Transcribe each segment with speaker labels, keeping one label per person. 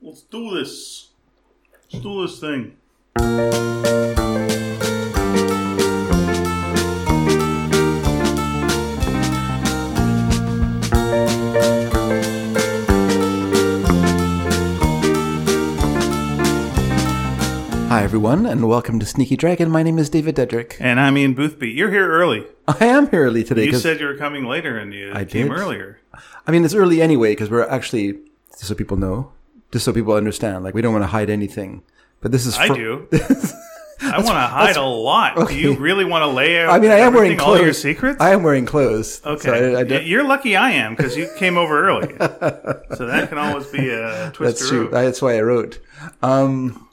Speaker 1: Let's do this. Let's do this thing.
Speaker 2: Hi, everyone, and welcome to Sneaky Dragon. My name is David Dedrick.
Speaker 1: And I'm Ian Boothby. You're here early.
Speaker 2: I am here early today
Speaker 1: You
Speaker 2: because
Speaker 1: said you were coming later, and you
Speaker 2: I
Speaker 1: came
Speaker 2: did.
Speaker 1: earlier.
Speaker 2: I mean it's early anyway. Because we're actually just so people know, just so people understand, like we don't want to hide anything. But this is
Speaker 1: I
Speaker 2: fr-
Speaker 1: do. I want to hide a lot. Do you really want to lay out?
Speaker 2: I mean, I am wearing
Speaker 1: everything, all
Speaker 2: clothes.
Speaker 1: your secrets.
Speaker 2: I am wearing clothes.
Speaker 1: okay,
Speaker 2: So I, I don't-
Speaker 1: Y- you're lucky I am because you came over early, so that can always be a twist.
Speaker 2: that's true. That's why I wrote. Um,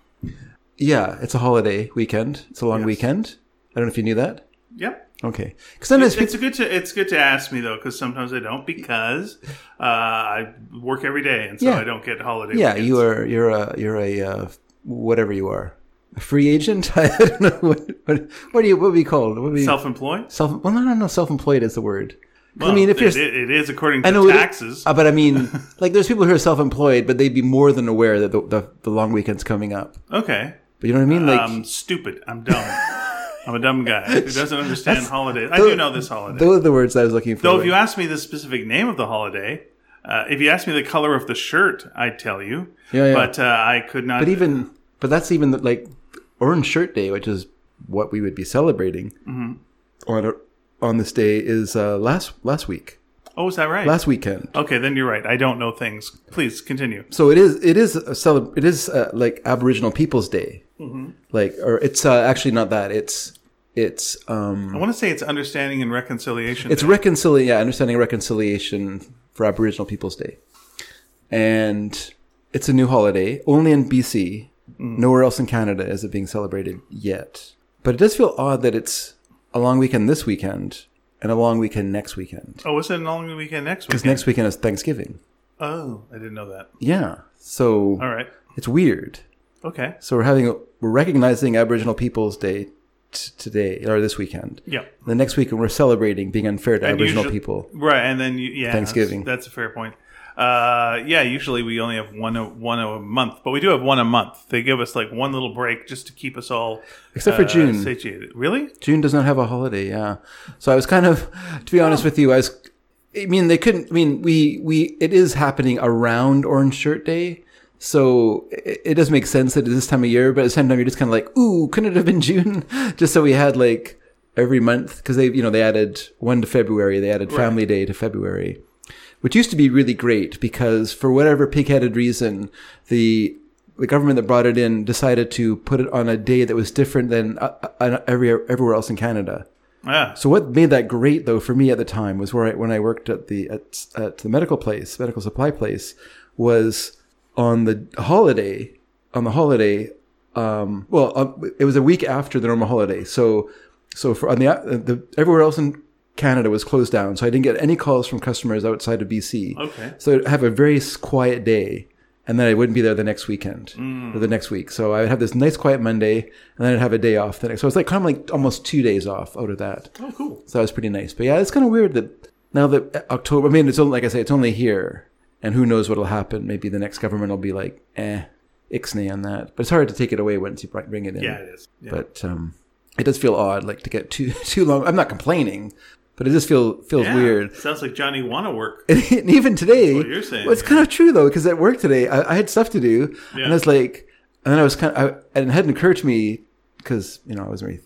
Speaker 2: yeah, it's a holiday weekend. It's a long weekend. I don't know if you knew that.
Speaker 1: Yep.
Speaker 2: Okay. Because then it's,
Speaker 1: It's good to it's good to ask me though because sometimes I don't because uh, I work every day and so
Speaker 2: Yeah.
Speaker 1: I don't get holiday.
Speaker 2: yeah,
Speaker 1: weekends.
Speaker 2: you are you're a you're a uh, whatever you are, a free agent. I don't know what what, what do you what would be called? What would be
Speaker 1: self-employed.
Speaker 2: Self, well, no, no, no. Self-employed is the word. 'Cause,
Speaker 1: Well,
Speaker 2: I mean, if you're,
Speaker 1: it, it is according
Speaker 2: I
Speaker 1: to
Speaker 2: know it-
Speaker 1: taxes.
Speaker 2: uh, but I mean, like, there's people who are self-employed, but they'd be more than aware that the, the, the long weekend's coming up.
Speaker 1: okay.
Speaker 2: But you know what I mean? Like,
Speaker 1: I'm stupid. I'm dumb. I'm a dumb guy who doesn't understand holidays. I do know this holiday.
Speaker 2: those are the words I was looking for.
Speaker 1: Though, if you ask me the specific name of the holiday, uh, if you ask me the color of the shirt, I'd tell you.
Speaker 2: Yeah, yeah.
Speaker 1: But uh, I could not.
Speaker 2: but even, but that's even like Orange Shirt Day, which is what we would be celebrating
Speaker 1: Mm-hmm.
Speaker 2: on on this day is uh, last last week,
Speaker 1: oh, is that right?
Speaker 2: last weekend.
Speaker 1: okay, then you're right. I don't know things. Please continue.
Speaker 2: so it is it is a celeb- it is uh, like Aboriginal People's Day,
Speaker 1: Mm-hmm.
Speaker 2: like or it's uh, actually not that it's it's
Speaker 1: I
Speaker 2: um
Speaker 1: want to say it's understanding and reconciliation.
Speaker 2: it's reconciliation yeah understanding reconciliation for Aboriginal People's Day, and it's a new holiday only in BC.
Speaker 1: Mm.
Speaker 2: Nowhere else in Canada is it being celebrated yet, but it does feel odd that it's a long weekend this weekend and a long weekend next weekend
Speaker 1: oh, is it an long weekend next week?
Speaker 2: because next weekend is Thanksgiving.
Speaker 1: oh, I didn't know that.
Speaker 2: Yeah, so
Speaker 1: All right.
Speaker 2: it's weird.
Speaker 1: Okay.
Speaker 2: So we're having we're recognizing Aboriginal Peoples Day t- today or this weekend.
Speaker 1: Yeah.
Speaker 2: The next week we're celebrating being unfair to Aboriginal
Speaker 1: usually-
Speaker 2: people.
Speaker 1: Right, and then you, yeah, that's-
Speaker 2: Thanksgiving.
Speaker 1: That's, a fair point. Uh, yeah, usually we only have one a, one a month, but we do have one a month. They give us like one little break just to keep us all
Speaker 2: Except for
Speaker 1: uh,
Speaker 2: June.
Speaker 1: satiated. Really?
Speaker 2: June does not have a holiday. Yeah. So I was kind of, to be honest with you, I was. I mean, they couldn't. I mean, we we it is happening around Orange Shirt Day. So it, it does make sense that it's this time of year, but at the same time, you're just kind of like, ooh, couldn't it have been June? Just so we had like every month because they, you know, they added one to February, they added Family Day to February, which used to be really great because for whatever pig-headed reason, the the government that brought it in decided to put it on a day that was different than uh, uh, every everywhere else in Canada.
Speaker 1: Ah,
Speaker 2: So what made that great though for me at the time was where I, when I worked at the at, at the medical place, medical supply place, was on the holiday on the holiday. Um, well, uh, it was a week after the normal holiday, so so for on the, uh, the everywhere else in Canada was closed down, so I didn't get any calls from customers outside of BC.
Speaker 1: Okay.
Speaker 2: So I'd have a very s- quiet day, and then I wouldn't be there the next weekend or the next week. So I would have this nice quiet Monday, and then I'd have a day off the next. So it's like kind of like almost two days off out of that.
Speaker 1: oh, cool.
Speaker 2: So that was pretty nice. But yeah, it's kind of weird that now that uh, October, I mean, it's only, like I say, it's only here, and who knows what'll happen. Maybe the next government will be like, eh, ixnay on that. But it's hard to take it away once you bri- bring it in.
Speaker 1: Yeah, it is. Yeah.
Speaker 2: But um, it does feel odd, like to get too too long. I'm not complaining, but it just feel feels
Speaker 1: Yeah.
Speaker 2: weird.
Speaker 1: Sounds like Johnny wanna work.
Speaker 2: And, even today,
Speaker 1: what you're saying,
Speaker 2: well, it's kind of true though, because at work today, I, I had stuff to do,
Speaker 1: Yeah.
Speaker 2: and I was like, and then I was kind of, I, and it hadn't occurred to me because you know I wasn't, really,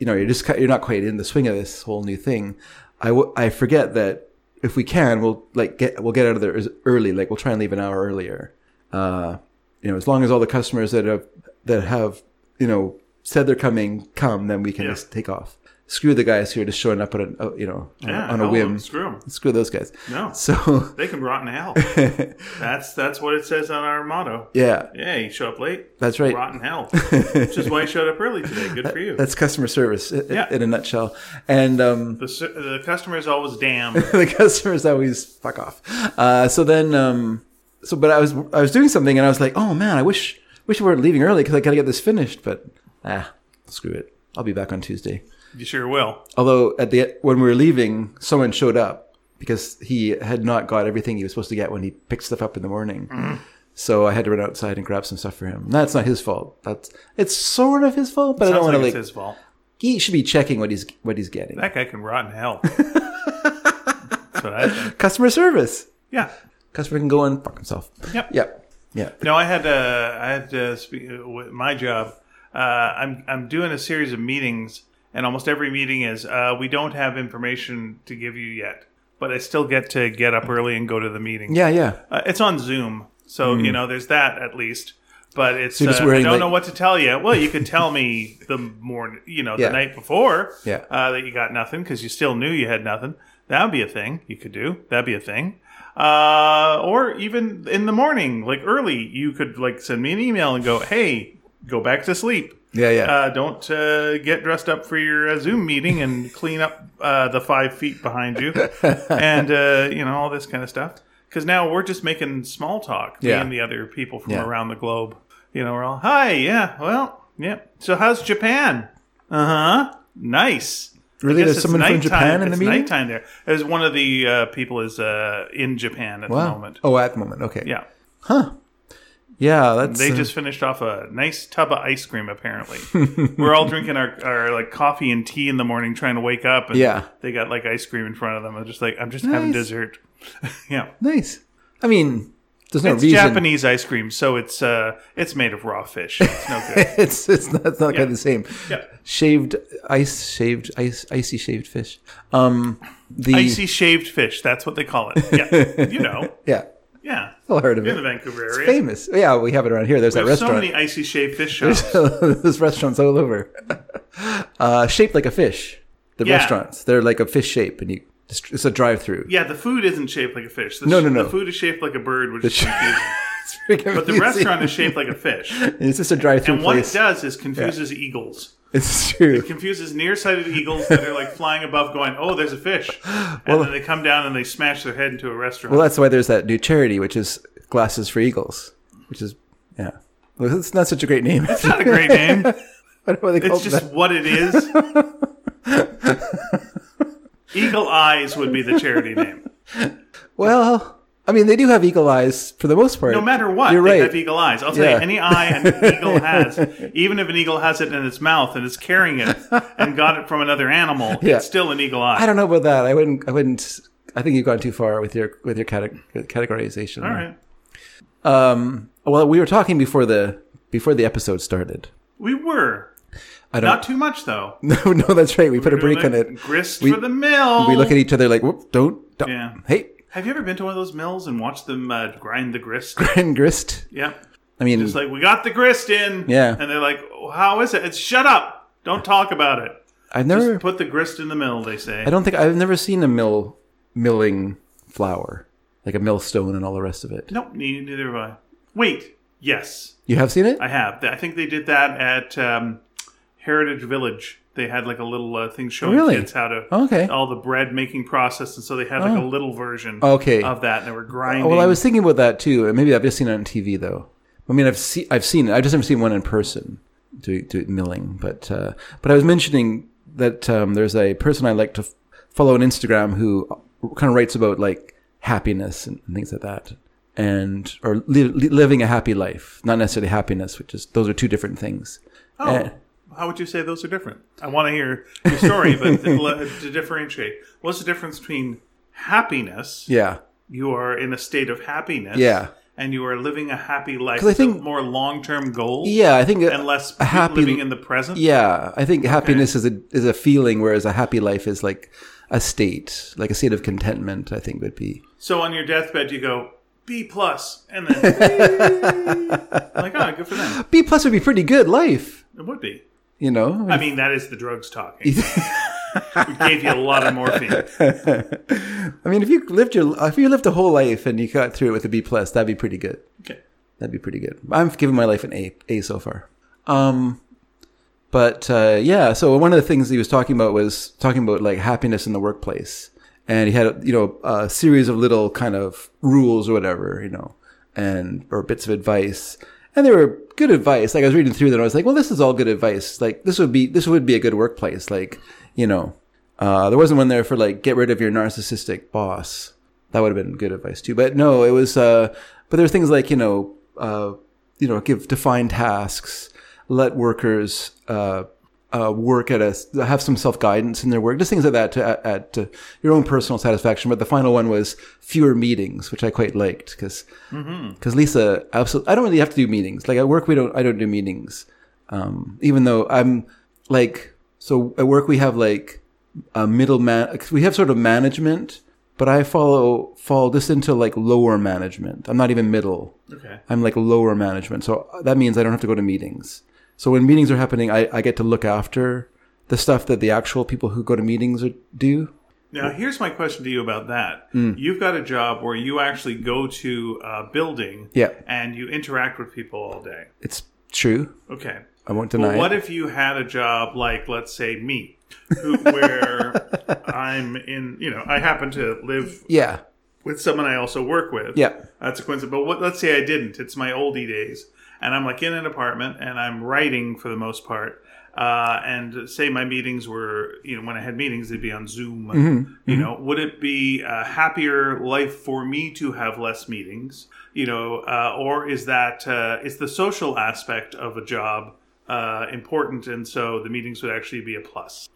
Speaker 2: you know, you're just ki- you're not quite in the swing of this whole new thing. I w- I forget that if we can, we'll like get we'll get out of there as early. Like we'll try and leave an hour earlier. Uh, you know, as long as all the customers that have that have you know said they're coming come, then we can
Speaker 1: Yeah.
Speaker 2: just take off. Screw the guys who are just showing up on a you know on a-
Speaker 1: Yeah,
Speaker 2: on a
Speaker 1: no,
Speaker 2: whim.
Speaker 1: Screw 'em.
Speaker 2: Screw those guys.
Speaker 1: No.
Speaker 2: So
Speaker 1: They can rot in hell. that's that's what it says on our motto.
Speaker 2: yeah,
Speaker 1: Yeah, you show up late,
Speaker 2: that's right.
Speaker 1: rot in hell. Which is why you showed up early today. Good for you.
Speaker 2: That's customer service i- i-
Speaker 1: Yeah.
Speaker 2: in a nutshell. And um,
Speaker 1: The, ser- the customer is always damned.
Speaker 2: the customers always fuck off. Uh, so then, um, so but I was I was doing something and I was like, oh man, I wish wish we weren't leaving early because I gotta get this finished. But ah, screw it. I'll be back on Tuesday.
Speaker 1: You sure will.
Speaker 2: Although at the when we were leaving, someone
Speaker 1: Mm-hmm.
Speaker 2: showed up because he had not got everything he was supposed to get when he picked stuff up in the morning. So I had to run outside and grab some stuff for him. That's not his fault. That's it's sort of his fault, but I don't
Speaker 1: Sounds
Speaker 2: want
Speaker 1: like
Speaker 2: to like.
Speaker 1: it's his fault.
Speaker 2: He should be checking what he's what he's getting.
Speaker 1: That guy can rot in hell. That's what I think.
Speaker 2: Customer service.
Speaker 1: Yeah.
Speaker 2: Customer can go and fuck himself.
Speaker 1: Yep.
Speaker 2: Yep. Yeah.
Speaker 1: No, I had uh, I had to speak with my job. Uh, I'm I'm doing a series of meetings, and almost every meeting is uh, we don't have information to give you yet, but I still get to get up early and go to the meeting.
Speaker 2: Yeah. Yeah.
Speaker 1: Uh, it's on Zoom, so you know there's that at least. But it's
Speaker 2: Hmm. you're just
Speaker 1: uh, I
Speaker 2: wearing,
Speaker 1: don't
Speaker 2: like-
Speaker 1: know what to tell you. Well, you could tell me the morning, you know,
Speaker 2: Yeah.
Speaker 1: the night before,
Speaker 2: Yeah.
Speaker 1: uh, that you got nothing because you still knew you had nothing. That would be a thing you could do. That'd be a thing. Uh, or even in the morning, like early, you could like send me an email and go, "Hey, go back to sleep."
Speaker 2: Yeah. Yeah.
Speaker 1: Uh, don't uh, get dressed up for your uh, Zoom meeting and clean up uh, the five feet behind you, and uh, you know all this kind of stuff. Because now we're just making small talk, me
Speaker 2: Yeah.
Speaker 1: and the other people from
Speaker 2: Yeah.
Speaker 1: around the globe. You know, we're all hi, yeah, well, yeah. So how's Japan? Uh huh. Nice.
Speaker 2: Really?
Speaker 1: I guess
Speaker 2: There's
Speaker 1: it's
Speaker 2: someone from
Speaker 1: nighttime-
Speaker 2: Japan in the
Speaker 1: it's
Speaker 2: meeting?
Speaker 1: Nighttime there. There's one of the uh, people is uh, in Japan at the
Speaker 2: Wow.
Speaker 1: moment.
Speaker 2: Oh, at the moment. Okay.
Speaker 1: Yeah,
Speaker 2: Yeah. That's
Speaker 1: they
Speaker 2: uh,
Speaker 1: just finished off a nice tub of ice cream. Apparently, we're all drinking our, our like coffee and tea in the morning, trying to wake up. And
Speaker 2: Yeah.
Speaker 1: they got like ice cream in front of them. I'm just like, I'm just having
Speaker 2: Nice.
Speaker 1: dessert. yeah,
Speaker 2: nice. I mean, there's no
Speaker 1: it's
Speaker 2: reason.
Speaker 1: Japanese ice cream, so it's uh, it's made of raw fish. It's no good.
Speaker 2: it's it's not, it's not
Speaker 1: Yeah.
Speaker 2: kind of the same.
Speaker 1: Yeah.
Speaker 2: Shaved ice, shaved ice, icy shaved fish. Um, the
Speaker 1: Icy shaved fish. That's what they call it. Yeah, you know.
Speaker 2: yeah,
Speaker 1: Yeah,
Speaker 2: I heard of
Speaker 1: in the
Speaker 2: it.
Speaker 1: Vancouver area.
Speaker 2: Oh, Famous. Yeah, we have it around here. There's that
Speaker 1: There's so
Speaker 2: restaurant.
Speaker 1: many icy shaved fish shops.
Speaker 2: There's restaurants all over. Uh, shaped like a fish. The
Speaker 1: Yeah.
Speaker 2: restaurants. They're like a fish shape, and you it's a drive-through.
Speaker 1: Yeah, the food isn't shaped like a fish. The
Speaker 2: No, no, no.
Speaker 1: The food is shaped like a bird, which is
Speaker 2: sh-
Speaker 1: confusing. But the restaurant is shaped like a fish.
Speaker 2: It's just a drive-through
Speaker 1: And what
Speaker 2: place.
Speaker 1: it does is confuses eagles.
Speaker 2: It's true.
Speaker 1: confuses nearsighted eagles that are like flying above, going, "Oh, there's a fish," and then they come down and they smash their head into a restaurant.
Speaker 2: Well, that's why there's that new charity, which is Glasses for Eagles, which is yeah. Well, it's not such a great name.
Speaker 1: it's not a great name.
Speaker 2: I don't know what they call
Speaker 1: It's
Speaker 2: it.
Speaker 1: just what it is. Eagle Eyes would be the charity name.
Speaker 2: Well, I mean, they do have eagle eyes for the most part.
Speaker 1: No matter what,
Speaker 2: You're
Speaker 1: they
Speaker 2: right.
Speaker 1: have eagle eyes. I'll tell
Speaker 2: Yeah.
Speaker 1: you, any eye an eagle has, even if an eagle has it in its mouth and is carrying it and got it from another animal,
Speaker 2: Yeah.
Speaker 1: it's still an eagle eye.
Speaker 2: I don't know about that. I wouldn't. I wouldn't. I think you've gone too far with your with your cate- categorization.
Speaker 1: All right.
Speaker 2: Um. Well, we were talking before the before the episode started.
Speaker 1: We were.
Speaker 2: I don't.
Speaker 1: Not too much, though.
Speaker 2: no, no, that's right. We put a
Speaker 1: We're
Speaker 2: break on
Speaker 1: like,
Speaker 2: it.
Speaker 1: Grist
Speaker 2: We-
Speaker 1: for the mill.
Speaker 2: We look at each other like, Whoop, don't, don't.
Speaker 1: Yeah.
Speaker 2: Hey,
Speaker 1: Have you ever been to one of those mills and watched them uh, grind the grist?
Speaker 2: and grist.
Speaker 1: yeah.
Speaker 2: I mean,
Speaker 1: It's like, we got the grist in.
Speaker 2: Yeah.
Speaker 1: And they're like, "Oh, how is it? It's shut up. Don't talk about it.
Speaker 2: I've never.
Speaker 1: Just put the grist in the mill, they say.
Speaker 2: I don't think I've never seen a mill milling flour, like a millstone and all the rest of it.
Speaker 1: Nope, ne- neither have I. Wait. Yes,
Speaker 2: You have seen it?
Speaker 1: I have. I think they did that at um, Heritage Village. They had like a little uh, thing showing
Speaker 2: Really?
Speaker 1: kids how to.
Speaker 2: okay. Oh.
Speaker 1: All the bread making process, and so they had like a little version
Speaker 2: Okay.
Speaker 1: of that, and they were grinding.
Speaker 2: Oh, well, I was thinking about that too, and maybe I've just seen it on TV though. I mean, I've seen I've seen it. I've just never seen one in person do do it milling. But uh, but I was mentioning that um, there's a person I like to f- follow on Instagram who kind of writes about like happiness and things like that, and or li- li- living a happy life, not necessarily happiness, which is those are two different things.
Speaker 1: Oh,
Speaker 2: Eh.
Speaker 1: how would you say those are different? I want to hear your story, but to, le- to differentiate, what's the difference between happiness?
Speaker 2: Yeah.
Speaker 1: You are in a state of happiness,
Speaker 2: Yeah.
Speaker 1: and you are living a happy life.
Speaker 2: 'Cause
Speaker 1: with
Speaker 2: I think-
Speaker 1: more long-term goals,
Speaker 2: Yeah, I think
Speaker 1: and less
Speaker 2: a happy-
Speaker 1: living in the present.
Speaker 2: Yeah, I think happiness is a is a feeling, whereas a happy life is like a state, like a state of contentment. I think would be.
Speaker 1: So on your deathbed, you go B plus, and then like, oh, good for them.
Speaker 2: B plus would be pretty good life,
Speaker 1: It would be.
Speaker 2: you know.
Speaker 1: I mean, that is the drugs talking. we gave you a lot of morphine.
Speaker 2: I mean, if you lived your if you lived a whole life and you got through it with a B plus, that'd be pretty good.
Speaker 1: Okay.
Speaker 2: That'd be pretty good. I'm giving my life an A A so far. Um, but uh, yeah, so one of the things he was talking about was talking about like happiness in the workplace, and he had you know a series of little kind of rules or whatever you know, and or bits of advice, and they were good advice. Like I was reading through them, I was like, well, this is all good advice. Like this would be this would be a good workplace. Like you know, uh, there wasn't one there for like get rid of your narcissistic boss. That would have been good advice too. But no, it was. Uh, but there were things like you know uh, you know, give defined tasks, let workers uh, uh, work at a have some self guidance in their work, just things like that to add, add to your own personal satisfaction. But the final one was fewer meetings, which I quite liked because because Lisa absolutely I don't really have to do meetings. Like at work, we don't I don't do meetings, um, even though I'm like so at work we have like a middle man we have sort of management, but I follow fall this into like lower management. I'm not even middle.
Speaker 1: Okay.
Speaker 2: I'm like lower management. So that means I don't have to go to meetings. So when meetings are happening, I, I get to look after the stuff that the actual people who go to meetings are, do.
Speaker 1: Now, here's my question to you about that. You've got a job where you actually go to a building
Speaker 2: Yeah.
Speaker 1: and you interact with people all day.
Speaker 2: It's true.
Speaker 1: Okay.
Speaker 2: I won't
Speaker 1: But
Speaker 2: deny
Speaker 1: what
Speaker 2: it.
Speaker 1: if you had a job like, let's say, me, who, where I'm in, you know, I happen to live
Speaker 2: yeah.
Speaker 1: with someone I also work with.
Speaker 2: Yeah.
Speaker 1: That's a coincidence. But what, let's say I didn't. It's my oldie days. And I'm like in an apartment and I'm writing for the most part. Uh, and say my meetings were, you know, when I had meetings, they'd be on Zoom.
Speaker 2: Mm-hmm.
Speaker 1: You know, would it be a happier life for me to have less meetings? You know, uh, or is that uh, is the social aspect of a job uh, important? And so the meetings would actually be a plus.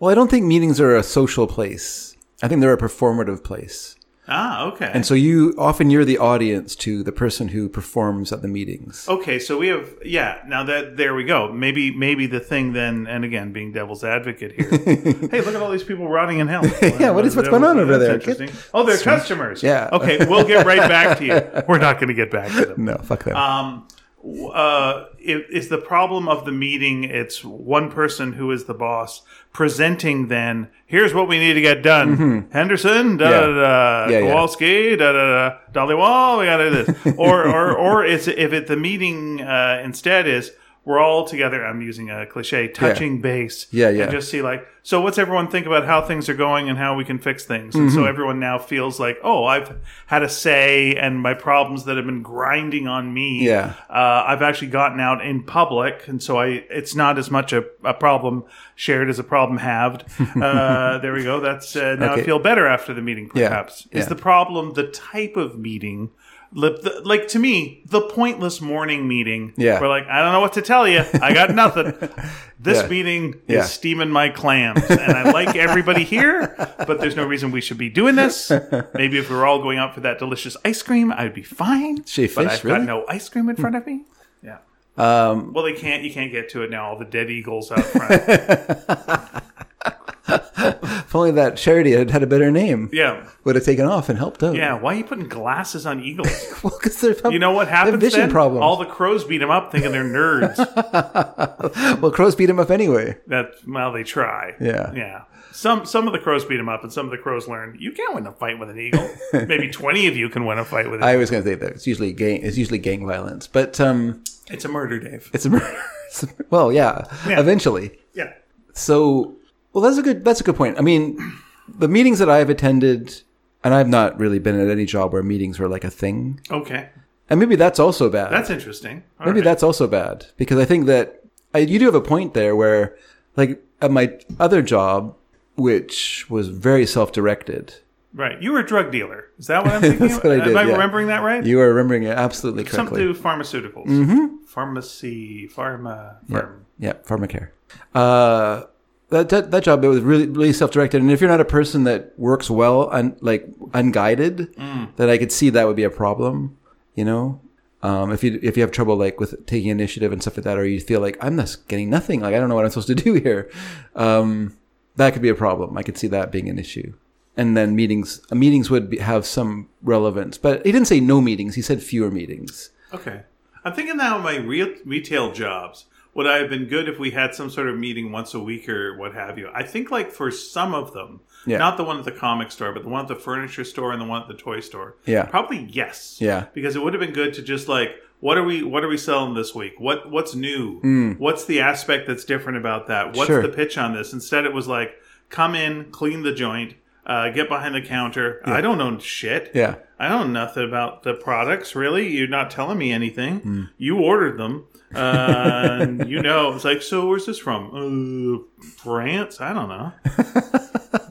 Speaker 2: Well, I don't think meetings are a social place. I think they're a performative place.
Speaker 1: Ah, okay.
Speaker 2: And so you often you're the audience to the person who performs at the meetings.
Speaker 1: Okay, so we have yeah. Now that there we go. Maybe maybe the thing then, and again, being devil's advocate here. hey, look at all these people rotting in hell.
Speaker 2: Yeah, what is- what's going on over
Speaker 1: That's
Speaker 2: there?
Speaker 1: Interesting. Oh, they're customers.
Speaker 2: Yeah.
Speaker 1: Okay, we'll get right back to you. We're not going to get back to them.
Speaker 2: No, fuck that.
Speaker 1: Um, w- uh, i- is the problem of the meeting? It's one person who is the boss presenting. Then here's what we need to get done. Henderson, da da da,
Speaker 2: Mm-hmm. Yeah, yeah.
Speaker 1: Kowalski, da da da, Dolly Wall. We got to do this. or or or it's if it the meeting uh, instead is we're all together. I'm using a cliche, touching base.
Speaker 2: Yeah, yeah.
Speaker 1: And just see like so. What's everyone think about how things are going and how we can fix things? And
Speaker 2: Mm-hmm.
Speaker 1: so everyone now feels like, oh, I've had a say, and my problems that have been grinding on me
Speaker 2: Yeah.
Speaker 1: uh, I've actually gotten out in public, and so I it's not as much a, a problem shared as a problem halved. Uh, there we go. That's uh, now
Speaker 2: Okay.
Speaker 1: I feel better after the meeting.
Speaker 2: Yeah.
Speaker 1: Perhaps is
Speaker 2: Yeah.
Speaker 1: the problem the type of meeting. Li- the- Like to me, the pointless morning meeting.
Speaker 2: Yeah.
Speaker 1: we're like, I don't know what to tell you. I got nothing. This
Speaker 2: Yeah.
Speaker 1: meeting
Speaker 2: Yeah.
Speaker 1: is steaming my clams, and I like everybody here, but there's no reason we should be doing this. Maybe if we were all going out for that delicious ice cream, I'd be fine.
Speaker 2: Gee,
Speaker 1: but
Speaker 2: fish,
Speaker 1: I've
Speaker 2: really? Hmm.
Speaker 1: got no ice cream in front of me. Yeah.
Speaker 2: Um,
Speaker 1: Well, they can't. You can't get to it now. All the dead eagles out front.
Speaker 2: if only that charity had had a better name,
Speaker 1: yeah.
Speaker 2: would have taken off and helped out.
Speaker 1: Yeah. Why are you putting glasses on eagles?
Speaker 2: well, because they're
Speaker 1: You know what
Speaker 2: they have
Speaker 1: happens
Speaker 2: vision
Speaker 1: then?
Speaker 2: problems.
Speaker 1: All the crows beat them up, thinking they're nerds.
Speaker 2: well, crows beat him up anyway.
Speaker 1: that well, they try.
Speaker 2: Yeah.
Speaker 1: Yeah. Some some of the crows beat them up, and some of the crows learn you can't win a fight with an eagle. Maybe twenty of you can win a fight with it.
Speaker 2: I was going to say that it's usually gang. It's usually gang violence, but um,
Speaker 1: It's a murder, Dave.
Speaker 2: it's a murder. It's a- well, yeah,
Speaker 1: Yeah.
Speaker 2: eventually.
Speaker 1: Yeah.
Speaker 2: So, well, that's a good that's a good point. I mean, the meetings that I've attended, and I've not really been at any job where meetings were like a thing,
Speaker 1: Okay.
Speaker 2: and maybe that's also bad.
Speaker 1: That's interesting. All
Speaker 2: maybe
Speaker 1: right.
Speaker 2: that's also bad because I think that I, you do have a point there where, like, at my other job, which was very self directed.
Speaker 1: right. You were a drug dealer. Is that what I'm thinking?
Speaker 2: That's what I
Speaker 1: Am
Speaker 2: did,
Speaker 1: I
Speaker 2: yeah.
Speaker 1: remembering that right?
Speaker 2: You are remembering it absolutely
Speaker 1: Some
Speaker 2: correctly.
Speaker 1: do pharmaceuticals. Pharmacy, pharma, pharm.
Speaker 2: Yeah, pharmacare. Uh, that, that that job it was really really self directed, and if you're not a person that works well un, like unguided, then I could see that would be a problem. You know, um, if you if you have trouble like with taking initiative and stuff like that, or you feel like I'm just getting nothing, like I don't know what I'm supposed to do here, um, that could be a problem. I could see that being an issue. And then meetings uh, meetings would be, have some relevance, but he didn't say no meetings. He said fewer meetings.
Speaker 1: Okay. I'm thinking now of my real retail jobs. Would I have been good if we had some sort of meeting once a week or what have you? I think like for some of them,
Speaker 2: Yeah.
Speaker 1: not the one at the comic store, but the one at the furniture store and the one at the toy store.
Speaker 2: Yeah.
Speaker 1: Probably yes.
Speaker 2: Yeah.
Speaker 1: Because it would have been good to just like what are we what are we selling this week? What what's new? What's the aspect that's different about that? What's
Speaker 2: Hmm. Sure.
Speaker 1: the pitch on this? Instead it was like come in, clean the joint, uh, get behind the counter. I don't know shit.
Speaker 2: Yeah.
Speaker 1: I don't know nothing about the products, really. You're not telling me anything.
Speaker 2: Hmm.
Speaker 1: You ordered them. Uh, and you know, it's like, so where's this from? Uh, France? I don't know.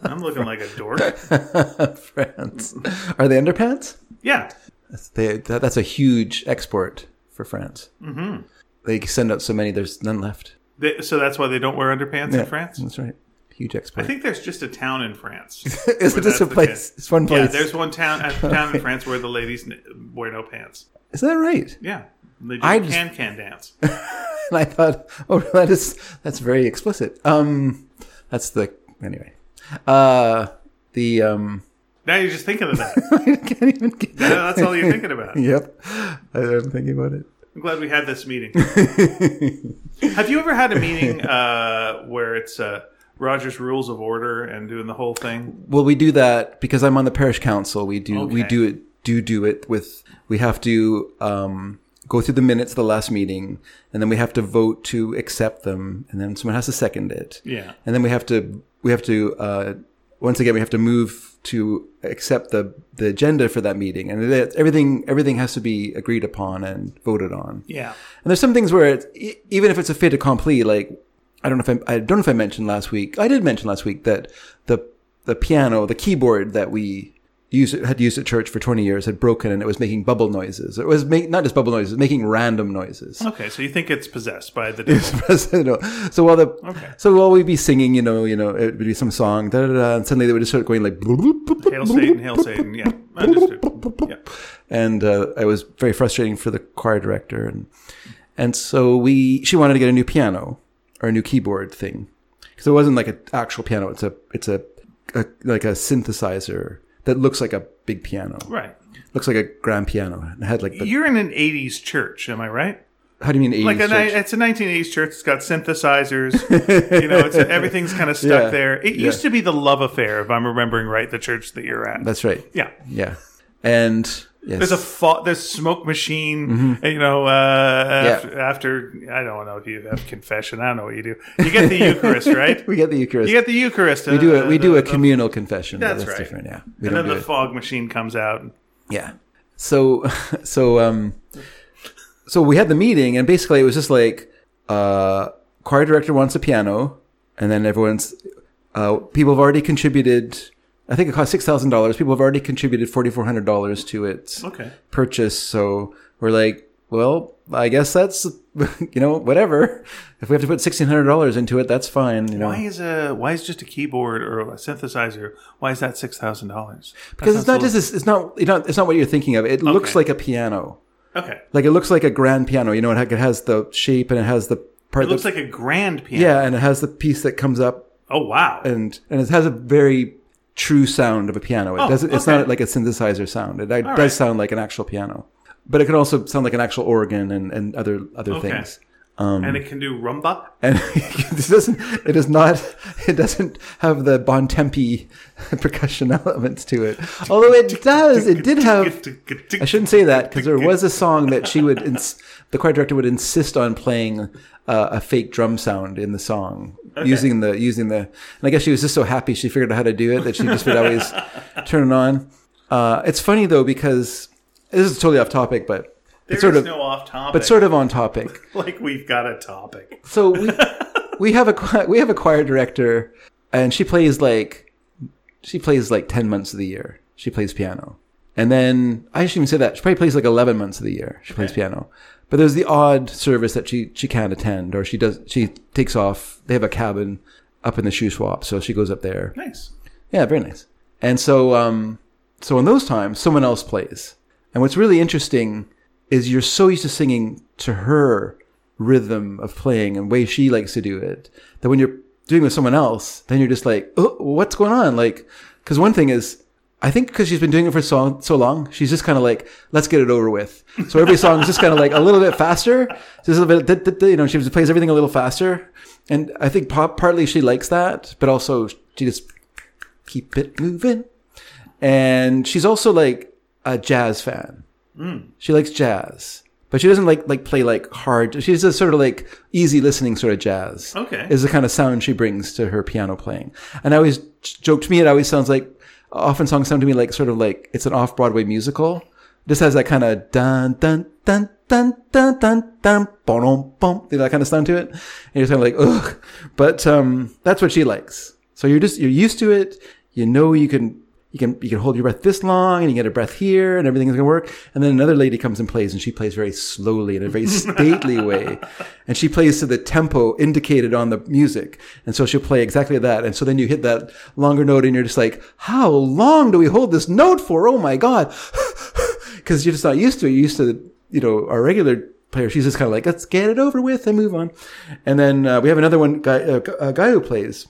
Speaker 1: I'm looking like a dork.
Speaker 2: France. Are they underpants?
Speaker 1: Yeah.
Speaker 2: That's, they, that, that's a huge export for France. Mm-hmm. They send out so many, there's none left.
Speaker 1: They, so that's why they don't wear underpants
Speaker 2: Yeah,
Speaker 1: in France.
Speaker 2: That's right. Huge
Speaker 1: I
Speaker 2: export.
Speaker 1: think there's just a town in France.
Speaker 2: Is
Speaker 1: where
Speaker 2: it just
Speaker 1: that's
Speaker 2: a
Speaker 1: the
Speaker 2: place?
Speaker 1: case.
Speaker 2: It's one
Speaker 1: yeah,
Speaker 2: place.
Speaker 1: there's one town a town in France where the ladies n- wear no pants.
Speaker 2: Is that right?
Speaker 1: Yeah, they do
Speaker 2: I just-
Speaker 1: can can dance.
Speaker 2: And I thought, oh, that is that's very explicit. Um, that's the anyway. Uh, the um,
Speaker 1: now you're just thinking of that.
Speaker 2: I can't even get.
Speaker 1: Yeah, that's all you're thinking about.
Speaker 2: Yep, I'm thinking about it.
Speaker 1: I'm glad we had this meeting. Have you ever had a meeting uh, where it's uh, Rogers Rules of Order and doing the whole thing?
Speaker 2: Well, we do that because I'm on the parish council. We do we
Speaker 1: Okay.
Speaker 2: do it do do it with we have to um, go through the minutes of the last meeting, and then we have to vote to accept them, and then someone has to second it.
Speaker 1: Yeah.
Speaker 2: and then we have to we have to uh, once again we have to move to accept the the agenda for that meeting, and it, everything everything has to be agreed upon and voted on.
Speaker 1: Yeah.
Speaker 2: And there's some things where it's, e- even if it's a fait accompli, like I don't know if I, I don't know if I mentioned last week. I did mention last week that the the piano, the keyboard that we used had used at church for 20 years had broken and it was making bubble noises. It was make, not just bubble noises, it was making random noises.
Speaker 1: Okay, so you think it's possessed by the devil.
Speaker 2: so no. So while the
Speaker 1: Okay.
Speaker 2: so while we'd be singing, you know, you know, it would be some song, da da da, and suddenly they would just start going like, bloop, bloop, bloop, bloop,
Speaker 1: Hail Satan, Hail Satan. Yeah, understood. Yeah.
Speaker 2: and uh, it was very frustrating for the choir director and and so we she wanted to get a new piano or a new keyboard thing because it wasn't like an actual piano it's a it's a, a like a synthesizer that looks like a big piano
Speaker 1: Right.
Speaker 2: looks like a grand piano and it had like the,
Speaker 1: You're in an 80s church, am I right?
Speaker 2: how do you mean 80s
Speaker 1: Like a, ni-
Speaker 2: church?
Speaker 1: it's a 1980s church. It's got synthesizers. you know, it's, everything's kind of stuck
Speaker 2: Yeah.
Speaker 1: there. It used to be the love affair, if I'm remembering right, the church that you're at.
Speaker 2: that's right
Speaker 1: yeah.
Speaker 2: yeah and yes
Speaker 1: There's a fa- there's smoke machine.
Speaker 2: Mm-hmm.
Speaker 1: You know, uh, af- after, I don't know if you have confession. I don't know what you do. You get the Eucharist, right?
Speaker 2: we get the Eucharist
Speaker 1: You get the Eucharist.
Speaker 2: we do a we do a communal confession
Speaker 1: That's right.
Speaker 2: different yeah we
Speaker 1: and
Speaker 2: don't
Speaker 1: then
Speaker 2: do
Speaker 1: the
Speaker 2: it.
Speaker 1: fog machine comes out.
Speaker 2: Yeah. So so um so we had the meeting and basically it was just like uh choir director wants a piano and then everyone's uh people have already contributed I think it cost six thousand dollars. People have already contributed forty four hundred dollars to its
Speaker 1: Okay.
Speaker 2: purchase, so we're like, well, I guess that's you know, whatever. If we have to put sixteen hundred dollars into it, that's fine, you know.
Speaker 1: Why is a why is just a keyboard or a synthesizer? Why is that six thousand dollars?
Speaker 2: Because it's not just this, it's not you know it's not what you're thinking of. It looks like a piano.
Speaker 1: okay.
Speaker 2: Like it looks like a grand piano. You know, it ha- it has the shape and it has the part.
Speaker 1: It looks
Speaker 2: that,
Speaker 1: like a grand piano.
Speaker 2: yeah, and it has the piece that comes up
Speaker 1: Oh wow.
Speaker 2: and and it has a very true sound of a piano. It
Speaker 1: Oh,
Speaker 2: doesn't. It's
Speaker 1: okay.
Speaker 2: not like a synthesizer sound. It, it does
Speaker 1: right.
Speaker 2: sound like an actual piano, but it can also sound like an actual organ and and other other things. Um,
Speaker 1: and it can do rumba.
Speaker 2: And it doesn't. It does not. It doesn't have the bon tempi percussion elements to it. Although it does. It did have. I shouldn't say that because there was a song that she would, ins- the choir director would insist on playing uh, a fake drum sound in the song using the using the. And I guess she was just so happy she figured out how to do it that she just would always turn it on. Uh, it's funny though because this is totally off topic, but
Speaker 1: There's
Speaker 2: it's sort of
Speaker 1: no off topic.
Speaker 2: but sort of on topic.
Speaker 1: like we've got a topic.
Speaker 2: So we we have a choir- we have a choir director, and she plays like she plays like ten months of the year. She plays piano, and then I shouldn't even say that. She probably plays like eleven months of the year. She plays piano, but there's the odd service that she she can't attend, or she does she takes off. They have a cabin up in the shoe swap, so she goes up there.
Speaker 1: Nice.
Speaker 2: Yeah, very nice. And so, um, so in those times, someone else plays. And what's really interesting is you're so used to singing to her rhythm of playing and way she likes to do it that when you're doing with someone else, then you're just like, oh, what's going on? Like, because one thing is, I think because she's been doing it for so, so long, she's just kind of like, let's get it over with. So every song is just kind of like a little bit faster, just a little bit, d- d- d- you know, she just plays everything a little faster. And I think pa- partly she likes that, but also she just keep it moving. And she's also like a jazz fan. She likes jazz, but she doesn't like like play like hard. She's a sort of like easy listening sort of jazz.
Speaker 1: Okay.
Speaker 2: is the kind of sound she brings to her piano playing. And I always joke to me, it always sounds like often songs sound to me like sort of like it's an off Broadway musical. This has that kind of dun dun dun. Dun dun dun dun, bom bom, that kind of sound to it, and you're kind of like ugh. But um, that's what she likes. So you're just you're used to it. You know you can you can you can hold your breath this long and you get a breath here and everything's gonna work. And then another lady comes and plays and she plays very slowly in a very stately way. And she plays to the tempo indicated on the music. And so she'll play exactly that. And so then you hit that longer note and you're just like, How long do we hold this note for? Oh my God. Cause you're just not used to it. You're used to, you know, our regular player. She's just kind of like, let's get it over with and move on. And then uh, we have another one guy, uh, a guy who plays,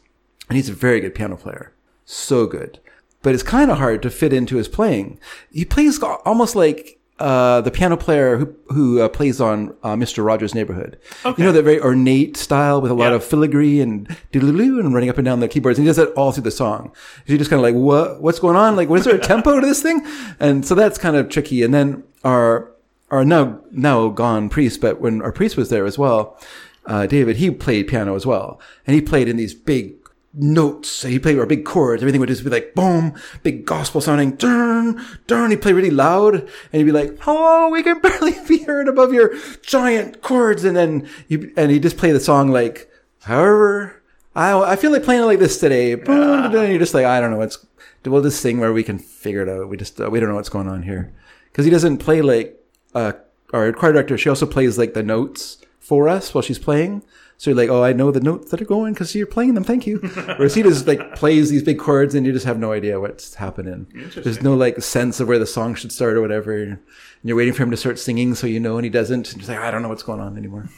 Speaker 2: and he's a very good piano player, so good. But it's kind of hard to fit into his playing. He plays al- almost like uh, the piano player who who uh, plays on uh, Mister Rogers' Neighborhood. You know that very ornate style with a lot
Speaker 1: Yeah.
Speaker 2: of filigree and doodaloo and running up and down the keyboards. And he does that all through the song. You're just kind of like, what what's going on? Like, was there a tempo to this thing? And so that's kind of tricky. And then our our now now gone priest, but when our priest was there as well, uh, David, he played piano as well, and he played in these big notes. So he played our big chords. Everything would just be like boom, big gospel sounding, turn, turn. He played really loud, and he'd be like, "Oh, we can barely be heard above your giant chords." And then you and he just play the song like, however, I I feel like playing it like this today. Boom, and you're just like, I don't know. It's we'll just sing where we can figure it out. We just uh, we don't know what's going on here because he doesn't play like uh, our choir director. She also plays like the notes for us while she's playing. So you're like, oh, I know the notes that are going because you're playing them. Thank you. Whereas he just like plays these big chords and you just have no idea what's happening. There's no like sense of where the song should start or whatever. And you're waiting for him to start singing so you know and he doesn't. And you're just like, I don't know what's going on anymore.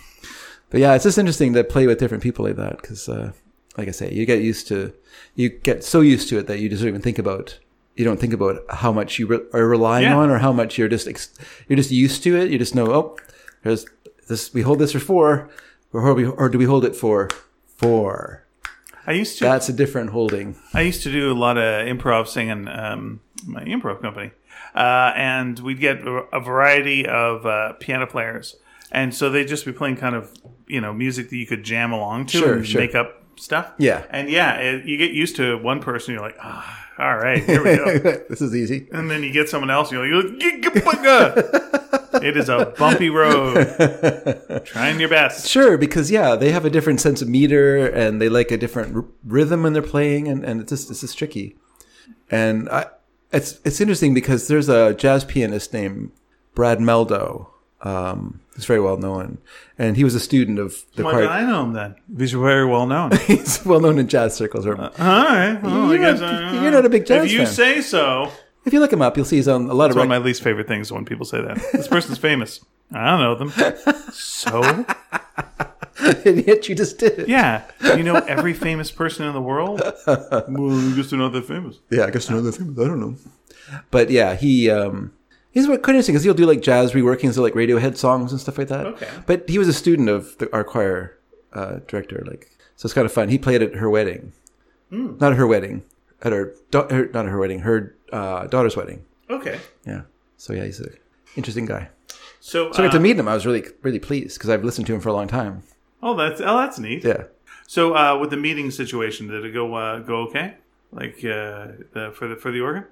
Speaker 2: But yeah, it's just interesting to play with different people like that because, uh, like I say, you get used to, you get so used to it that you just don't even think about, you don't think about how much you re- are relying
Speaker 1: Yeah.
Speaker 2: on or how much you're just, ex- you're just used to it. You just know, oh, there's this, we hold this for four, or, how we, or do we hold it for four?
Speaker 1: I used to
Speaker 2: That's a different holding.
Speaker 1: I used to do a lot of improv singing, um, my improv company, uh, and we'd get a a variety of uh, piano players, and so they'd just be playing kind of you know music that you could jam along to
Speaker 2: Sure,
Speaker 1: and
Speaker 2: sure.
Speaker 1: make up stuff.
Speaker 2: Yeah.
Speaker 1: and yeah, it, you get used to one person, you're like, ah, all right, here we go,
Speaker 2: this is easy.
Speaker 1: and then you get someone else, you're like, "Gigabugga." it is a bumpy road. Trying your best.
Speaker 2: Sure, because yeah, they have a different sense of meter and they like a different r- rhythm when they're playing, and, and it's just it's just tricky. And I, it's it's interesting because there's a jazz pianist named Brad Meldo. Um, he's very well known, and he was a student of the
Speaker 1: Why did
Speaker 2: choir.
Speaker 1: I know him then? These are very well known.
Speaker 2: He's well known in jazz circles. Or,
Speaker 1: All right. Well,
Speaker 2: You're
Speaker 1: I guess
Speaker 2: not-
Speaker 1: I- uh,
Speaker 2: you're not a big jazz
Speaker 1: If you
Speaker 2: fan.
Speaker 1: say so.
Speaker 2: if you look him up, you'll see he's on a lot of
Speaker 1: It's one of
Speaker 2: rec-
Speaker 1: my least favorite things when people say that. This person's famous. I don't know them. So?
Speaker 2: and yet you just did it.
Speaker 1: Yeah. You know every famous person in the world? Well, I guess they're not that famous.
Speaker 2: Yeah, I guess another thing. I don't know. But yeah, he um he's what- quite interesting because he'll do like jazz reworkings of like Radiohead songs and stuff like that.
Speaker 1: Okay.
Speaker 2: But he was a student of the, our choir uh, director, like so it's kind of fun. He played at her wedding,
Speaker 1: Hmm.
Speaker 2: not at her wedding, at her, da- her not at her wedding, her uh, daughter's wedding.
Speaker 1: Okay.
Speaker 2: Yeah. So yeah, he's a interesting guy.
Speaker 1: So,
Speaker 2: So I
Speaker 1: uh,
Speaker 2: got to meet him. I was really really pleased because I've listened to him for a long time.
Speaker 1: oh, that's oh, that's neat.
Speaker 2: Yeah.
Speaker 1: So, uh, with the meeting situation, did it go uh, go okay? Like uh, the, for the for the organ?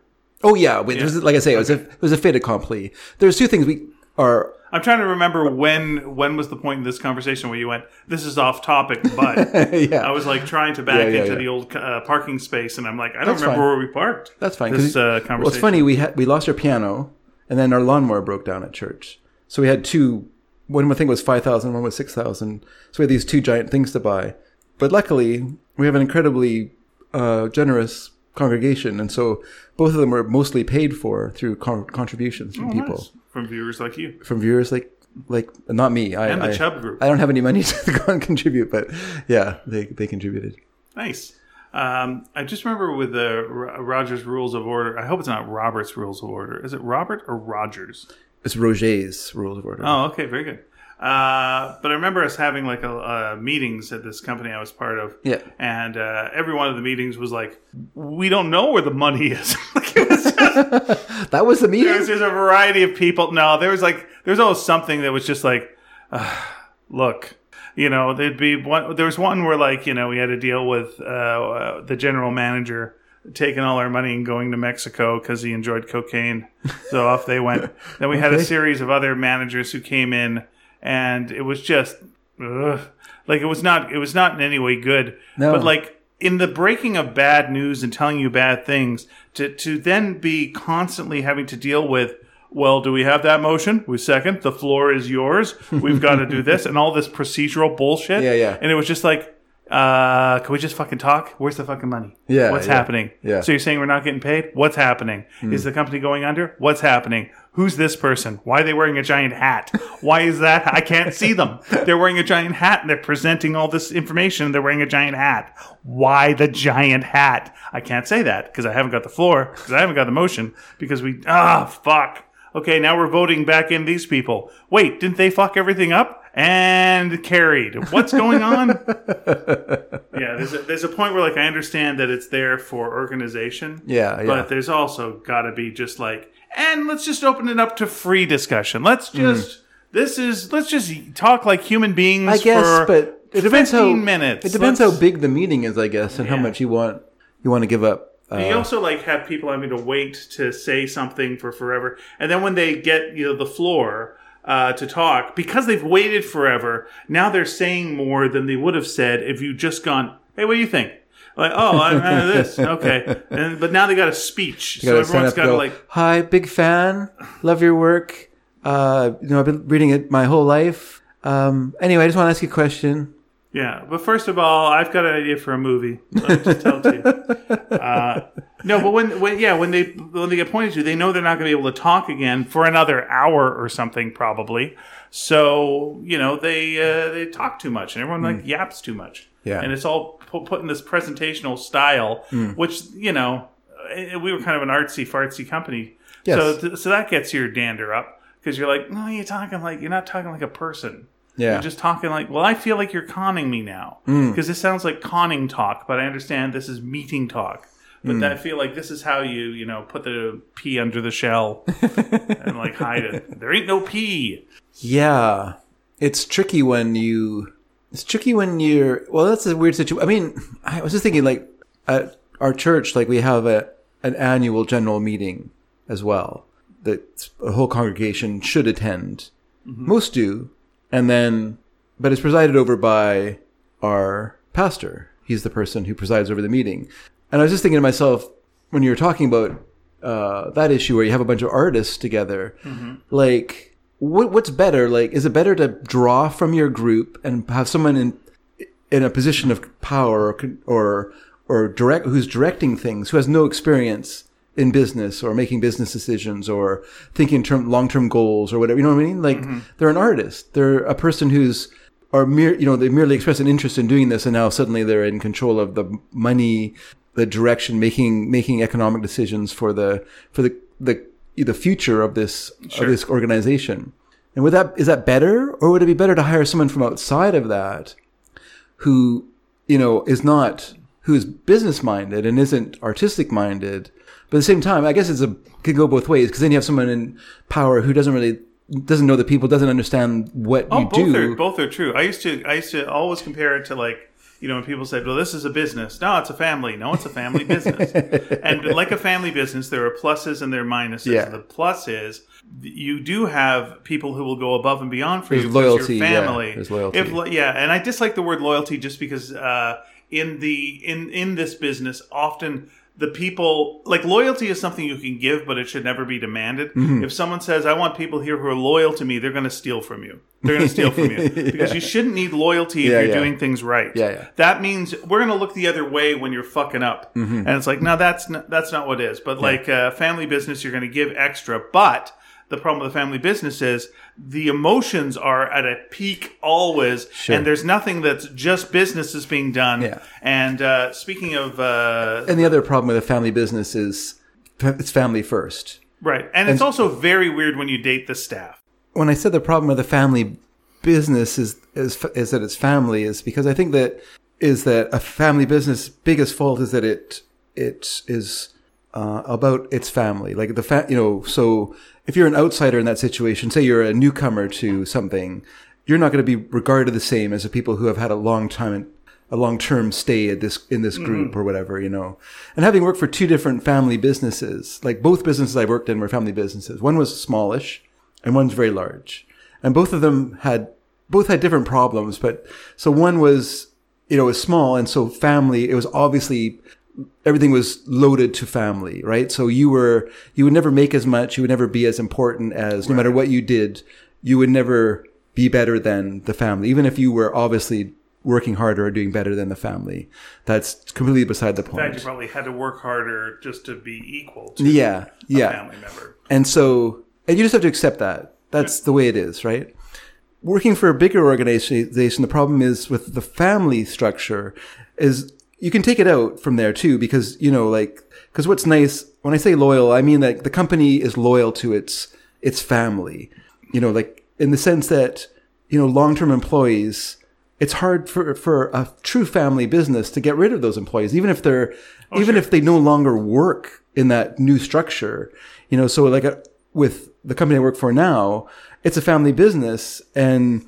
Speaker 2: Oh yeah. Wait, There's, like I say, it was a it was a fait accompli. There's two things we are
Speaker 1: I'm trying to remember when when was the point in this conversation where you went, "This is off topic," but
Speaker 2: yeah.
Speaker 1: I was like trying to back
Speaker 2: Yeah, yeah,
Speaker 1: into
Speaker 2: yeah.
Speaker 1: the old uh, parking space, and I'm like, I don't
Speaker 2: That's
Speaker 1: remember
Speaker 2: fine.
Speaker 1: where we parked.
Speaker 2: That's fine.
Speaker 1: This
Speaker 2: 'cause-
Speaker 1: uh,
Speaker 2: Well, it's
Speaker 1: conversation.
Speaker 2: funny. We had we lost our piano, and then our lawnmower broke down at church. So we had two. One thing was five thousand. One was six thousand. So we had these two giant things to buy. But luckily, we have an incredibly uh, generous congregation, and so both of them were mostly paid for through con- contributions from people,
Speaker 1: Oh, Nice. from viewers like you.
Speaker 2: from viewers like like not me. I,
Speaker 1: And the
Speaker 2: I,
Speaker 1: Chubb group.
Speaker 2: I don't have any money to go and contribute, but yeah, they they contributed.
Speaker 1: Nice. Um, I just remember with the Ro- Rogers Rules of Order. I hope it's not Robert's Rules of Order. Is it Robert or Rogers?
Speaker 2: It's Roger's rules of order.
Speaker 1: Oh, okay, very good. Uh, but I remember us having like a, uh, meetings at this company I was part of.
Speaker 2: Yeah.
Speaker 1: And uh, every one of the meetings was like, we don't know where the money is. like it was just,
Speaker 2: That was the meeting.
Speaker 1: there's, there's a variety of people. No, there was like, there's always something that was just like, uh, look, you know, there'd be one. There was one where like, you know, we had to deal with uh, uh, the general manager taking all our money and going to Mexico because he enjoyed cocaine. So off they went. Then we had a series of other managers who came in, and it was just ugh. like it was not. It was not in any way good.
Speaker 2: No.
Speaker 1: But like in the breaking of bad news and telling you bad things to, to then be constantly having to deal with well do we have that motion we second the floor is yours we've got to do this and all this procedural bullshit
Speaker 2: Yeah, yeah.
Speaker 1: and it was just like uh can we just fucking talk where's the fucking money
Speaker 2: Yeah,
Speaker 1: what's
Speaker 2: yeah,
Speaker 1: happening
Speaker 2: yeah. Hmm.
Speaker 1: so you're saying we're not getting paid what's happening is the company going under what's happening who's this person why are they wearing a giant hat why is that i can't see them they're wearing a giant hat and they're presenting all this information they're wearing a giant hat why the giant hat i can't say that because i haven't got the floor because i haven't got the motion because we ah fuck okay now we're voting back in these people wait didn't they fuck everything up and carried what's going on yeah, there's a, there's a point where like I understand that it's there for organization.
Speaker 2: Yeah, yeah.
Speaker 1: But there's also got to be just like, and let's just open it up to free discussion. Let's
Speaker 2: Hmm.
Speaker 1: just this is let's just talk like human beings.
Speaker 2: I guess,
Speaker 1: for
Speaker 2: but it depends how
Speaker 1: 15 minutes.
Speaker 2: It depends
Speaker 1: Let's-
Speaker 2: how big the meeting is, I guess, and how
Speaker 1: Yeah.
Speaker 2: much you want you want to give up. Uh,
Speaker 1: You also like have people having to wait to say something for forever, and then when they get you know the floor uh, to talk because they've waited forever, now they're saying more than they would have said if you just gone. Hey, what do you think? Like, oh, I'm out of this. Okay, and, but now they got a speech, so
Speaker 2: gotta stand
Speaker 1: everyone's
Speaker 2: up
Speaker 1: got
Speaker 2: and
Speaker 1: to
Speaker 2: go,
Speaker 1: like.
Speaker 2: Hi, big fan. Love your work. Uh, you know, I've been reading it my whole life. Um, anyway, I just want to ask you a question.
Speaker 1: Yeah, but first of all, I've got an idea for a movie. Let me just tell it to you. Uh, no, but when, when yeah, when they when they get pointed to, they know they're not going to be able to talk again for another hour or something probably. So you know they uh, they talk too much, and everyone like yaps too much.
Speaker 2: Hmm. Yeah. Hmm.
Speaker 1: and it's all pu- put in this presentational style, which you know eh, we were kind of an artsy fartsy company.
Speaker 2: Yes.
Speaker 1: So th- so that gets your dander up because you're like, no, you're talking like you're not talking like a person.
Speaker 2: Yeah.
Speaker 1: You're just talking like, well, I feel like you're conning me now
Speaker 2: Mm.
Speaker 1: because this sounds like conning talk, but I understand this is meeting talk. But
Speaker 2: Mm.
Speaker 1: I feel like this is how you, you know, put the pea under the shell and like hide it. There ain't no pea.
Speaker 2: Yeah, it's tricky when you. It's tricky when you're. Well, that's a weird situation. I mean, I was just thinking, like at our church, like we have a an annual general meeting as well that a whole congregation should attend. Most do, and then, but it's presided over by our pastor. He's the person who presides over the meeting. And I was just thinking to myself when you were talking about uh, that issue where you have a bunch of artists together, like what, what's better? Like, is it better to draw from your group and have someone in in a position of power or con- or or direct who's directing things who has no experience in business or making business decisions or thinking term long term goals or whatever you know what I mean like they're an artist they're a person who's are mere you know they merely express an interest in doing this and now suddenly they're in control of the money the direction making making economic decisions for the for the the the future of this of this organization and would that is that better or would it be better to hire someone from outside of that who you know is not who's business minded and isn't artistic minded but at the same time i guess it's a could go both ways because then you have someone in power who doesn't really doesn't know the people doesn't understand what
Speaker 1: Oh,
Speaker 2: you
Speaker 1: both
Speaker 2: do
Speaker 1: are both are true. I used to I used to always compare it to like you know when people said, "Well, this is a business." No, it's a family. No, it's a family business. and like a family business, there are pluses and there are minuses.
Speaker 2: Yeah.
Speaker 1: The plus is you do have people who will go above and beyond for
Speaker 2: There's
Speaker 1: you. because you're
Speaker 2: loyalty, yeah.
Speaker 1: family.
Speaker 2: There's loyalty.
Speaker 1: If lo- yeah, and I dislike the word loyalty just because uh, in the in in this business often the people like loyalty is something you can give but it should never be demanded
Speaker 2: Mm-hmm.
Speaker 1: if someone says i want people here who are loyal to me they're going to steal from you they're going to steal from you because you shouldn't need loyalty if
Speaker 2: Yeah,
Speaker 1: you're
Speaker 2: yeah.
Speaker 1: doing things right
Speaker 2: Yeah, yeah.
Speaker 1: that means we're going to look the other way when you're fucking up
Speaker 2: Mm-hmm.
Speaker 1: and it's like no that's not, that's not what it is but like uh, family business you're going to give extra but the problem with the family business is the emotions are at a peak always and there's nothing that's just business is being done
Speaker 2: Yeah.
Speaker 1: and uh, speaking of uh,
Speaker 2: and the other problem with a family business is fa- it's family first
Speaker 1: right and it's also very weird when you date the staff
Speaker 2: when I said the problem with the family business is is is that it's family is because I think that is that a family business biggest fault is that it it is uh, about its family like the fa- you know so if you're an outsider in that situation say you're a newcomer to something you're not going to be regarded the same as the people who have had a long time a long term stay at this in this group or whatever you know and having worked for two different family businesses like both businesses I worked in were family businesses one was smallish and one's very large. And both of them had both had different problems, but so one was you know, it was small. And so family, it was obviously everything was loaded to family, right? So you were, you would never make as much. You would never be as important as no matter what you did, you would never be better than the family. Even if you were obviously working harder or doing better than the family, that's completely beside the
Speaker 1: In fact, you
Speaker 2: point.
Speaker 1: probably had to work harder just to be equal to
Speaker 2: Yeah.
Speaker 1: a
Speaker 2: Yeah.
Speaker 1: family member.
Speaker 2: And so, and you just have to accept that. That's the way it is, right? Working for a bigger organization, the problem is with the family structure is you can take it out from there too, because, you know, like, because what's nice, when I say loyal, I mean that the company is loyal to its, its family, you know, like in the sense that, you know, long-term employees, it's hard for, for a true family business to get rid of those employees, even if they're, even if they no longer work in that new structure, you know, so like a, with the company I work for now, it's a family business. And,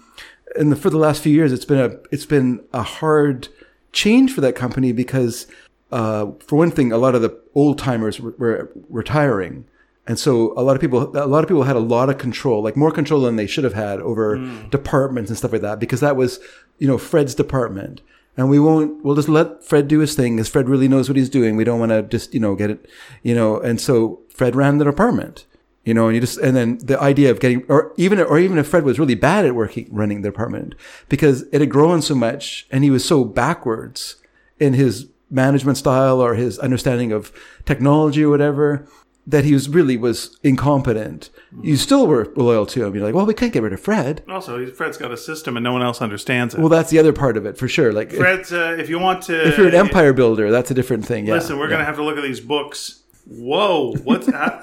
Speaker 2: and the, for the last few years, it's been a, it's been a hard change for that company because, uh, for one thing, a lot of the old timers were, were retiring. And so a lot of people, a lot of people had a lot of control, like more control than they should have had over departments and stuff like that, because that was, you know, Fred's department. And we won't, we'll just let Fred do his thing because Fred really knows what he's doing. We don't want to just, you know, get it, you know, and so Fred ran the department, you know, and you just, and then the idea of getting, or even, or even if Fred was really bad at working, running the department because it had grown so much and he was so backwards in his management style or his understanding of technology or whatever that he was really was incompetent. You still were loyal to him. You're like, well, we can't get rid of Fred.
Speaker 1: And also, Fred's got a system and no one else understands it.
Speaker 2: Well, that's the other part of it for sure. Like, if,
Speaker 1: Fred's, uh, if you want to.
Speaker 2: if you're an empire builder, that's a different thing. Yeah.
Speaker 1: Listen, we're going to have to look at these books. Whoa, what's how,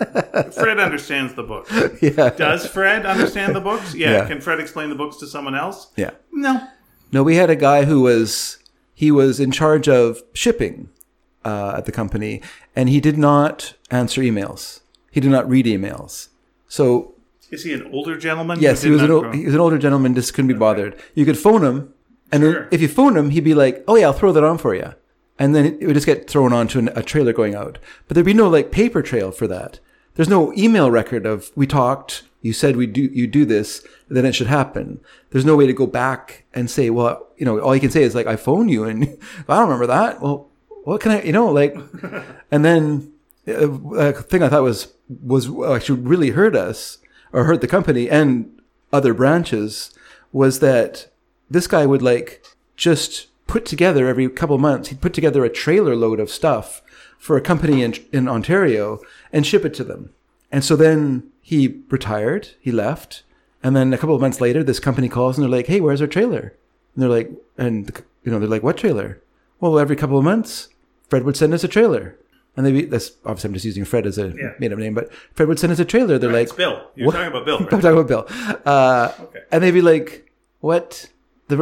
Speaker 1: Fred understands the book.
Speaker 2: yeah.
Speaker 1: Does Fred understand the books? Yeah.
Speaker 2: Yeah.
Speaker 1: Can Fred explain the books to someone else?
Speaker 2: Yeah.
Speaker 1: No.
Speaker 2: No, we had a guy who was he was in charge of shipping uh, at the company, and he did not answer emails. He did not read emails. So
Speaker 1: Is he an older gentleman?
Speaker 2: yes,
Speaker 1: who
Speaker 2: he was
Speaker 1: did not
Speaker 2: an old,
Speaker 1: grow-
Speaker 2: he was an older gentleman. Just couldn't be bothered. You could phone him, and then
Speaker 1: Sure.
Speaker 2: if you phone him, he'd be like, "Oh yeah, I'll throw that on for you," and then it would just get thrown onto an, a trailer going out. But there'd be no like paper trail for that. There's no email record of we talked. You said we do you do this, then it should happen. There's no way to go back and say, well, you know, all you can say is like I phone you, and I don't remember that. Well, what can I, you know, like, and then uh, a thing I thought was was uh, actually really hurt us or hurt the company and other branches was that this guy would like just put together every couple months he'd put together a trailer load of stuff for a company in, in ontario and ship it to them and so then he retired he left and then a couple of months later this company calls and they're like hey where's our trailer and they're like and the c- you know they're like what trailer well every couple of months fred would send us a trailer and they that's obviously i'm just using fred as a
Speaker 1: Yeah.
Speaker 2: made-up name but fred would send us a trailer they're like
Speaker 1: it's Bill. You're talking about Bill,
Speaker 2: I'm
Speaker 1: right?
Speaker 2: talking about Bill. Uh, And they'd be like, "What?" The,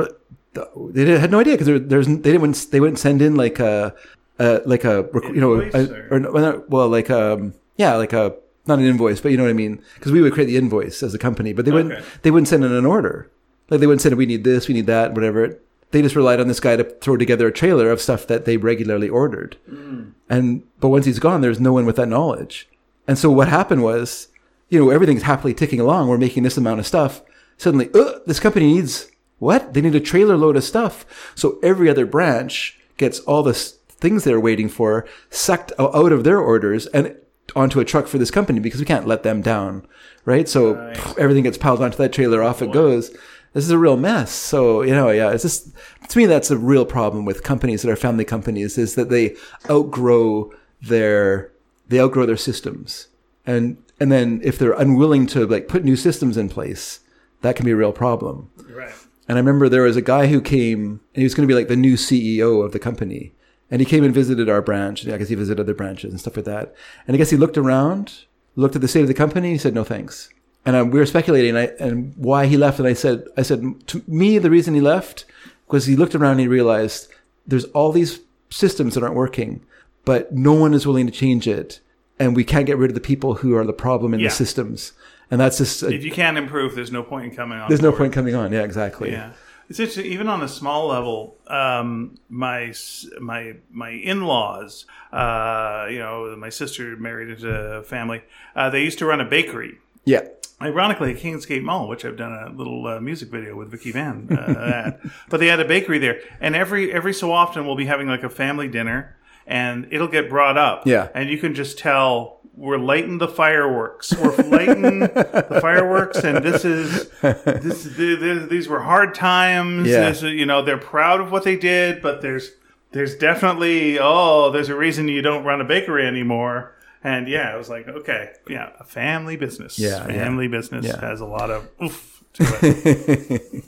Speaker 2: the, they did, had no idea because there, there's they didn't they wouldn't send in like a, a like a rec- you know a-
Speaker 1: Invoice
Speaker 2: or, no- well, not- well like um yeah like a not an invoice but you know what I mean because we would create the invoice as a company but they wouldn't
Speaker 1: Okay.
Speaker 2: they wouldn't send in an order like they wouldn't send we need this we need that whatever they just relied on this guy to throw together a trailer of stuff that they regularly ordered
Speaker 1: Mm.
Speaker 2: and but once he's gone, there's no one with that knowledge. And so what happened was, you know, everything's happily ticking along. We're making this amount of stuff. Suddenly, uh, this company needs what? They need a trailer load of stuff. So every other branch gets all the s- things they're waiting for sucked o- out of their orders and onto a truck for this company because we can't let them down, right? So pff, everything gets piled onto that trailer. Off it goes. This is a real mess. So you know, yeah, it's just to me that's a real problem with companies that are family companies is that they outgrow their they outgrow their systems and and then if they're unwilling to like put new systems in place that can be a real problem
Speaker 1: Right.
Speaker 2: and i remember there was a guy who came and he was going to be like the new ceo of the company and he came and visited our branch and i guess he visited other branches and stuff like that and i guess he looked around looked at the state of the company and he said no thanks and um, we were speculating and, I, and why he left and i said i said to me the reason he left was he looked around and he realized there's all these systems that aren't working but no one is willing to change it and we can't get rid of the people who are the problem in
Speaker 1: Yeah.
Speaker 2: the systems and that's just a,
Speaker 1: If you can't improve, there's no point in coming on.
Speaker 2: there's no
Speaker 1: board.
Speaker 2: point coming on yeah exactly
Speaker 1: Yeah, it's interesting. Even on a small level, um, my s- my my in laws, uh, you know, my sister married into a family. Uh, they used to run a bakery,
Speaker 2: yeah
Speaker 1: ironically at Kingsgate Mall, which I've done a little uh, music video with Vicky Van. Uh, at. But they had a bakery there, and every every so often we'll be having like a family dinner, and it'll get brought up.
Speaker 2: Yeah.
Speaker 1: and you can just tell we're lighting the fireworks. We're lighting the fireworks, and this is this, th- th- these were hard times.
Speaker 2: Yeah.
Speaker 1: This is- you know they're proud of what they did, but there's there's definitely oh there's a reason you don't run a bakery anymore. And yeah, I was like, okay, yeah, a family business
Speaker 2: Yeah, yeah.
Speaker 1: family business
Speaker 2: Yeah.
Speaker 1: has a lot of oof to it.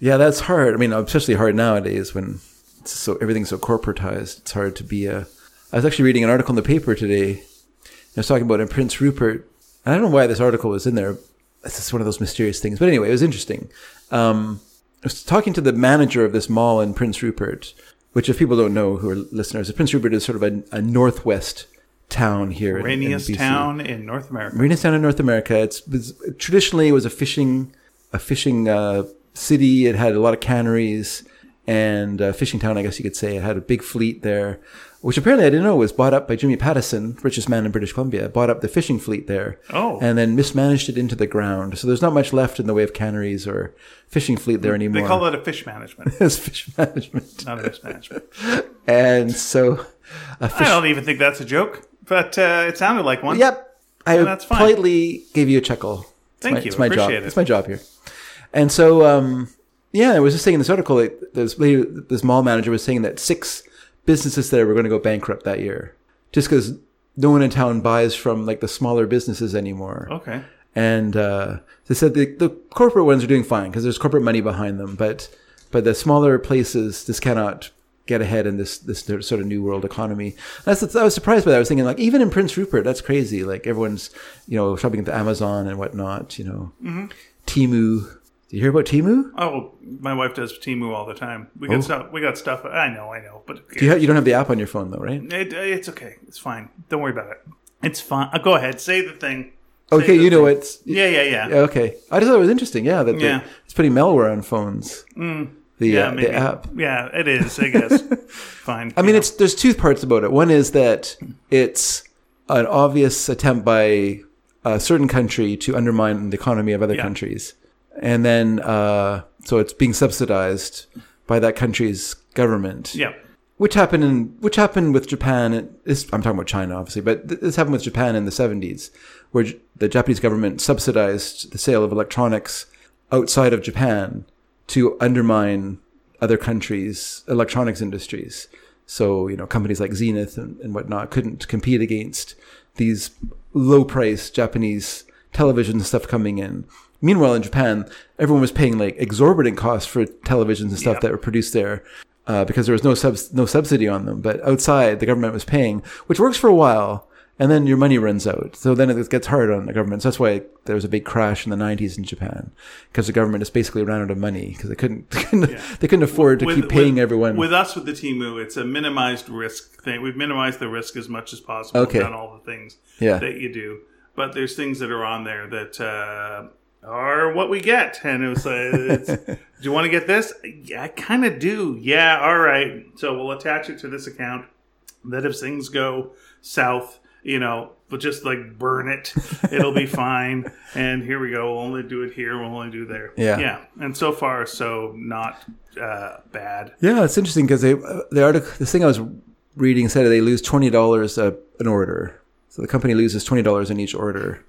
Speaker 2: yeah, that's hard. I mean, especially hard nowadays when it's so everything's so corporatized. It's hard to be a. I was actually reading an article in the paper today. and It was talking about in Prince Rupert. And I don't know why this article was in there. It's just one of those mysterious things. But anyway, it was interesting. Um, I was talking to the manager of this mall in Prince Rupert, which, if people don't know who are listeners, Prince Rupert is sort of a, a northwest town here. in- in
Speaker 1: rainiest
Speaker 2: BC.
Speaker 1: town in North America.
Speaker 2: Marina's down in North America. It's, it's traditionally it was a fishing a fishing uh, city. It had a lot of canneries and a fishing town, I guess you could say. It had a big fleet there, which apparently I didn't know was bought up by Jimmy Pattison, richest man in British Columbia, bought up the fishing fleet there.
Speaker 1: Oh.
Speaker 2: and then mismanaged it into the ground. So there's not much left in the way of canneries or fishing fleet there anymore.
Speaker 1: They call it a fish management,
Speaker 2: it's fish management,
Speaker 1: not a mismanagement.
Speaker 2: and so a
Speaker 1: I
Speaker 2: fish.
Speaker 1: don't even think that's a joke, but uh, it sounded like one.
Speaker 2: Yep. I
Speaker 1: that's fine.
Speaker 2: politely gave you a chuckle. It's
Speaker 1: Thank
Speaker 2: my,
Speaker 1: you.
Speaker 2: It's my job.
Speaker 1: Appreciate it.
Speaker 2: It's my job here. And so, um, yeah, I was just saying in this article that this lady, this mall manager was saying that six businesses there were going to go bankrupt that year, just because no one in town buys from like the smaller businesses anymore.
Speaker 1: Okay.
Speaker 2: And uh, they said the, the corporate ones are doing fine because there's corporate money behind them, but but the smaller places just cannot get ahead in this this sort of new world economy. That's I was surprised by that. I was thinking like even in Prince Rupert, that's crazy. Like everyone's you know shopping at the Amazon and whatnot. You know,
Speaker 1: Mm-hmm.
Speaker 2: Timu. Did you hear about Timu?
Speaker 1: Oh, my wife does Timu all the time. We
Speaker 2: Oh.
Speaker 1: got stuff. We got stuff. I know. I know. But
Speaker 2: Do you, ha- you don't have the app on your phone though, right?
Speaker 1: it, it's okay. It's fine. Don't worry about it. It's fine. Uh, go ahead. Say the thing. Say
Speaker 2: Okay,
Speaker 1: the
Speaker 2: you know
Speaker 1: thing.
Speaker 2: it's
Speaker 1: Yeah, yeah, yeah.
Speaker 2: Yeah, okay. I just thought it was interesting. Yeah, that they-
Speaker 1: Yeah. Mm.
Speaker 2: it's putting malware on phones. The,
Speaker 1: Yeah,
Speaker 2: uh,
Speaker 1: maybe.
Speaker 2: the app.
Speaker 1: Yeah, it is. I guess. fine.
Speaker 2: I mean, it's there's two parts about it. One is that it's an obvious attempt by a certain country to undermine the economy of other
Speaker 1: Yeah.
Speaker 2: countries, and then uh, so it's being subsidized by that country's government,
Speaker 1: Yeah.
Speaker 2: which happened in which happened with Japan. and This, I'm talking about China, obviously, but th- this happened with Japan in the 70s, where J- the Japanese government subsidized the sale of electronics outside of Japan to undermine other countries' electronics industries. So, you know, companies like Zenith and, and whatnot couldn't compete against these low priced Japanese television stuff coming in. Meanwhile, in Japan, everyone was paying like exorbitant costs for televisions and stuff that were produced there uh, because there was no subs- no subsidy on them. But outside, the government was paying, which works for a while, and then your money runs out. So then it gets hard on the government. So that's why there was a big crash in the '90s in Japan because the government just basically ran out of money because they couldn't they couldn't, they couldn't afford to keep paying
Speaker 1: with,
Speaker 2: everyone.
Speaker 1: With us, with the Timu, it's a minimized risk thing. We've minimized the risk as much as possible.
Speaker 2: Okay.
Speaker 1: Done all the things
Speaker 2: Yeah.
Speaker 1: that you do, but there's things that are on there that uh, are what we get. And it was like, it's, do you want to get this? Yeah, I kind of do. Yeah, all right. So we'll attach it to this account. That if things go south, you know, we'll just like burn it. It'll be fine. And here we go. We'll only do it here. We'll only do there.
Speaker 2: Yeah.
Speaker 1: Yeah. And so far, so not uh, bad.
Speaker 2: yeah, it's interesting because they uh, the article this thing I was reading said they lose twenty dollars an order, so the company loses twenty dollars in each order.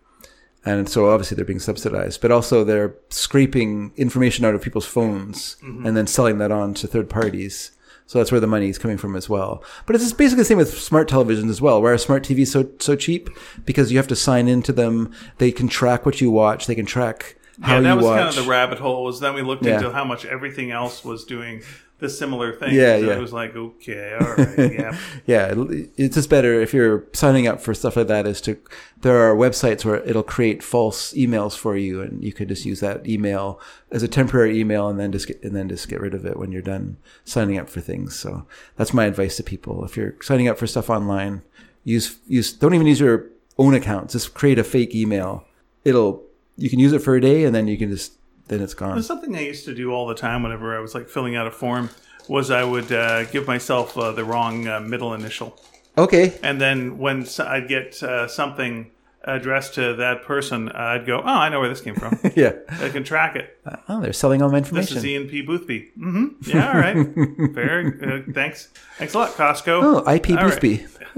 Speaker 2: and so obviously they're being subsidized, but also they're scraping information out of people's phones
Speaker 1: Mm-hmm.
Speaker 2: and then selling that on to third parties. So that's where the money is coming from as well. But it's basically the same with smart televisions as well. Why are smart TVs so so cheap? Because you have to sign into them. They can track what you watch. They can track how
Speaker 1: yeah, that
Speaker 2: you
Speaker 1: was
Speaker 2: watch.
Speaker 1: kind of the rabbit hole. Was then we looked
Speaker 2: Yeah.
Speaker 1: into how much everything else was doing the similar thing.
Speaker 2: Yeah,
Speaker 1: so
Speaker 2: yeah.
Speaker 1: It was like okay, all right, yeah,
Speaker 2: yeah, it- it's just better if you're signing up for stuff like that. Is to there are websites where it'll create false emails for you, and you could just use that email as a temporary email, and then just get, and then just get rid of it when you're done signing up for things. So that's my advice to people: if you're signing up for stuff online, use use don't even use your own account. Just create a fake email. It'll you can use it for a day, and then you can just then it's gone.
Speaker 1: There's something I used to do all the time whenever I was like filling out a form was I would uh, give myself uh, the wrong uh, middle initial,
Speaker 2: Okay,
Speaker 1: and then when s- I'd get uh, something. addressed to that person, uh, I'd go, oh, I know where this came from.
Speaker 2: yeah.
Speaker 1: I can track it.
Speaker 2: Oh, they're selling all my
Speaker 1: This
Speaker 2: information.
Speaker 1: is Ian P. Boothby. hmm Yeah, all right. Fair. Uh, thanks. Thanks a lot, Costco.
Speaker 2: oh, IP
Speaker 1: All right.
Speaker 2: Boothby.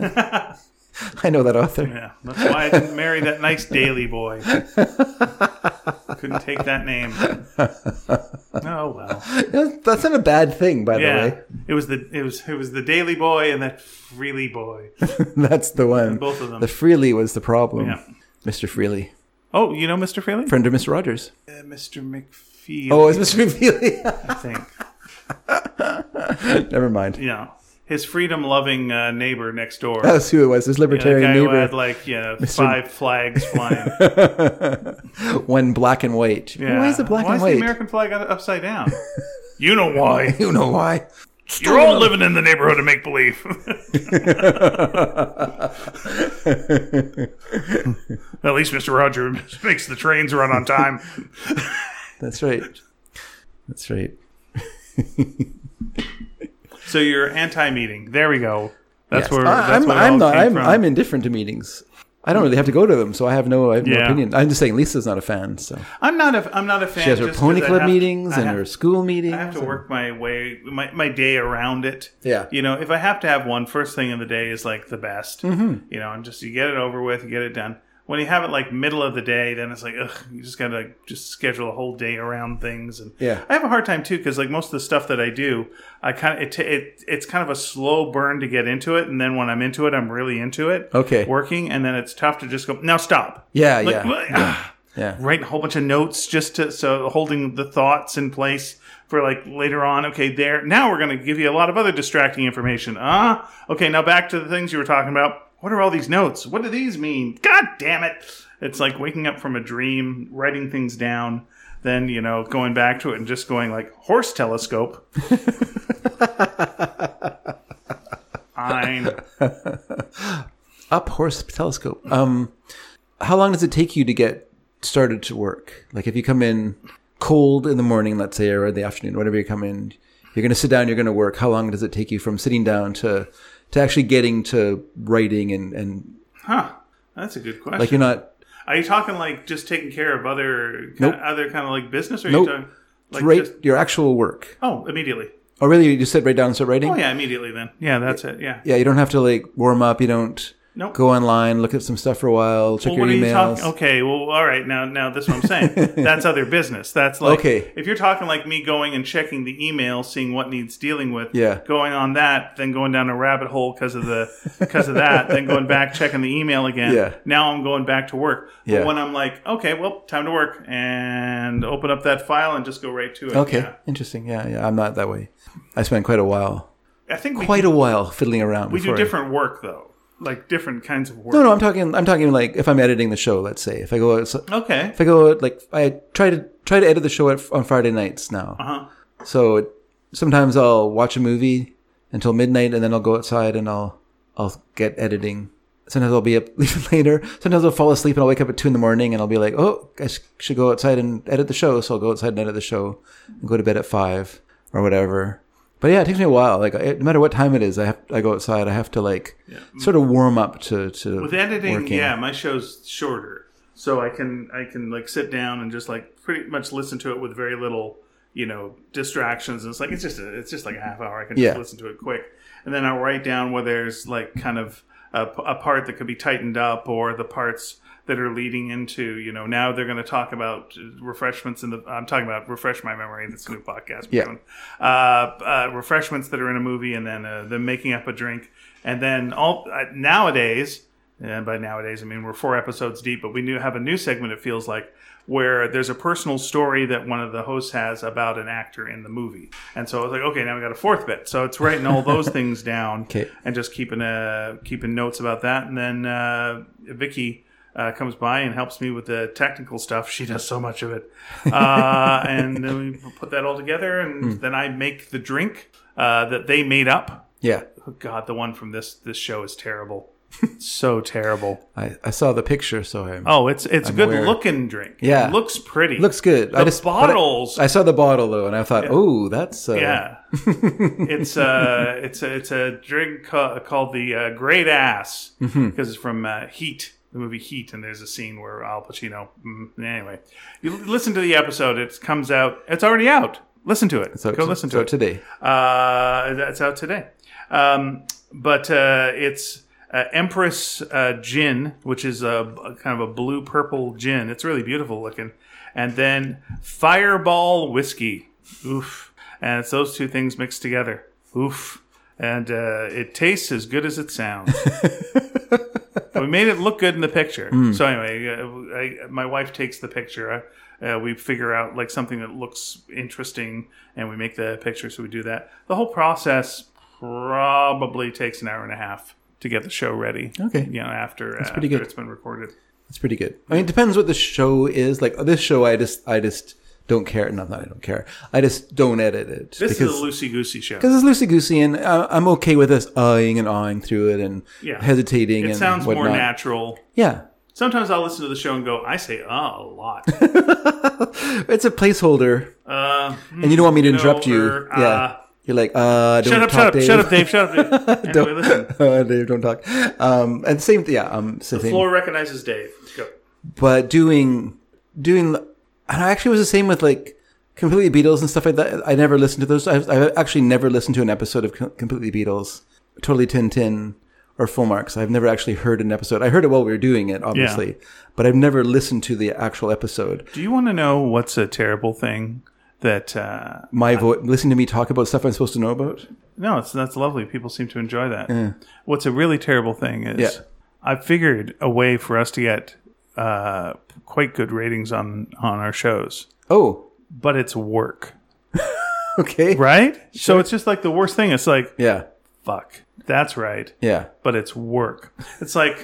Speaker 2: I know that author.
Speaker 1: Yeah, that's why I didn't marry that nice daily boy. Couldn't take that name. Oh well.
Speaker 2: Yeah, That's not a bad thing, by the
Speaker 1: Yeah,
Speaker 2: way.
Speaker 1: it was the it was it was the daily boy and that freely boy.
Speaker 2: That's the one.
Speaker 1: Both of them.
Speaker 2: The Freely was the problem.
Speaker 1: Yeah.
Speaker 2: Mr. Freely.
Speaker 1: Oh, you know Mr. Freely?
Speaker 2: Friend of Mr. Rogers.
Speaker 1: Uh, Mr. McFeely.
Speaker 2: Oh, it's Mr. Freely.
Speaker 1: I think.
Speaker 2: Never mind.
Speaker 1: You know, his freedom-loving uh, neighbor next door.
Speaker 2: That was who it was. His
Speaker 1: the
Speaker 2: libertarian
Speaker 1: guy who had
Speaker 2: neighbor.
Speaker 1: like yeah five flags flying.
Speaker 2: One black and white.
Speaker 1: Yeah.
Speaker 2: Why is it black
Speaker 1: why
Speaker 2: and
Speaker 1: is
Speaker 2: white?
Speaker 1: the American flag up- upside down? you know why.
Speaker 2: you know why?
Speaker 1: You're all living in the neighborhood of make believe. At least Mr. Roger makes the trains run on time.
Speaker 2: That's right. That's right.
Speaker 1: So you're anti-meeting. There we go. That's
Speaker 2: Yes.
Speaker 1: where
Speaker 2: I,
Speaker 1: that's
Speaker 2: am
Speaker 1: where it
Speaker 2: I'm
Speaker 1: all
Speaker 2: not.
Speaker 1: came
Speaker 2: I'm,
Speaker 1: from.
Speaker 2: I'm indifferent to meetings. I don't really have to go to them, so I have no, I have no
Speaker 1: Yeah.
Speaker 2: opinion. I'm just saying Lisa's not a fan, so
Speaker 1: I'm not a. I'm not a fan.
Speaker 2: she has her
Speaker 1: just
Speaker 2: pony
Speaker 1: 'cause I
Speaker 2: club
Speaker 1: have-
Speaker 2: meetings
Speaker 1: I
Speaker 2: and
Speaker 1: have-
Speaker 2: her school meetings.
Speaker 1: I have to
Speaker 2: and-
Speaker 1: work my way, my, my day around it.
Speaker 2: Yeah.
Speaker 1: You know, if I have to have one, first thing in the day is like the best.
Speaker 2: Mm-hmm.
Speaker 1: You know, and just you get it over with, you get it done. When you have it like middle of the day, then it's like, ugh, you just gotta like just schedule a whole day around things. And
Speaker 2: Yeah.
Speaker 1: I have a hard time too because like most of the stuff that I do, I kind of it, ta- it it's kind of a slow burn to get into it, and then when I'm into it, I'm really into it.
Speaker 2: Okay.
Speaker 1: Working, and then it's tough to just go now stop.
Speaker 2: Yeah,
Speaker 1: Like,
Speaker 2: yeah,
Speaker 1: ah
Speaker 2: yeah.
Speaker 1: write a whole bunch of notes just to so holding the thoughts in place for like later on okay there now we're going to give you a lot of other distracting information ah okay now back to the things you were talking about what are all these notes what do these mean god damn it it's like waking up from a dream writing things down then you know going back to it and just going like horse telescope fine
Speaker 2: Up horse telescope. Um, how long does it take you to get started to work? Like if you come in cold in the morning, let's say, or in the afternoon, whatever you come in, you're going to sit down, you're going to work. How long does it take you from sitting down to to actually getting to writing and and
Speaker 1: huh that's a good question
Speaker 2: like you're not
Speaker 1: Are you talking like just taking care of other
Speaker 2: Nope.
Speaker 1: other kind of like business? Or are
Speaker 2: Nope.
Speaker 1: you talking like
Speaker 2: right
Speaker 1: just
Speaker 2: your actual work.
Speaker 1: oh immediately?
Speaker 2: Or really, you just sit right down and start writing.
Speaker 1: Oh yeah, immediately then. Yeah, that's it. Yeah.
Speaker 2: Yeah, you don't have to like warm up. You don't
Speaker 1: Nope.
Speaker 2: go online, look at some stuff for a while, check
Speaker 1: Well, what
Speaker 2: your
Speaker 1: are you
Speaker 2: emails.
Speaker 1: talking? Okay. Well, all right. Now, now this is what I'm saying. that's other business. That's like
Speaker 2: Okay.
Speaker 1: If you're talking like me going and checking the email, seeing what needs dealing with.
Speaker 2: Yeah.
Speaker 1: Going on that, then going down a rabbit hole because of the because of that, then going back checking the email again.
Speaker 2: Yeah.
Speaker 1: Now I'm going back to work.
Speaker 2: Yeah.
Speaker 1: But when I'm like, okay, well, time to work, and open up that file and just go right to it.
Speaker 2: Okay,
Speaker 1: Yeah.
Speaker 2: interesting. Yeah, yeah. I'm not that way. I spent quite a while,
Speaker 1: I think we
Speaker 2: quite a while fiddling around.
Speaker 1: We do
Speaker 2: before I-
Speaker 1: different work though, like different kinds of work.
Speaker 2: No, no. I'm talking. I'm talking like if I'm editing the show. Let's say if I go, out- if
Speaker 1: Okay.
Speaker 2: I go out, like I try to try to edit the show at, on Friday nights now.
Speaker 1: Uh-huh.
Speaker 2: So it, sometimes I'll watch a movie until midnight, and then I'll go outside and I'll I'll get editing. Sometimes I'll be up even later. Sometimes I'll fall asleep and I'll wake up at two in the morning and I'll be like, oh, I sh- should go outside and edit the show. So I'll go outside and edit the show and go to bed at five or whatever. But yeah, it takes me a while. Like I- no matter what time it is, I have I go outside. I have to like sort of warm up to to
Speaker 1: With editing,
Speaker 2: working.
Speaker 1: yeah, my show's shorter, so I can I can like sit down and just like pretty much listen to it with very little, you know, distractions. And it's like it's just a, it's just like a half hour. I can
Speaker 2: Yeah.
Speaker 1: just listen to it quick, and then I'll write down where there's like kind of a, a part that could be tightened up, or the parts that are leading into you know now they're going to talk about refreshments in the i'm talking about refresh my memory that's a new podcast we're
Speaker 2: Yeah.
Speaker 1: doing. uh, uh, refreshments that are in a movie and then uh, them making up a drink and then all uh, nowadays and by nowadays i mean we're four episodes deep but we do have a new segment it feels like where there's a personal story that one of the hosts has about an actor in the movie and so i was like okay now we got a fourth bit so it's writing all those things down
Speaker 2: Okay.
Speaker 1: and just keeping uh keeping notes about that and then uh, vicky uh, comes by and helps me with the technical stuff. She does so much of it, uh, and then we put that all together. And then I make the drink uh, that they made up.
Speaker 2: yeah.
Speaker 1: Oh, God, the one from this this show is terrible, so terrible.
Speaker 2: I, I saw the picture, so I am
Speaker 1: Oh, it's it's a good
Speaker 2: aware.
Speaker 1: looking drink.
Speaker 2: Yeah.
Speaker 1: it looks pretty.
Speaker 2: looks good. I
Speaker 1: The
Speaker 2: just but I-
Speaker 1: bottles.
Speaker 2: I, saw the bottle though, and I thought, oh, that's uh,
Speaker 1: yeah, it's a
Speaker 2: Mm-hmm.
Speaker 1: it's a it's a drink ca- called the uh, Great Ass because it's from uh, Heat, the the movie Heat, and there's a scene where Al Pacino. mm, Anyway, you l- listen to the episode. It comes out. It's already out. Listen to it.
Speaker 2: So
Speaker 1: Go listen to
Speaker 2: so
Speaker 1: it.
Speaker 2: today.
Speaker 1: Uh, that's out today. Um, but uh, it's uh, Empress uh, Gin, which is a, a kind of a blue purple gin. It's really beautiful looking. And then Fireball Whiskey. Oof. And it's those two things mixed together. Oof. And uh, it tastes as good as it sounds. we made it look good in the picture.
Speaker 2: Hmm.
Speaker 1: So anyway, uh, I, my wife takes the picture. Uh, we figure out like something that looks interesting, and we make the picture. So we do that. The whole process probably takes an hour and a half to get the show ready.
Speaker 2: Okay.
Speaker 1: you know after That's
Speaker 2: pretty good.
Speaker 1: It's been recorded.
Speaker 2: It's pretty good. I mean, it depends what the show is. Like this show, I just, I just don't care. No, not I don't care. I just don't edit it
Speaker 1: This
Speaker 2: because
Speaker 1: is a loosey goosey show.
Speaker 2: because it's loosey goosey, and I, I'm okay with us ahhing and awing through it and
Speaker 1: Yeah.
Speaker 2: hesitating.
Speaker 1: It
Speaker 2: and
Speaker 1: sounds more
Speaker 2: whatnot.
Speaker 1: natural.
Speaker 2: Yeah,
Speaker 1: Sometimes I'll listen to the show and go, I say ah a lot.
Speaker 2: it's a placeholder,
Speaker 1: Uh,
Speaker 2: and you don't want me to interrupt
Speaker 1: or,
Speaker 2: you.
Speaker 1: uh,
Speaker 2: yeah, you're like, uh, don't
Speaker 1: shut up,
Speaker 2: talk,
Speaker 1: shut up,
Speaker 2: Dave.
Speaker 1: shut up, Dave, shut up, Dave. Anyway, listen.
Speaker 2: Uh, Dave, don't talk. Um, and same, thing. yeah, um, same thing.
Speaker 1: Floor recognizes Dave. Go.
Speaker 2: but doing doing and I actually was the same with like completely Beatles and stuff like that. I never listened to those. I've, I've actually never listened to an episode of Com- completely Beatles, totally Tintin or Full Marks. I've never actually heard an episode. I heard it while we were doing it, obviously, but I've never listened to the actual episode.
Speaker 1: Do you want to know what's a terrible thing that? Uh,
Speaker 2: My voice, listen to me talk about stuff I'm supposed to know about.
Speaker 1: no, it's that's lovely. People seem to enjoy that. What's a really terrible thing is
Speaker 2: Yeah.
Speaker 1: I figured a way for us to get uh, quite good ratings on on our shows,
Speaker 2: Oh,
Speaker 1: but it's work,
Speaker 2: okay,
Speaker 1: right? So it's just like the worst thing. It's like
Speaker 2: yeah,
Speaker 1: fuck. That's right.
Speaker 2: yeah.
Speaker 1: but it's work. It's like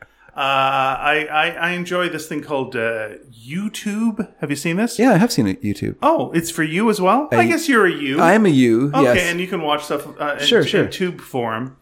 Speaker 1: uh, I, I I enjoy this thing called uh, YouTube. Have you seen this?
Speaker 2: Yeah, I have seen it YouTube.
Speaker 1: Oh, it's for you as well. I, guess you're a you.
Speaker 2: I am a you.
Speaker 1: okay,
Speaker 2: yes.
Speaker 1: and you can watch stuff uh, in,
Speaker 2: Sure, sure.
Speaker 1: in tube form.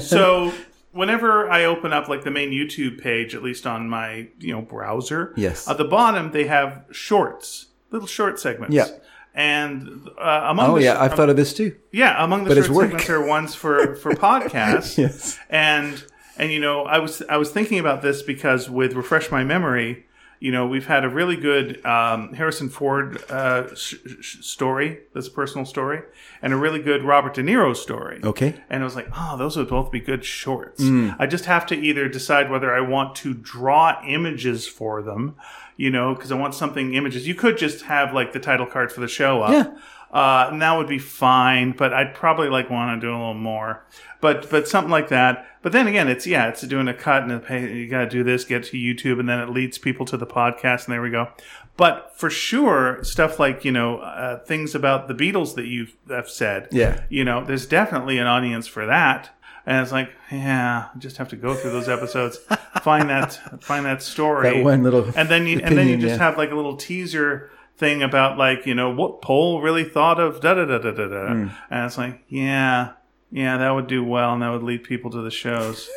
Speaker 1: so whenever I open up like the main YouTube page, at least on my you know browser,
Speaker 2: Yes.
Speaker 1: at the bottom they have shorts, little short segments.
Speaker 2: Yeah.
Speaker 1: And uh, among
Speaker 2: oh
Speaker 1: the,
Speaker 2: yeah, I've thought of this too.
Speaker 1: yeah, among the
Speaker 2: it's
Speaker 1: short
Speaker 2: work.
Speaker 1: segments are ones for for podcasts.
Speaker 2: Yes.
Speaker 1: and and you know, I was I was thinking about this because with refresh my memory, you know, we've had a really good um, Harrison Ford uh, sh- sh- story, this personal story, and a really good Robert De Niro story.
Speaker 2: Okay.
Speaker 1: And I was like, oh, those would both be good shorts.
Speaker 2: Hmm.
Speaker 1: I just have to either decide whether I want to draw images for them, you know, because I want something images. You could just have like the title card for the show up.
Speaker 2: Yeah.
Speaker 1: Uh, and that would be fine, but I'd probably like want to do a little more, but but something like that. But then again, it's yeah, it's doing a cut and a pay. You got to do this, get to YouTube, and then it leads people to the podcast, and there we go. But for sure, stuff like you know uh, things about the Beatles that you have said,
Speaker 2: Yeah.
Speaker 1: you know, there's definitely an audience for that. And it's like, yeah, I just have to go through those episodes, find that find that story,
Speaker 2: That one little
Speaker 1: and then you and then you
Speaker 2: opinion,
Speaker 1: just
Speaker 2: yeah.
Speaker 1: have like a little teaser thing about like you know what poll really thought of da da da da da da,
Speaker 2: Hmm.
Speaker 1: and it's like, yeah, yeah, that would do well, and that would lead people to the shows,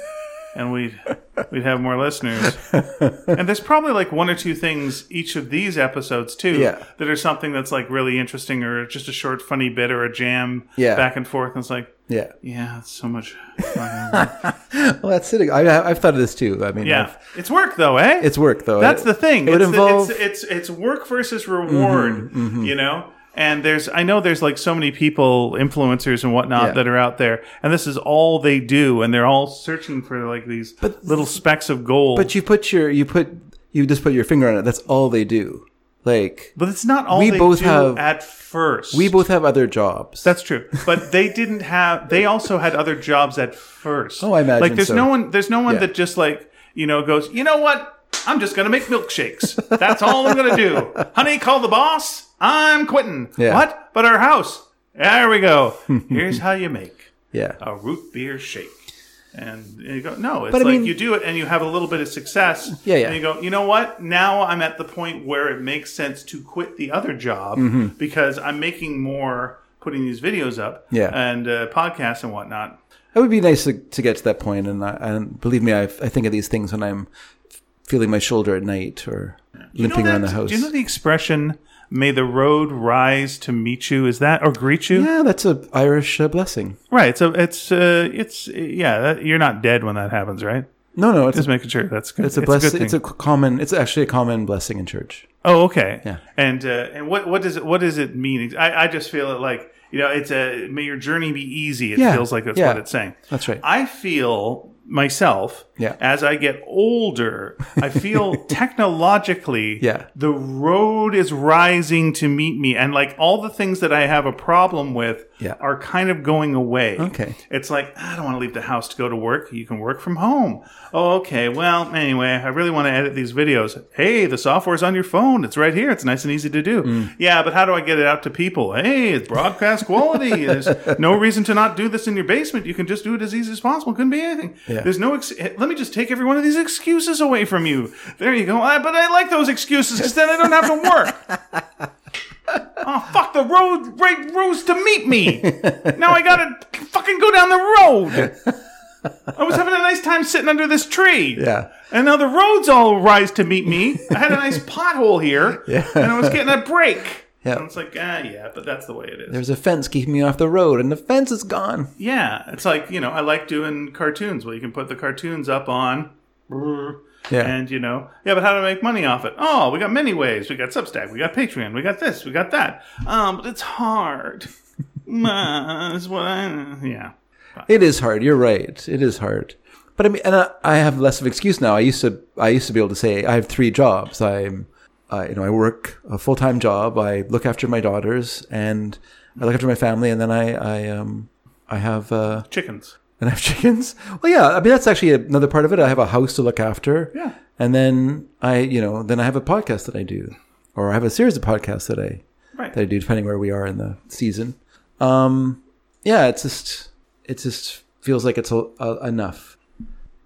Speaker 1: and we'd we'd have more listeners. and there's probably like one or two things each of these episodes too
Speaker 2: Yeah.
Speaker 1: that are something that's like really interesting or just a short funny bit or a jam
Speaker 2: Yeah.
Speaker 1: back and forth. And it's like,
Speaker 2: Yeah.
Speaker 1: yeah, it's so much.
Speaker 2: Well, that's it. I, I've thought of this too. I mean,
Speaker 1: Yeah,
Speaker 2: I've-
Speaker 1: it's work though, eh?
Speaker 2: it's work though.
Speaker 1: that's
Speaker 2: I-
Speaker 1: the thing.
Speaker 2: It would
Speaker 1: it's, the-
Speaker 2: involve. Mm-hmm,
Speaker 1: it's, it's it's work versus reward. You know. And there's, I know there's like so many people, influencers and whatnot,
Speaker 2: Yeah.
Speaker 1: that are out there, and this is all they do, and they're all searching for like these little specks of gold.
Speaker 2: but you put your you put you just put your finger on it. That's all they do. Like
Speaker 1: But it's not all
Speaker 2: We
Speaker 1: they
Speaker 2: both
Speaker 1: do
Speaker 2: have-
Speaker 1: at first.
Speaker 2: we both have other jobs.
Speaker 1: That's true. But they didn't have they also had other jobs at first.
Speaker 2: Oh, I imagine
Speaker 1: Like there's
Speaker 2: so.
Speaker 1: no one there's no one
Speaker 2: Yeah.
Speaker 1: that just like, you know, goes, "You know what? I'm just going to make milkshakes. That's all I'm going to do. Honey, call the boss. I'm quitting."
Speaker 2: Yeah.
Speaker 1: What? But our house. There we go. Here's how you make
Speaker 2: yeah.
Speaker 1: a root beer shake. And you go, no, it's
Speaker 2: But I
Speaker 1: like
Speaker 2: mean-
Speaker 1: you do it and you have a little bit of success.
Speaker 2: Yeah, yeah.
Speaker 1: And you go, you know what? Now I'm at the point where it makes sense to quit the other job
Speaker 2: Mm-hmm.
Speaker 1: because I'm making more putting these videos up
Speaker 2: Yeah.
Speaker 1: and uh, podcasts and whatnot.
Speaker 2: It would be nice to, to get to that point, and I, and believe me, I, I think of these things when I'm feeling my shoulder at night or
Speaker 1: You know
Speaker 2: limping around
Speaker 1: that-
Speaker 2: the house.
Speaker 1: Do you know the expression, may the road rise to meet you? Is that or greet you?
Speaker 2: yeah, that's a Irish uh, blessing.
Speaker 1: Right. So it's, uh, it's, yeah, that, you're not dead when that happens, right?
Speaker 2: No, no, it's
Speaker 1: Just
Speaker 2: a,
Speaker 1: making sure that's good.
Speaker 2: it's a
Speaker 1: good
Speaker 2: blessing.
Speaker 1: thing.
Speaker 2: It's a common. It's actually a common blessing in church.
Speaker 1: Oh, okay.
Speaker 2: Yeah.
Speaker 1: And uh, and what what does it what does it mean? I, I just feel it like you know it's a may your journey be easy. It
Speaker 2: Yeah.
Speaker 1: feels like that's
Speaker 2: Yeah.
Speaker 1: what it's saying.
Speaker 2: That's right.
Speaker 1: I feel myself
Speaker 2: Yeah.
Speaker 1: as I get older. I feel technologically
Speaker 2: Yeah.
Speaker 1: the road is rising to meet me, and like all the things that I have a problem with
Speaker 2: Yeah.
Speaker 1: are kind of going away.
Speaker 2: Okay.
Speaker 1: It's like, "Ah, I don't want to leave the house to go to work. You can work from home. Oh, okay. Well, anyway, I really want to edit these videos. Hey, the software's on your phone. It's right here. It's nice and easy to do. Yeah, but how do I get it out to people? Hey, it's broadcast quality. There's no reason to not do this in your basement. You can just do it as easy as possible. Couldn't be anything.
Speaker 2: Yeah.
Speaker 1: There's no, ex- eh, let me just take every one of these excuses away from you. There you go. I, but I like those excuses because then I don't have to work. Oh fuck! The road right rose to meet me. now I gotta fucking go down the road. I was having a nice time sitting under this tree.
Speaker 2: Yeah.
Speaker 1: And now the roads all rise to meet me. I had a nice pothole here.
Speaker 2: Yeah.
Speaker 1: And I was getting a break.
Speaker 2: Yeah.
Speaker 1: And it's like ah yeah, but that's the way it is.
Speaker 2: There's a fence keeping me off the road, and the fence is gone.
Speaker 1: yeah, it's like you know I like doing cartoons. Well, you can put the cartoons up on.
Speaker 2: Yeah.
Speaker 1: And you know, yeah, but how do I make money off it? Oh, we got many ways. We got Substack, we got Patreon, we got this, we got that. Um, but it's hard. Uh, That's what I, yeah.
Speaker 2: It is hard. You're right. It is hard. But I mean, and I, I have less of an excuse now. I used to, I used to be able to say I have three jobs. I'm, uh, you know, I work a full time job. I look after my daughters and I look after my family, and then I, I, um, I have, uh,
Speaker 1: Chickens.
Speaker 2: and I have chickens. Well, yeah. I mean, that's actually another part of it. I have a house to look after.
Speaker 1: Yeah.
Speaker 2: And then I, you know, then I have a podcast that I do, or I have a series of podcasts that I
Speaker 1: Right.
Speaker 2: that I do, depending where we are in the season. Um, yeah, it's just it just feels like it's a, a, enough.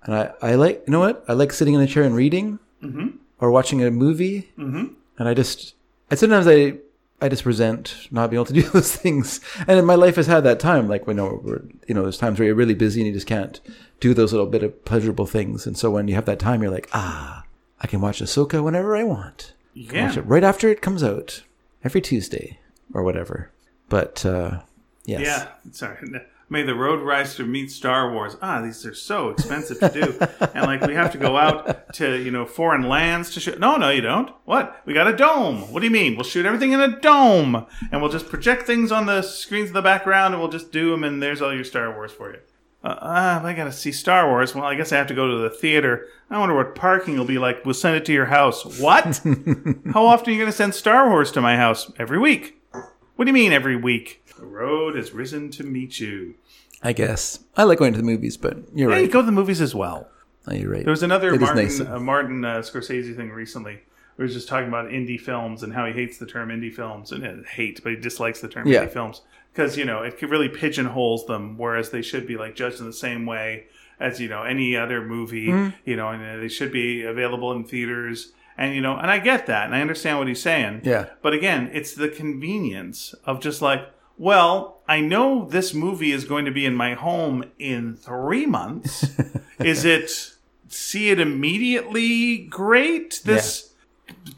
Speaker 2: And I, I like you know what I like sitting in a chair and reading or watching a movie, mm-hmm. and I just and sometimes I I just resent not being able to do those things. And my life has had that time, like when we're, you know there's times where you're really busy and you just can't do those little bit of pleasurable things. And so when you have that time, you're like, ah, I can watch Ahsoka whenever I want
Speaker 1: yeah.
Speaker 2: watch it right after it comes out every Tuesday or whatever. But uh, yes,
Speaker 1: Yeah. Sorry. May the road rise to meet Star Wars. Ah, these are so expensive to do, and like we have to go out to you know foreign lands to shoot. No, no, you don't. What? We got a dome. What do you mean? We'll shoot everything in a dome, and we'll just project things on the screens in the background, and we'll just do them. And there's all your Star Wars for you. Uh, ah, I gotta see Star Wars. Well, I guess I have to go to the theater. I wonder what parking will be like. We'll send it to your house. What? How often are you gonna send Star Wars to my house? Every week. What do you mean every week? The road has risen to meet you.
Speaker 2: I guess I like going to the movies, but you're
Speaker 1: Hey,
Speaker 2: right.
Speaker 1: go to the movies as well.
Speaker 2: No, you're right.
Speaker 1: There was another
Speaker 2: It is
Speaker 1: Martin,
Speaker 2: nice.
Speaker 1: uh, Martin uh, Scorsese thing recently. We was just talking about indie films and how he hates the term indie films and uh, hate, but he dislikes the term
Speaker 2: Yeah.
Speaker 1: indie films because you know it could really pigeonholes them, whereas they should be like judged in the same way as you know any other movie.
Speaker 2: Hmm.
Speaker 1: You know, and uh, they should be available in theaters. And you know, and I get that, and I understand what he's saying.
Speaker 2: Yeah.
Speaker 1: But again, it's the convenience of just like, well, I know this movie is going to be in my home in three months. is it see it immediately great? This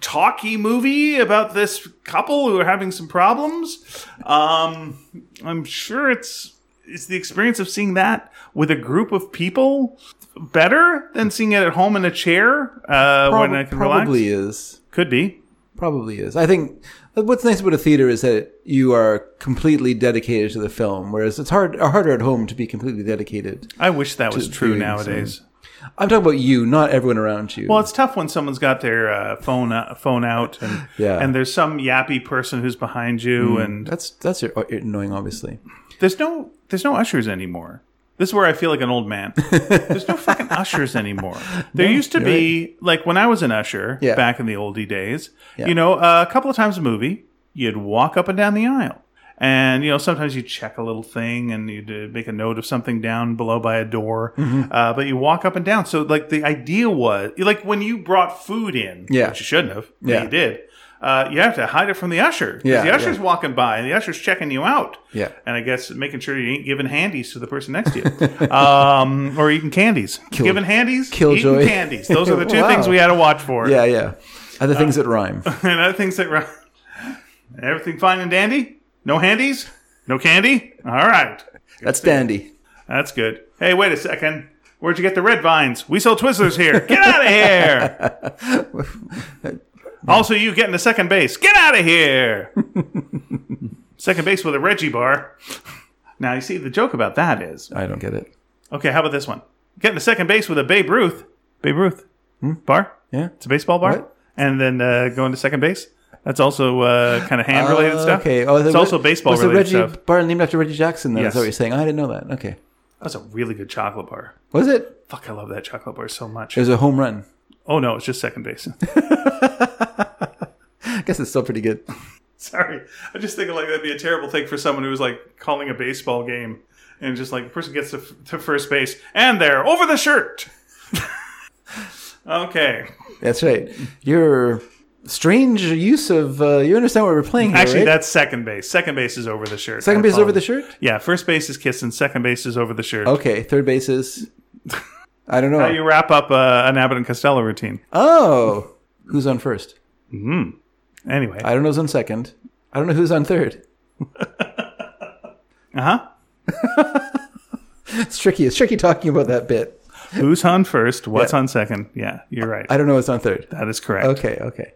Speaker 1: talky movie about this couple who are having some problems. Um, I'm sure it's it's the experience of seeing that with a group of people better than seeing it at home in a chair uh,
Speaker 2: Prob-
Speaker 1: when I can
Speaker 2: probably
Speaker 1: relax.
Speaker 2: is.
Speaker 1: Could be.
Speaker 2: Probably is. I think uh, what's nice about a theater is that you are completely dedicated to the film, whereas it's hard uh, harder at home to be completely dedicated.
Speaker 1: I wish that was true
Speaker 2: doing
Speaker 1: nowadays.
Speaker 2: I'm talking about you, not everyone around you.
Speaker 1: Well, it's tough when someone's got their uh, phone uh, phone out, and
Speaker 2: Yeah. Mm.
Speaker 1: and there's some yappy person who's behind you, and
Speaker 2: that's that's your, uh, annoying, obviously.
Speaker 1: there's no there's no ushers anymore. This is where I feel like an old man. There's no fucking ushers anymore. There used to be like when I was an usher
Speaker 2: Yeah.
Speaker 1: back in the oldie days. You know, uh, a couple of times a movie, you'd walk up and down the aisle, and you know sometimes you check a little thing and you'd uh, make a note of something down below by a door.
Speaker 2: Mm-hmm.
Speaker 1: Uh, but you walk up and down. So like the idea was like when you brought food in,
Speaker 2: Yeah.
Speaker 1: which you shouldn't have, but
Speaker 2: Yeah.
Speaker 1: you did. Uh, you have to hide it from the usher. 'Cause
Speaker 2: Yeah,
Speaker 1: the usher's
Speaker 2: yeah.
Speaker 1: walking by and the usher's checking you out.
Speaker 2: Yeah.
Speaker 1: And I guess making sure you ain't giving handies to the person next to you, um, or eating candies. giving handies,
Speaker 2: Killjoy.
Speaker 1: eating candies. Those are the two
Speaker 2: Wow.
Speaker 1: things we had to watch for.
Speaker 2: Yeah, yeah. Other things
Speaker 1: Uh,
Speaker 2: that rhyme.
Speaker 1: and other things that run. Everything fine and dandy. No handies. No candy. All right,
Speaker 2: That's dandy.
Speaker 1: that's good. Hey, wait a second. Where'd you get the red vines? We sell Twizzlers here. Get out of here. also, you getting the second base. Get out of here. second base with a Reggie bar. Now, you see, the joke about that is
Speaker 2: I don't get it.
Speaker 1: okay, how about this one? Getting the second base with a Babe Ruth. Babe Ruth. Bar?
Speaker 2: Yeah.
Speaker 1: It's a baseball bar.
Speaker 2: What?
Speaker 1: And then uh, going to second base. That's also uh, kind of hand related
Speaker 2: Uh,
Speaker 1: stuff.
Speaker 2: Okay.
Speaker 1: it's
Speaker 2: the-
Speaker 1: also baseball
Speaker 2: was the
Speaker 1: related
Speaker 2: Reggie
Speaker 1: stuff.
Speaker 2: bar named after Reggie Jackson? Then
Speaker 1: Yes.
Speaker 2: is that what you're saying? I didn't know that. Okay.
Speaker 1: That's a really good chocolate bar.
Speaker 2: Was it?
Speaker 1: Fuck, I love that chocolate bar so much.
Speaker 2: It was a home run.
Speaker 1: oh no, it's just second base.
Speaker 2: I guess it's still pretty good.
Speaker 1: Sorry, I just think like that'd be a terrible thing for someone who was like calling a baseball game and just like the person gets to, f- to first base and they're over the shirt. okay,
Speaker 2: That's right. Your strange use of uh, you understand what we're playing here,
Speaker 1: actually
Speaker 2: right?
Speaker 1: that's second base. Second base is over the shirt.
Speaker 2: Second
Speaker 1: I
Speaker 2: base is over the
Speaker 1: apologize.
Speaker 2: shirt.
Speaker 1: Yeah, first base is kissing. Second base is over the shirt.
Speaker 2: Okay. Third base is. I don't know.
Speaker 1: How you wrap up uh, an Abbott and Costello routine?
Speaker 2: oh, who's on first?
Speaker 1: Anyway,
Speaker 2: I don't know who's on second. I don't know who's on third.
Speaker 1: uh huh.
Speaker 2: It's tricky. It's tricky talking about that bit.
Speaker 1: Who's on first? What's on second? Yeah, you're right.
Speaker 2: I don't know who's on third.
Speaker 1: that is correct.
Speaker 2: Okay, okay.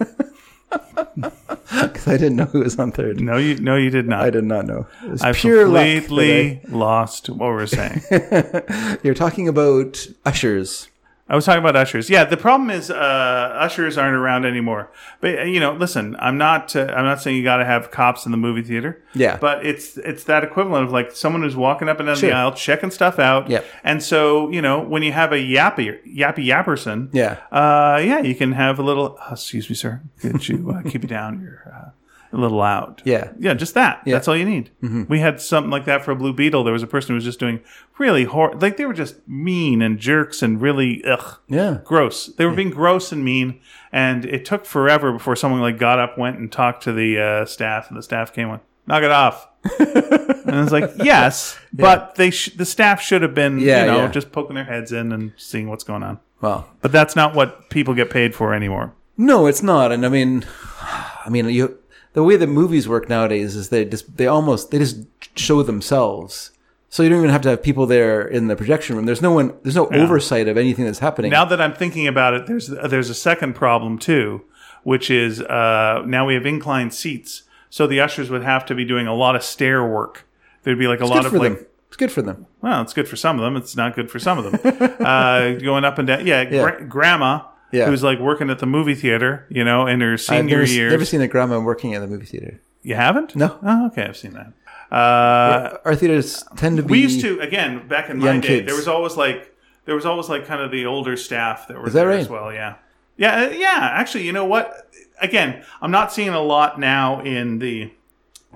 Speaker 2: Because I didn't know who was on third.
Speaker 1: No, you no, you did not.
Speaker 2: I did not know. It was
Speaker 1: I
Speaker 2: pure luck. that
Speaker 1: completely lost what we're saying.
Speaker 2: I- You're talking about ushers.
Speaker 1: I was talking about ushers. Yeah, the problem is uh, ushers aren't around anymore. But uh, you know, listen, I'm not uh, I'm not saying you got to have cops in the movie theater.
Speaker 2: Yeah.
Speaker 1: But it's it's that equivalent of like someone who's walking up and down
Speaker 2: Sure.
Speaker 1: the aisle checking stuff out.
Speaker 2: Yep.
Speaker 1: And so you know when you have a yappy yappy yapperson.
Speaker 2: Yeah.
Speaker 1: Uh, yeah, you can have a little. Uh, excuse me, sir. Could you uh, keep it down? You're uh, a little loud.
Speaker 2: Yeah. Mm-hmm.
Speaker 1: Yeah, just that. That's all you need. We had something like that for Blue Beetle. There was a person who was just doing really hor Like they were just mean and jerks and really ugh.
Speaker 2: Yeah.
Speaker 1: Gross. They were being gross and mean, and it took forever before someone like got up, went and talked to the uh, staff, and the staff came and went, "Knock it off." and I was like, "Yes, but they sh- the staff should have been, you
Speaker 2: Yeah,
Speaker 1: know,
Speaker 2: yeah.
Speaker 1: just poking their heads in and seeing what's going on."
Speaker 2: Well,
Speaker 1: But that's not what people get paid for anymore.
Speaker 2: no, it's not. And I mean, I mean, you. The way that movies work nowadays is they just they almost they just show themselves. So you don't even have to have people there in the projection room. There's no one. There's no oversight of anything that's happening.
Speaker 1: Now that I'm thinking about it, there's there's a second problem too, which is uh, now we have inclined seats, so the ushers would have to be doing a lot of stair work. There'd be like a
Speaker 2: it's
Speaker 1: lot
Speaker 2: good
Speaker 1: of
Speaker 2: for
Speaker 1: like
Speaker 2: them. It's good for them.
Speaker 1: Well, it's good for some of them. It's not good for some of them. uh, going up and down. Yeah, gra- grandma,
Speaker 2: Yeah.
Speaker 1: who's like working at the movie theater, you know, in her
Speaker 2: I've
Speaker 1: senior
Speaker 2: never,
Speaker 1: years.
Speaker 2: never seen a grandma working at the movie theater.
Speaker 1: you haven't?
Speaker 2: No.
Speaker 1: Oh, okay, I've seen that. Uh,
Speaker 2: Our theaters tend to be.
Speaker 1: we used to again back in my
Speaker 2: Young
Speaker 1: day.
Speaker 2: kids.
Speaker 1: There was always like there was always like kind of the older staff that were
Speaker 2: that
Speaker 1: there
Speaker 2: right?
Speaker 1: as well. Yeah, yeah, uh, yeah. Actually, you know what? Again, I'm not seeing a lot now in the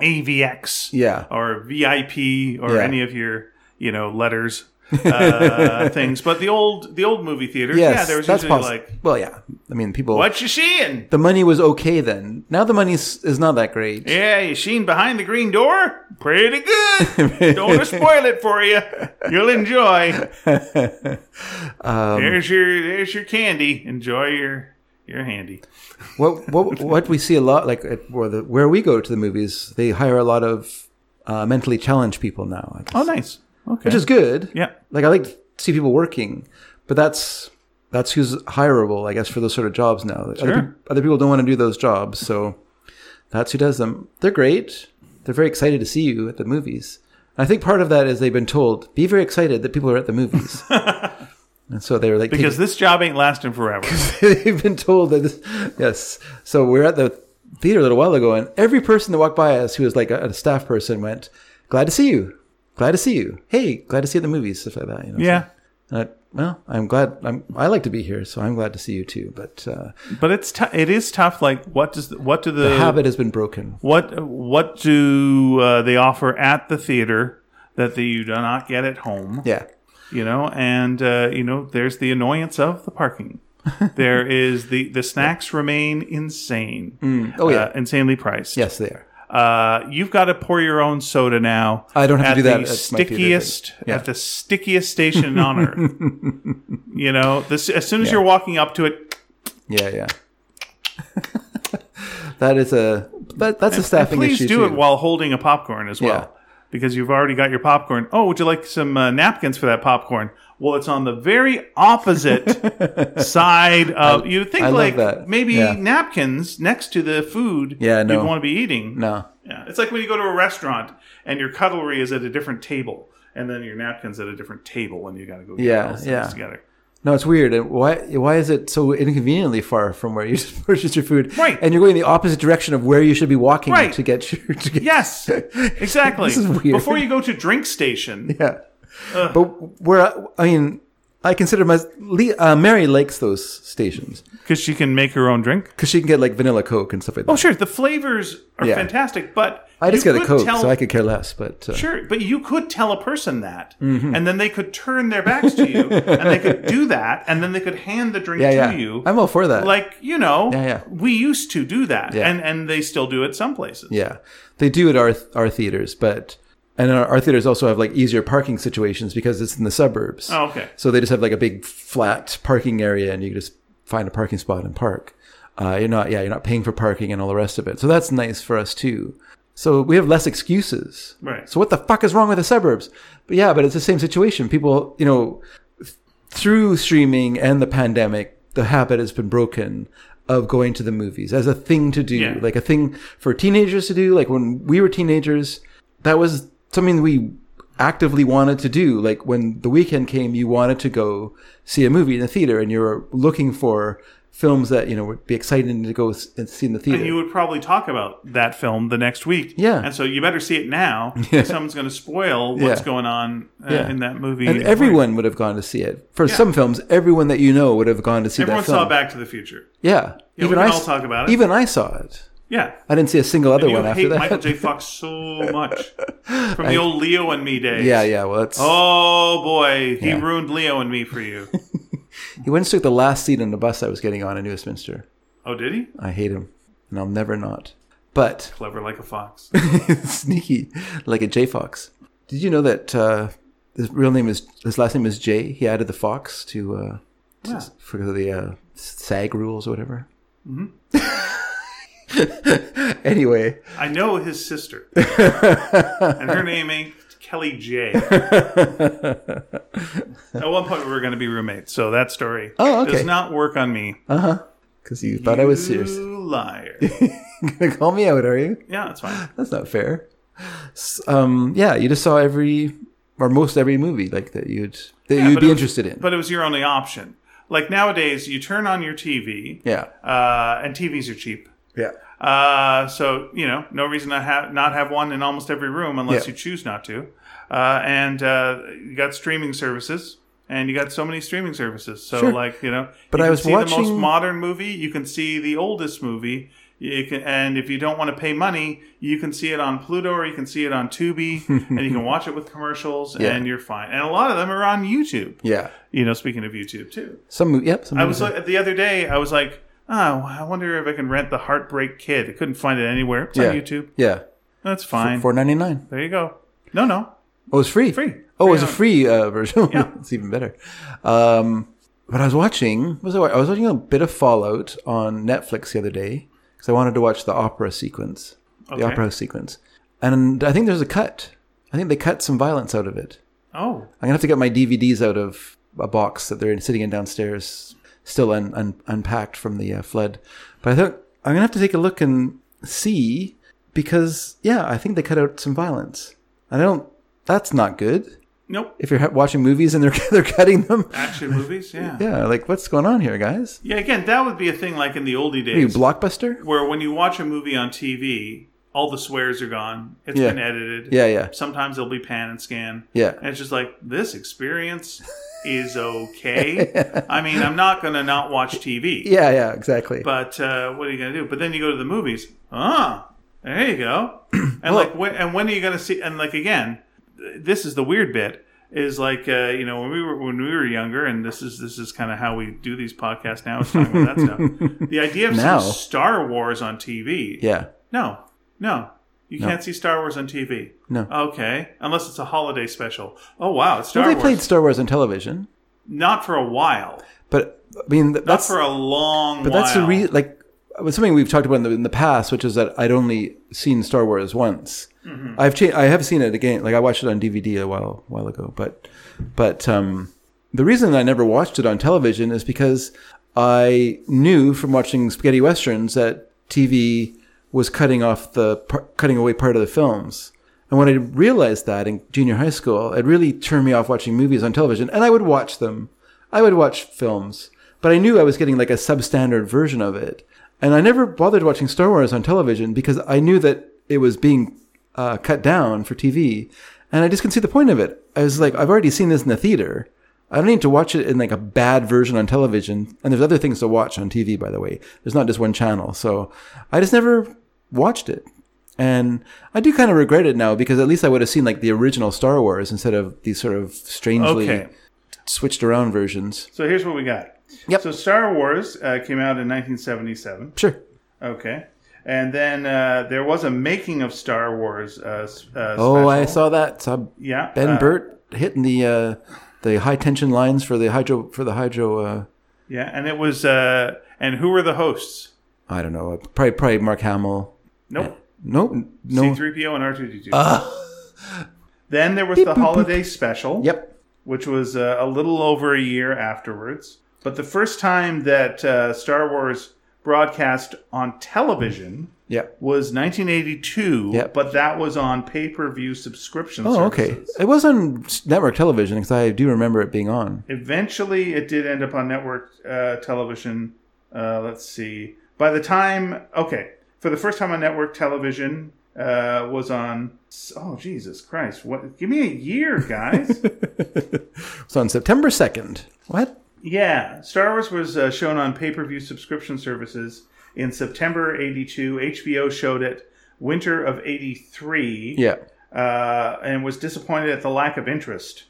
Speaker 1: AVX
Speaker 2: Yeah.
Speaker 1: or VIP or
Speaker 2: Yeah.
Speaker 1: any of your you know letters uh, things. But the old the old movie theaters,
Speaker 2: Yes,
Speaker 1: yeah, there was
Speaker 2: that's
Speaker 1: usually
Speaker 2: possible.
Speaker 1: like
Speaker 2: well, yeah. I mean, people.
Speaker 1: what you seeing?
Speaker 2: The money was okay then. Now the money is is not that great.
Speaker 1: Yeah, you seen behind the green door? Pretty good. Don't want to spoil it for you. You'll enjoy.
Speaker 2: Um,
Speaker 1: there's your there's your candy. Enjoy your your handy.
Speaker 2: What what what we see a lot, like at, where the where we go to the movies, they hire a lot of uh, mentally challenged people now, I guess,
Speaker 1: Oh, nice. Okay.
Speaker 2: which is good.
Speaker 1: yeah.
Speaker 2: Like I like to see people working, but that's that's who's hireable, I guess, for those sort of jobs now. Other
Speaker 1: Sure.
Speaker 2: peop- other people don't want to do those jobs, so that's who does them. They're great. They're very excited to see you at the movies. And I think part of that is they've been told be very excited that people are at the movies, and so they were like taking-
Speaker 1: Because this job ain't lasting forever.
Speaker 2: they've been told that this, yes so we we're at the theater a little while ago and every person that walked by us who was like a, a staff person went glad to see you glad to see you hey glad to see you at the movies stuff like that you know
Speaker 1: yeah.
Speaker 2: So, uh, well i'm glad i'm i like to be here so i'm glad to see you too but uh,
Speaker 1: But it's t- it is tough. Like, what does what do the,
Speaker 2: the habit has been broken
Speaker 1: what what do uh, they offer at the theater that the, you do not get at home?
Speaker 2: yeah
Speaker 1: you know and uh, you know there's the annoyance of the parking there is the the snacks remain insane
Speaker 2: oh yeah
Speaker 1: uh, insanely priced
Speaker 2: yes they are
Speaker 1: uh, you've got to pour your own soda now
Speaker 2: I don't have to
Speaker 1: at
Speaker 2: do that
Speaker 1: the
Speaker 2: at my theater, but-
Speaker 1: stickiest
Speaker 2: yeah.
Speaker 1: at the stickiest station on earth you know this as soon as you're walking up to it
Speaker 2: yeah yeah that is a that, that's a staffing
Speaker 1: please
Speaker 2: issue
Speaker 1: do
Speaker 2: too.
Speaker 1: it while holding a popcorn as well because you've already got your popcorn. Oh, would you like some uh, napkins for that popcorn? Well, it's on the very opposite side of. You think
Speaker 2: I love
Speaker 1: like
Speaker 2: that.
Speaker 1: maybe
Speaker 2: Yeah.
Speaker 1: napkins next to the food
Speaker 2: Yeah, no.
Speaker 1: you want to be eating.
Speaker 2: No.
Speaker 1: Yeah, it's like when you go to a restaurant and your cutlery is at a different table, and then your napkins at a different table, and you got to go get
Speaker 2: Yeah,
Speaker 1: all those
Speaker 2: yeah.
Speaker 1: things together.
Speaker 2: No, it's weird. And Why? Why is it so inconveniently far from where you purchased your food?
Speaker 1: Right.
Speaker 2: And you're going the opposite direction of where you should be walking
Speaker 1: Right.
Speaker 2: to get your. To get,
Speaker 1: Yes, exactly.
Speaker 2: This is weird.
Speaker 1: Before you go to drink station,
Speaker 2: Yeah. But where I mean, I consider my Le- uh, Mary likes those stations
Speaker 1: because she can make her own drink.
Speaker 2: because she can get like vanilla Coke and stuff like that.
Speaker 1: Oh, sure, the flavors are
Speaker 2: Yeah.
Speaker 1: fantastic, but
Speaker 2: I just
Speaker 1: you
Speaker 2: get a
Speaker 1: could
Speaker 2: Coke,
Speaker 1: tell-
Speaker 2: so I could care less. But uh,
Speaker 1: Sure, but you could tell a person that,
Speaker 2: Mm-hmm.
Speaker 1: and then they could turn their backs to you, and they could do that, and then they could hand the drink
Speaker 2: yeah,
Speaker 1: to
Speaker 2: yeah,
Speaker 1: you.
Speaker 2: I'm all for that.
Speaker 1: like you know,
Speaker 2: Yeah, yeah.
Speaker 1: we used to do that,
Speaker 2: Yeah.
Speaker 1: and and they still do it some places.
Speaker 2: yeah, they do at our our theaters, but and our, our theaters also have like easier parking situations because it's in the suburbs.
Speaker 1: Oh, okay.
Speaker 2: So they just have like a big flat parking area, and you can just find a parking spot and park. Uh, you're not, yeah, you're not paying for parking and all the rest of it. So that's nice for us too. So we have less excuses.
Speaker 1: Right.
Speaker 2: So what the fuck is wrong with the suburbs? But yeah, but it's the same situation. People, you know, th- through streaming and the pandemic, the habit has been broken of going to the movies as a thing to do,
Speaker 1: Yeah.
Speaker 2: like a thing for teenagers to do. Like when we were teenagers, that was something we actively wanted to do. Like when the weekend came, you wanted to go see a movie in the theater and you were looking for films that, you know, would be exciting to go s- and see in the theater.
Speaker 1: And you would probably talk about that film the next week.
Speaker 2: Yeah.
Speaker 1: And so you better see it now. Someone's going to spoil what's
Speaker 2: Yeah.
Speaker 1: going on uh,
Speaker 2: Yeah.
Speaker 1: in that movie.
Speaker 2: and everyone would have gone to see it. For
Speaker 1: Yeah.
Speaker 2: some films, everyone that you know would have gone to see
Speaker 1: Everyone
Speaker 2: that film.
Speaker 1: saw Back to the Future.
Speaker 2: Yeah,
Speaker 1: Yeah, we can
Speaker 2: I
Speaker 1: all
Speaker 2: s-
Speaker 1: talk about it.
Speaker 2: Even I saw it.
Speaker 1: Yeah.
Speaker 2: I didn't see a single other
Speaker 1: you
Speaker 2: one
Speaker 1: hate
Speaker 2: after that.
Speaker 1: Michael J. Fox so much from the old Leo and Me days.
Speaker 2: yeah, yeah. Well, that's,
Speaker 1: Oh boy, he
Speaker 2: Yeah.
Speaker 1: ruined Leo and Me for you.
Speaker 2: he went and took the last seat on the bus I was getting on in Westminster.
Speaker 1: oh, did he?
Speaker 2: I hate him, and I'll never not. But
Speaker 1: Clever like a fox.
Speaker 2: sneaky, like a J Fox. Did you know that uh, his real name is his last name is J? He added the Fox to, uh, to-
Speaker 1: Yeah.
Speaker 2: for the uh, SAG rules or whatever.
Speaker 1: Mm-hmm.
Speaker 2: anyway,
Speaker 1: I know his sister, and her name ain't Kelly J. At one point, we were going to be roommates, so that story
Speaker 2: Oh, okay.
Speaker 1: does not work on me.
Speaker 2: because you thought I was serious,
Speaker 1: You liar.
Speaker 2: you're gonna call me out, are you?
Speaker 1: Yeah, that's fine.
Speaker 2: That's not fair. S- Um, yeah, you just saw every or most every movie like that you'd that
Speaker 1: Yeah,
Speaker 2: you'd
Speaker 1: but
Speaker 2: be
Speaker 1: it was-
Speaker 2: interested in.
Speaker 1: But it was your only option. Like nowadays, you turn on your TV,
Speaker 2: yeah,
Speaker 1: uh, and TVs are cheap.
Speaker 2: yeah,
Speaker 1: Uh, so you know, no reason to have not have one in almost every room unless
Speaker 2: Yeah.
Speaker 1: you choose not to. Uh, and uh, you got streaming services, and you got so many streaming services. So
Speaker 2: Sure.
Speaker 1: like you know,
Speaker 2: But
Speaker 1: you
Speaker 2: I
Speaker 1: can
Speaker 2: was
Speaker 1: see the most
Speaker 2: watching-
Speaker 1: modern movie. You can see the oldest movie. You can, and if you don't want to pay money, you can see it on Pluto or you can see it on Tubi, and you can watch it with commercials,
Speaker 2: Yeah.
Speaker 1: and you're fine. And a lot of them are on YouTube.
Speaker 2: yeah.
Speaker 1: You know, speaking of YouTube too.
Speaker 2: Some movie. Yep. Some
Speaker 1: I was
Speaker 2: movies-
Speaker 1: like, the other day. I was like, oh, I wonder if I can rent the Heartbreak Kid. I couldn't find it anywhere. It's on
Speaker 2: Yeah.
Speaker 1: YouTube.
Speaker 2: yeah.
Speaker 1: That's fine.
Speaker 2: Four ninety nine.
Speaker 1: there you go. No, no,
Speaker 2: Oh, it's free.
Speaker 1: free.
Speaker 2: Oh, it was a
Speaker 1: on-
Speaker 2: free uh, version. it's even better. Um, but I was watching. what Was I, wa- I was watching a bit of Fallout on Netflix the other day because I wanted to watch the opera sequence,
Speaker 1: Okay.
Speaker 2: the opera sequence, and I think there's a cut. I think they cut some violence out of it.
Speaker 1: Oh,
Speaker 2: I'm gonna have to get my DVDs out of a box that they're sitting in downstairs, still un, un, unpacked from the uh, flood. But I think I'm gonna have to take a look and see because yeah, I think they cut out some violence. I don't. That's not good.
Speaker 1: nope.
Speaker 2: If you're ha- watching movies and they're they're cutting them,
Speaker 1: Action movies. Yeah. yeah.
Speaker 2: yeah, like what's going on here, guys?
Speaker 1: Again, that would be a thing like in the oldie
Speaker 2: Are you
Speaker 1: days,
Speaker 2: blockbuster?
Speaker 1: where when you watch a movie on TV, all the swears are gone. It's
Speaker 2: Yeah.
Speaker 1: been edited.
Speaker 2: Yeah, yeah,
Speaker 1: Sometimes there'll be pan and scan.
Speaker 2: yeah.
Speaker 1: And it's just like this experience is okay. I mean, I'm not gonna not watch TV.
Speaker 2: Yeah, yeah, exactly.
Speaker 1: but uh, what are you going to do? But then you go to the movies. Ah, there you go. And like, when, and when are you going to see? And like again, th- this is the weird bit. Is like uh, you know when we were when we were younger, and this is this is kind of how we do these podcasts now. Is talking about that stuff. The idea of
Speaker 2: Now.
Speaker 1: seeing Star Wars on TV.
Speaker 2: yeah,
Speaker 1: No, no, you can't see Star Wars on TV.
Speaker 2: No.
Speaker 1: Okay, unless it's a holiday special. Oh wow, it's Star
Speaker 2: well, they
Speaker 1: Wars.
Speaker 2: played Star Wars on television,
Speaker 1: Not for a while.
Speaker 2: but I mean th-
Speaker 1: Not
Speaker 2: that's
Speaker 1: for a long.
Speaker 2: But that's the
Speaker 1: while.
Speaker 2: reason. Like was something we've talked about in the, in the past, which is that I'd only seen Star Wars once. I've changed. I have seen it again. Like I watched it on DVD a while while ago, but but um, the reason I never watched it on television is because I knew from watching spaghetti westerns that TV was cutting off the par- cutting away part of the films. And when I realized that in junior high school, it really turned me off watching movies on television. And I would watch them. I would watch films, but I knew I was getting like a substandard version of it. And I never bothered watching Star Wars on television because I knew that it was being uh, cut down for TV. And I just couldn't see the point of it. I was like, I've already seen this in the theater. I don't need to watch it in like a bad version on television. And there's other things to watch on TV, by the way. There's not just one channel. So I just never watched it. And I do kind of regret it now because at least I would have seen like the original Star Wars instead of these sort of strangely
Speaker 1: Okay.
Speaker 2: switched around versions.
Speaker 1: So here's what we got.
Speaker 2: Yep.
Speaker 1: So Star Wars uh, came out in 1977.
Speaker 2: Sure.
Speaker 1: Okay. And then uh, there was a making of Star Wars. Uh, s- uh,
Speaker 2: Oh, I
Speaker 1: special.
Speaker 2: saw that. Saw
Speaker 1: Yeah.
Speaker 2: Ben
Speaker 1: uh,
Speaker 2: Burt hitting the uh, the high tension lines for the hydro for the hydro. Uh,
Speaker 1: Yeah, and it was. Uh, and who were the hosts?
Speaker 2: I don't know. uh, Probably probably Mark Hamill.
Speaker 1: Nope.
Speaker 2: Nope. No. Uh.
Speaker 1: C3PO and R2D2. then there was the holiday special.
Speaker 2: Yep.
Speaker 1: which was uh, a little over a year afterwards. But the first time that uh, Star Wars broadcast on television
Speaker 2: Yep.
Speaker 1: was 1982,
Speaker 2: Yep.
Speaker 1: but that was on pay per view subscription
Speaker 2: Oh, okay.
Speaker 1: services.
Speaker 2: It was on network television because I do remember it being on.
Speaker 1: Eventually, it did end up on network uh, television. Uh, let's see. By the time, okay, for the first time on network television uh, was on. Oh Jesus Christ! What? Give me a year, guys.
Speaker 2: So on September second. What?
Speaker 1: Yeah, Star Wars was uh, shown on pay-per-view subscription services in September '82. HBO showed it winter of '83,
Speaker 2: Yeah.
Speaker 1: uh, and was disappointed at the lack of interest.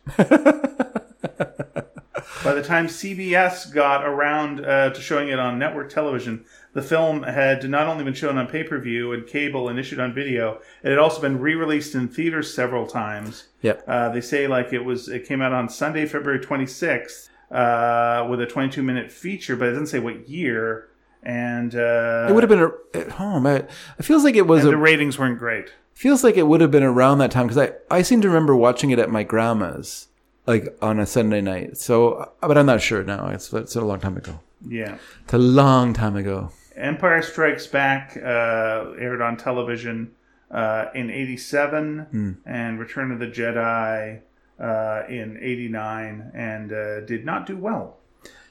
Speaker 1: By the time CBS got around uh, to showing it on network television, the film had not only been shown on pay-per-view and cable and issued on video, it had also been re-released in theaters several times.
Speaker 2: Yep.
Speaker 1: Uh, they say like it was it came out on Sunday, February 26th, uh, with a 22 minute feature, but it doesn't say what year. And uh,
Speaker 2: It would have been a. It, oh man, it feels like it was
Speaker 1: the
Speaker 2: a.
Speaker 1: ratings weren't great.
Speaker 2: Feels like it would have been around that time because I I seem to remember watching it at my grandma's like on a Sunday night. So, uh, but I'm not sure now. It's it's a long time ago.
Speaker 1: Yeah,
Speaker 2: It's a long time ago.
Speaker 1: Empire Strikes Back uh, aired on television uh, in '87, and Return of the Jedi uh, in '89, and uh, did not do well.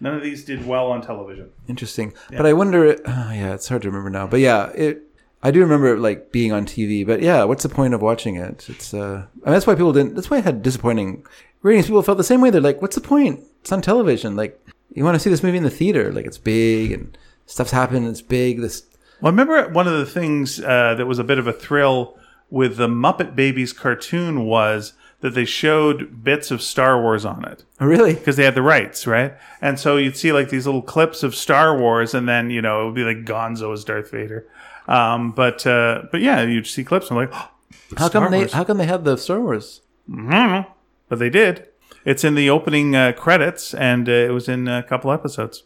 Speaker 1: None of these did well on television.
Speaker 2: Interesting. But I wonder. Oh, yeah, it's hard to remember now. But yeah, it. I do remember it, like being on TV. But yeah, what's the point of watching it? It's. uh I mean, That's why people didn't. That's why I had disappointing ratings. People felt the same way. They're like, "What's the point? It's on television. Like, you want to see this movie in the theater? Like, it's big and stuff's happening. It's big. This.
Speaker 1: Well, I remember one of the things uh, that was a bit of a thrill with the Muppet Babies cartoon was that they showed bits of Star Wars on it
Speaker 2: Oh, really?
Speaker 1: because they had the rights, right? And so you'd see like these little clips of Star Wars, and then you know it would be like Gonzo as Darth Vader. Um, but uh, but yeah, you'd see clips. And I'm like, "Oh,"
Speaker 2: How
Speaker 1: Star
Speaker 2: come they?
Speaker 1: Wars.
Speaker 2: How come they had the Star Wars?
Speaker 1: "Mhm." but they did. It's in the opening uh, credits, and uh, it was in a couple episodes.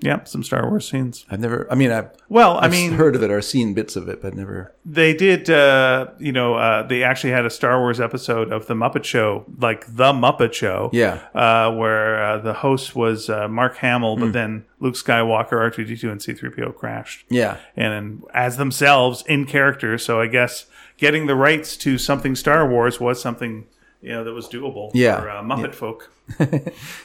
Speaker 1: Yeah, some Star Wars scenes.
Speaker 2: I've never. I mean, I've.
Speaker 1: Well, I
Speaker 2: I've
Speaker 1: mean,
Speaker 2: heard of it or seen bits of it, but never.
Speaker 1: they did uh you know uh they actually had a star wars episode of the muppet show like the muppet show
Speaker 2: Yeah.
Speaker 1: uh where uh, the host was uh, mark hamill but then luke skywalker r2d2 and c3po crashed
Speaker 2: Yeah.
Speaker 1: and then as themselves in character so i guess getting the rights to something star wars was something you know that was doable
Speaker 2: Yeah.
Speaker 1: for uh, muppet folk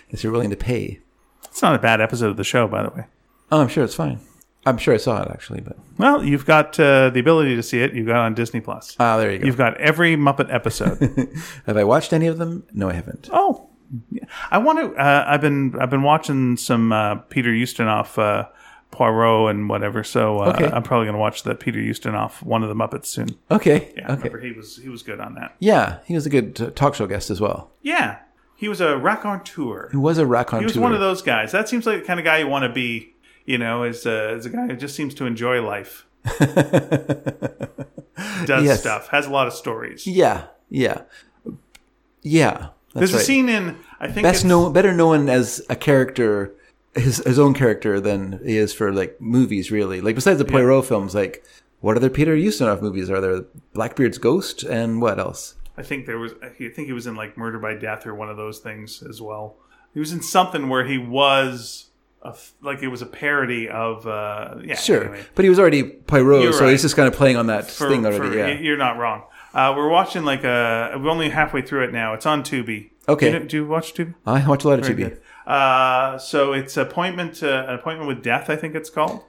Speaker 2: If you're willing to pay.
Speaker 1: it's not a bad episode of the show by the way
Speaker 2: Oh, I'm sure it's fine. I'm sure I saw it actually, but
Speaker 1: well you've got uh, the ability to see it you've got it on disney plus
Speaker 2: ah, there you go.
Speaker 1: you've got every muppet episode
Speaker 2: Have I watched any of them? No, I haven't.
Speaker 1: Oh, yeah. I want to. Uh, I've been I've been watching some uh, Peter Ustinov, uh, Poirot, and whatever. So uh,
Speaker 2: Okay.
Speaker 1: I'm probably going to watch the Peter Ustinov one of the Muppets soon.
Speaker 2: Okay.
Speaker 1: Yeah, I
Speaker 2: okay.
Speaker 1: remember he was he was good on that.
Speaker 2: Yeah, he was a good uh, talk show guest as well.
Speaker 1: Yeah, he was a raconteur.
Speaker 2: He was a raconteur.
Speaker 1: He was one of those guys. That seems like the kind of guy you want to be. You know, is a is a guy who just seems to enjoy life. Does
Speaker 2: Yes.
Speaker 1: stuff. Has a lot of stories.
Speaker 2: Yeah, yeah, yeah. That's
Speaker 1: There's
Speaker 2: right.
Speaker 1: a scene in I think
Speaker 2: Best
Speaker 1: it's-
Speaker 2: known, better known as a character his his own character than he is for like movies. Really, like besides the Poirot films, like what other Peter Ustinov movies are there? Blackbeard's Ghost and what else?
Speaker 1: I think there was. I think he was in like Murder by Death or one of those things as well. He was in something where he was a, f- like it was a parody of. Uh, yeah,
Speaker 2: Sure,
Speaker 1: anyway.
Speaker 2: but he was already Poirot,
Speaker 1: You're
Speaker 2: so
Speaker 1: right.
Speaker 2: he's just kind of playing on that
Speaker 1: For-
Speaker 2: thing already.
Speaker 1: for-
Speaker 2: yeah,
Speaker 1: y- you're not wrong. Uh, we're watching like a. We're only halfway through it now. It's on Tubi.
Speaker 2: Okay.
Speaker 1: Do you, do you watch Tubi?
Speaker 2: I watch a lot of
Speaker 1: Very
Speaker 2: TV.
Speaker 1: good. Uh, so it's appointment uh, an appointment with death. I think it's called.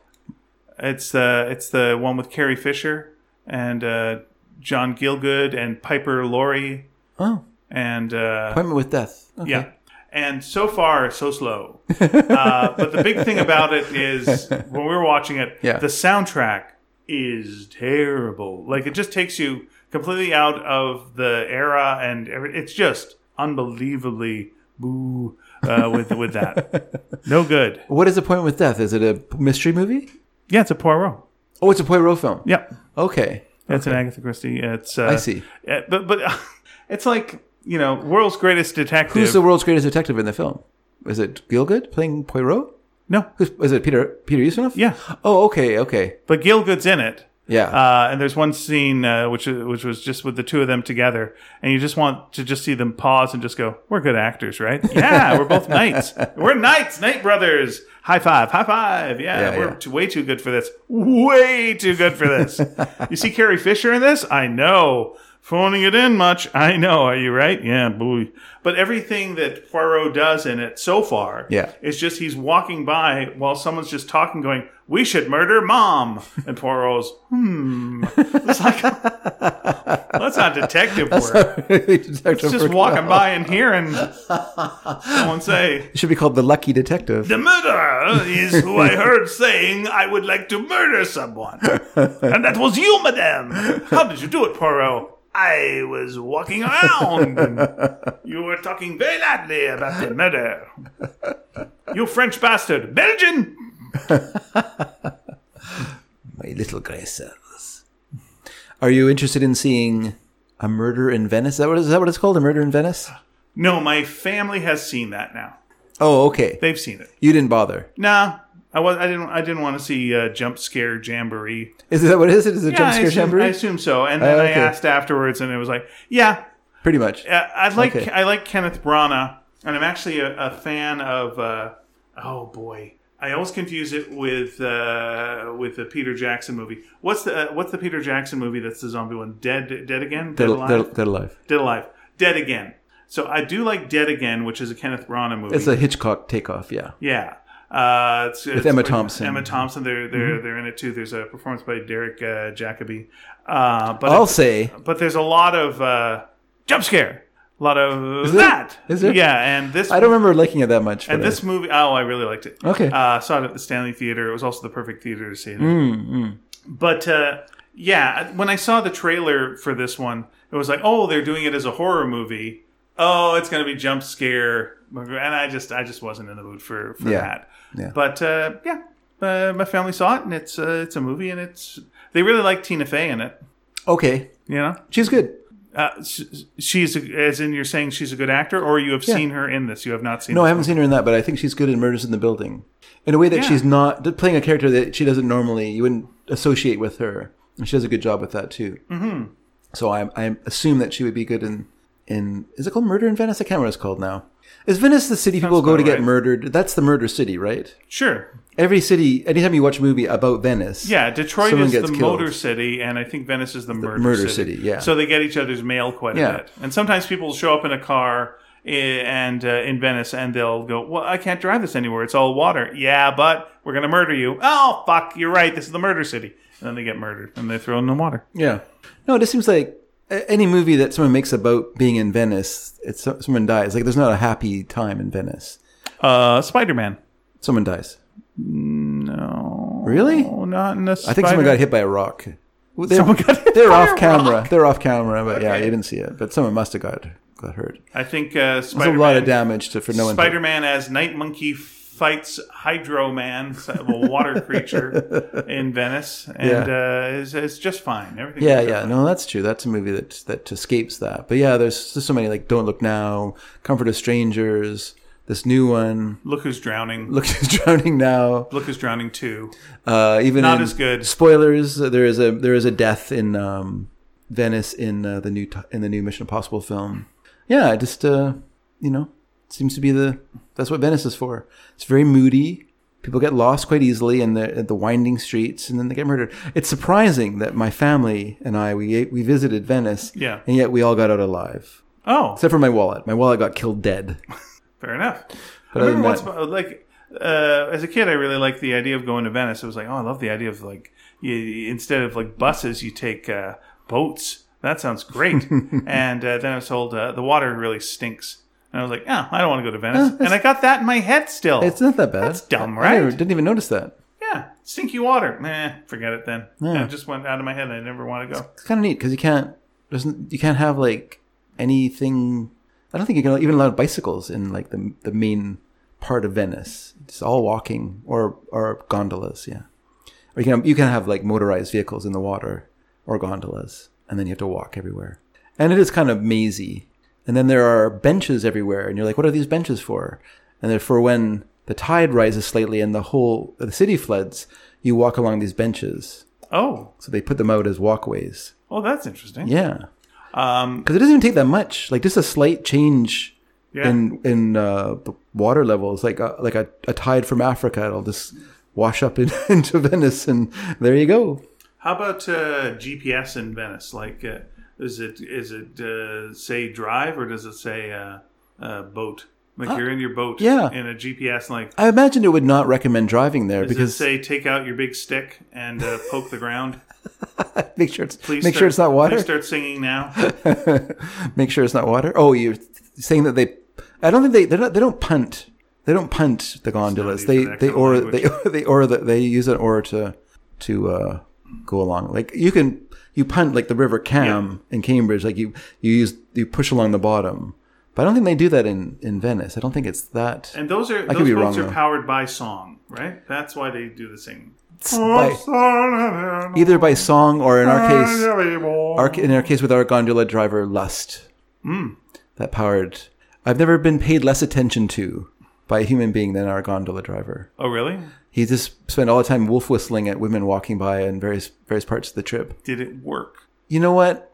Speaker 1: It's the it's the one with Carrie Fisher and uh, John Gielgud and Piper Laurie
Speaker 2: Oh,
Speaker 1: and uh,
Speaker 2: Appointment with Death. Okay.
Speaker 1: yeah. And so far, so slow. uh, but the big thing about it is when we were watching it,
Speaker 2: Yeah.
Speaker 1: the soundtrack is terrible. Like it just takes you completely out of the era, and every, it's just unbelievably boo uh, with with that. No good.
Speaker 2: What is Appointment with Death? Is it a mystery movie?
Speaker 1: Yeah, it's a Poirot.
Speaker 2: Oh, it's a Poirot film.
Speaker 1: Yeah,
Speaker 2: Okay.
Speaker 1: it's an Agatha Christie. It's uh,
Speaker 2: I see.
Speaker 1: uh, but but it's like you know, world's greatest detective.
Speaker 2: Who's the world's greatest detective in the film? Is it Gilgood playing Poirot?
Speaker 1: no,
Speaker 2: Who's, is it Peter Peter Ustinov?
Speaker 1: yeah,
Speaker 2: Oh, okay, okay.
Speaker 1: but Gielgud's in it.
Speaker 2: Yeah.
Speaker 1: Uh, and there's one scene uh, which which was just with the two of them together, and you just want to just see them pause and just go, "We're good actors, right? Yeah, we're both knights. We're knights, knight brothers. High five, high five. Yeah,
Speaker 2: Yeah,
Speaker 1: we're
Speaker 2: yeah.
Speaker 1: Too, way too good for this. Way too good for this. you see Carrie Fisher in this? I know. Phoning it in much? I know. Are you right? Yeah, boy. But everything that Poirot does in it so far,
Speaker 2: Yeah.
Speaker 1: it's just he's walking by while someone's just talking, going, "We should murder mom." And Poirot's, hmm. It's like that's not detective work.
Speaker 2: detective
Speaker 1: It's just
Speaker 2: work.
Speaker 1: walking by and hearing someone say,
Speaker 2: It should be called the Lucky Detective.
Speaker 1: "The murderer is who I heard saying I would like to murder someone, and that was you, madame. How did you do it, Poirot?" I was walking around. You were talking very loudly about the murder. You French bastard, Belgian.
Speaker 2: My little gray cells. Are you interested in seeing a murder in Venice? Is that what, is that what it's called? A murder in Venice?
Speaker 1: No, my family has seen that now.
Speaker 2: Oh, okay.
Speaker 1: They've seen it.
Speaker 2: You didn't bother.
Speaker 1: Nah, I was. I didn't. I didn't want to see uh, jump scare jamboree.
Speaker 2: Is that what it is? Is it
Speaker 1: Yeah,
Speaker 2: jump
Speaker 1: I
Speaker 2: scare
Speaker 1: assume,
Speaker 2: jamboree?
Speaker 1: I assume so. And then
Speaker 2: Oh, okay.
Speaker 1: I asked afterwards, and it was like, yeah,
Speaker 2: Pretty much.
Speaker 1: uh, I like.
Speaker 2: Okay.
Speaker 1: I like Kenneth Branagh, and I'm actually a, a fan of. Uh, oh boy, I always confuse it with uh, with the Peter Jackson movie. What's the uh, What's the Peter Jackson movie that's the zombie one? Dead Dead Again. Dead
Speaker 2: Dead,
Speaker 1: Alive.
Speaker 2: dead, dead alive.
Speaker 1: Dead Alive. Dead Again. So I do like Dead Again, which is a Kenneth Branagh movie.
Speaker 2: It's a Hitchcock takeoff. Yeah.
Speaker 1: Yeah. Uh, it's, it's
Speaker 2: Emma
Speaker 1: with
Speaker 2: Thompson. Mm-hmm.
Speaker 1: Emma Thompson, they're they're they're in it too. There's a performance by Derek uh, Jacobi, uh, but
Speaker 2: I'll say
Speaker 1: but there's a lot of uh, jump scare, a lot of
Speaker 2: there?
Speaker 1: that.
Speaker 2: Is there?
Speaker 1: Yeah, and this
Speaker 2: I don't remember liking it that much. But
Speaker 1: and this movie. Oh, I really liked it.
Speaker 2: I, okay.
Speaker 1: Uh, saw it at the Stanley Theater. It was also the perfect theater to see it. in.
Speaker 2: Mm, mm.
Speaker 1: But uh, yeah, when I saw the trailer for this one, it was like, oh, they're doing it as a horror movie. Oh, it's going to be jump scare, and I just I just wasn't in the mood for for
Speaker 2: Yeah.
Speaker 1: that.
Speaker 2: Yeah.
Speaker 1: But uh, yeah, uh, my family saw it, and it's uh, it's a movie, and it's they really like Tina Fey in it.
Speaker 2: Okay.
Speaker 1: You know,
Speaker 2: She's good.
Speaker 1: uh, sh- she's a, as in you're saying she's a good actor, or you have seen her in this. You have not seen.
Speaker 2: No,
Speaker 1: this
Speaker 2: I haven't seen her in that, but I think she's good in Murders in the Building, in a way that
Speaker 1: Yeah.
Speaker 2: she's not that playing a character that she doesn't normally you wouldn't associate with her, and she does a good job with that too. Mm-hmm. So I, I assume that she would be good in in is it called Murder in Venice? I can't remember what it's called now. Is Venice the city people go
Speaker 1: about
Speaker 2: to get
Speaker 1: right.
Speaker 2: murdered? That's the murder city, right?
Speaker 1: Sure.
Speaker 2: Every city, anytime you watch a movie about Venice,
Speaker 1: Yeah, Detroit
Speaker 2: Someone
Speaker 1: is the
Speaker 2: gets killed.
Speaker 1: motor city, and I think Venice is the murder,
Speaker 2: murder
Speaker 1: city.
Speaker 2: city, yeah.
Speaker 1: So they get each other's mail quite
Speaker 2: Yeah.
Speaker 1: a bit, and sometimes people show up in a car i- and uh, in Venice, and they'll go, "Well, I can't drive this anywhere. It's all water." Yeah, but we're gonna murder you. Oh fuck, you're right. This is the murder city, and then they get murdered, and they're thrown in the water.
Speaker 2: Yeah. No, it just seems like a- any movie that someone makes about being in Venice, it's someone dies. Like there's not a happy time in Venice.
Speaker 1: Uh, Spider Man.
Speaker 2: Someone dies.
Speaker 1: No,
Speaker 2: Really?
Speaker 1: No, Oh, not in a
Speaker 2: I think someone got hit by a rock. Well, They're,
Speaker 1: Someone got hit
Speaker 2: they're
Speaker 1: by
Speaker 2: off
Speaker 1: a
Speaker 2: camera. They're off camera, but yeah,
Speaker 1: Okay.
Speaker 2: you didn't see it. But someone must have got got hurt.
Speaker 1: I think uh,
Speaker 2: There's
Speaker 1: Spider
Speaker 2: a lot of
Speaker 1: Man.
Speaker 2: damage to for no one. to-
Speaker 1: Spider Man as Night Monkey fights Hydro Man, so- a water creature in Venice, and uh, it's, it's just fine. Everything.
Speaker 2: Yeah, yeah, no, that's true. That's a movie that that escapes that. But yeah, there's just so many like "Don't Look Now," "Comfort of Strangers." this new one.
Speaker 1: Look who's drowning.
Speaker 2: Look who's drowning now.
Speaker 1: Look who's drowning too.
Speaker 2: Uh, even
Speaker 1: Not
Speaker 2: in-
Speaker 1: as good.
Speaker 2: Spoilers: uh, there is a there is a death in um, Venice in uh, the new t- in the new Mission Impossible film. Yeah, it just uh, you know seems to be the that's what Venice is for. It's very moody. People get lost quite easily in the in the winding streets, and then they get murdered. It's surprising that my family and I we we visited Venice,
Speaker 1: Yeah.
Speaker 2: and yet we all got out alive
Speaker 1: Oh,
Speaker 2: except for my wallet. My wallet got killed dead.
Speaker 1: fair enough. I
Speaker 2: But other
Speaker 1: remember once,
Speaker 2: than
Speaker 1: upon- like, uh, as a kid, I really liked the idea of going to Venice. It was like, oh, I love the idea of like, you, instead of like buses, you take uh, boats. That sounds great. and uh, then I was told uh, the water really stinks, and I was like, oh, I don't want to go to Venice. and I got that in my head still.
Speaker 2: It's not that bad.
Speaker 1: That's dumb,
Speaker 2: I never-
Speaker 1: right?
Speaker 2: didn't even notice that.
Speaker 1: yeah, stinky water. Nah, forget it then. Yeah. It just went out of my head. I never want to go.
Speaker 2: It's kind of neat because you can't doesn't you can't have like anything. I don't think you can even allow bicycles in like the the main part of Venice. It's all walking or or gondolas. Yeah, or you can you can have like motorized vehicles in the water or gondolas, and then you have to walk everywhere. And it is kind of mazy. And then there are benches everywhere, and you're like, what are these benches for? And they're for when the tide rises slightly and the whole the city floods. You walk along these benches,
Speaker 1: Oh,
Speaker 2: so they put them out as walkways.
Speaker 1: well, that's interesting.
Speaker 2: Yeah,
Speaker 1: Um,
Speaker 2: because it doesn't even take that much. Like just a slight change
Speaker 1: yeah.
Speaker 2: in in uh, the water levels, like a, like a, a tide from Africa, it'll just wash up in, into Venice, and there you go.
Speaker 1: How about uh, GPS in Venice? Like, uh, is it is it uh, say drive or does it say uh, uh, boat? Like you're in your boat,
Speaker 2: yeah.
Speaker 1: in a GPS. Like,
Speaker 2: I imagine it would not recommend driving there
Speaker 1: does
Speaker 2: because
Speaker 1: it say take out your big stick and uh, poke the ground?
Speaker 2: make sure it's
Speaker 1: Please
Speaker 2: make
Speaker 1: start-
Speaker 2: sure it's not
Speaker 1: Please
Speaker 2: water.
Speaker 1: start singing now.
Speaker 2: make sure it's not water. Oh, you're saying that they? I don't think they they're not, they don't punt. They don't punt the
Speaker 1: need
Speaker 2: gondolas. They
Speaker 1: for that
Speaker 2: they
Speaker 1: kind of
Speaker 2: or
Speaker 1: language.
Speaker 2: they they or the, they use an oar to to uh, go along. Like you can you punt like the River Cam in Cambridge. Like you you use you push along the bottom. But I don't think they do that in in Venice. I don't think it's that.
Speaker 1: And those are
Speaker 2: could
Speaker 1: those
Speaker 2: be
Speaker 1: boats
Speaker 2: wrong,
Speaker 1: are
Speaker 2: though.
Speaker 1: powered by song, right? That's why they do the singing.
Speaker 2: by- either by song or in our
Speaker 1: Oh,
Speaker 2: case our, in our case with our gondola driver lust
Speaker 1: Hmm.
Speaker 2: that powered i've never been paid less attention to by a human being than our gondola driver
Speaker 1: oh, really?
Speaker 2: he just spent all the time wolf whistling at women walking by in various various parts of the trip
Speaker 1: Did it work?
Speaker 2: you know what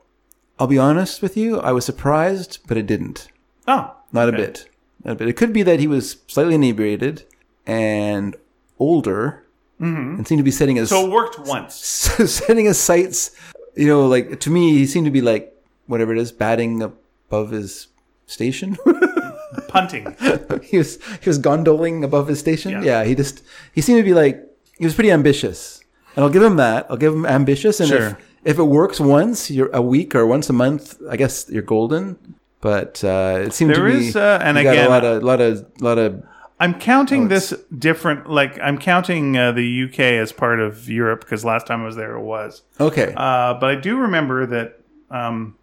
Speaker 2: i'll be honest with you i was surprised but it didn't
Speaker 1: Oh,
Speaker 2: not a
Speaker 1: okay.
Speaker 2: bit not a bit it could be that he was slightly inebriated and older and seemed to be setting his
Speaker 1: Mm-hmm. So it worked once.
Speaker 2: so setting his sights, you know, like to me, he seemed to be like whatever it is, batting above his station.
Speaker 1: Punting.
Speaker 2: he was he was gondoling above his station.
Speaker 1: Yeah.
Speaker 2: Yeah. he just he seemed to be like he was pretty ambitious, and I'll give him that. I'll give him ambitious, and
Speaker 1: Sure.
Speaker 2: if, if it works once, you're a week or once a month, I guess you're golden. But uh, it seemed
Speaker 1: There
Speaker 2: to be
Speaker 1: is, uh, and
Speaker 2: he
Speaker 1: again-
Speaker 2: got a lot of lot of lot of
Speaker 1: I'm counting this different. Like I'm counting uh, the UK as part of Europe because last time I was there, it was.
Speaker 2: okay.
Speaker 1: Uh, but I do remember that um,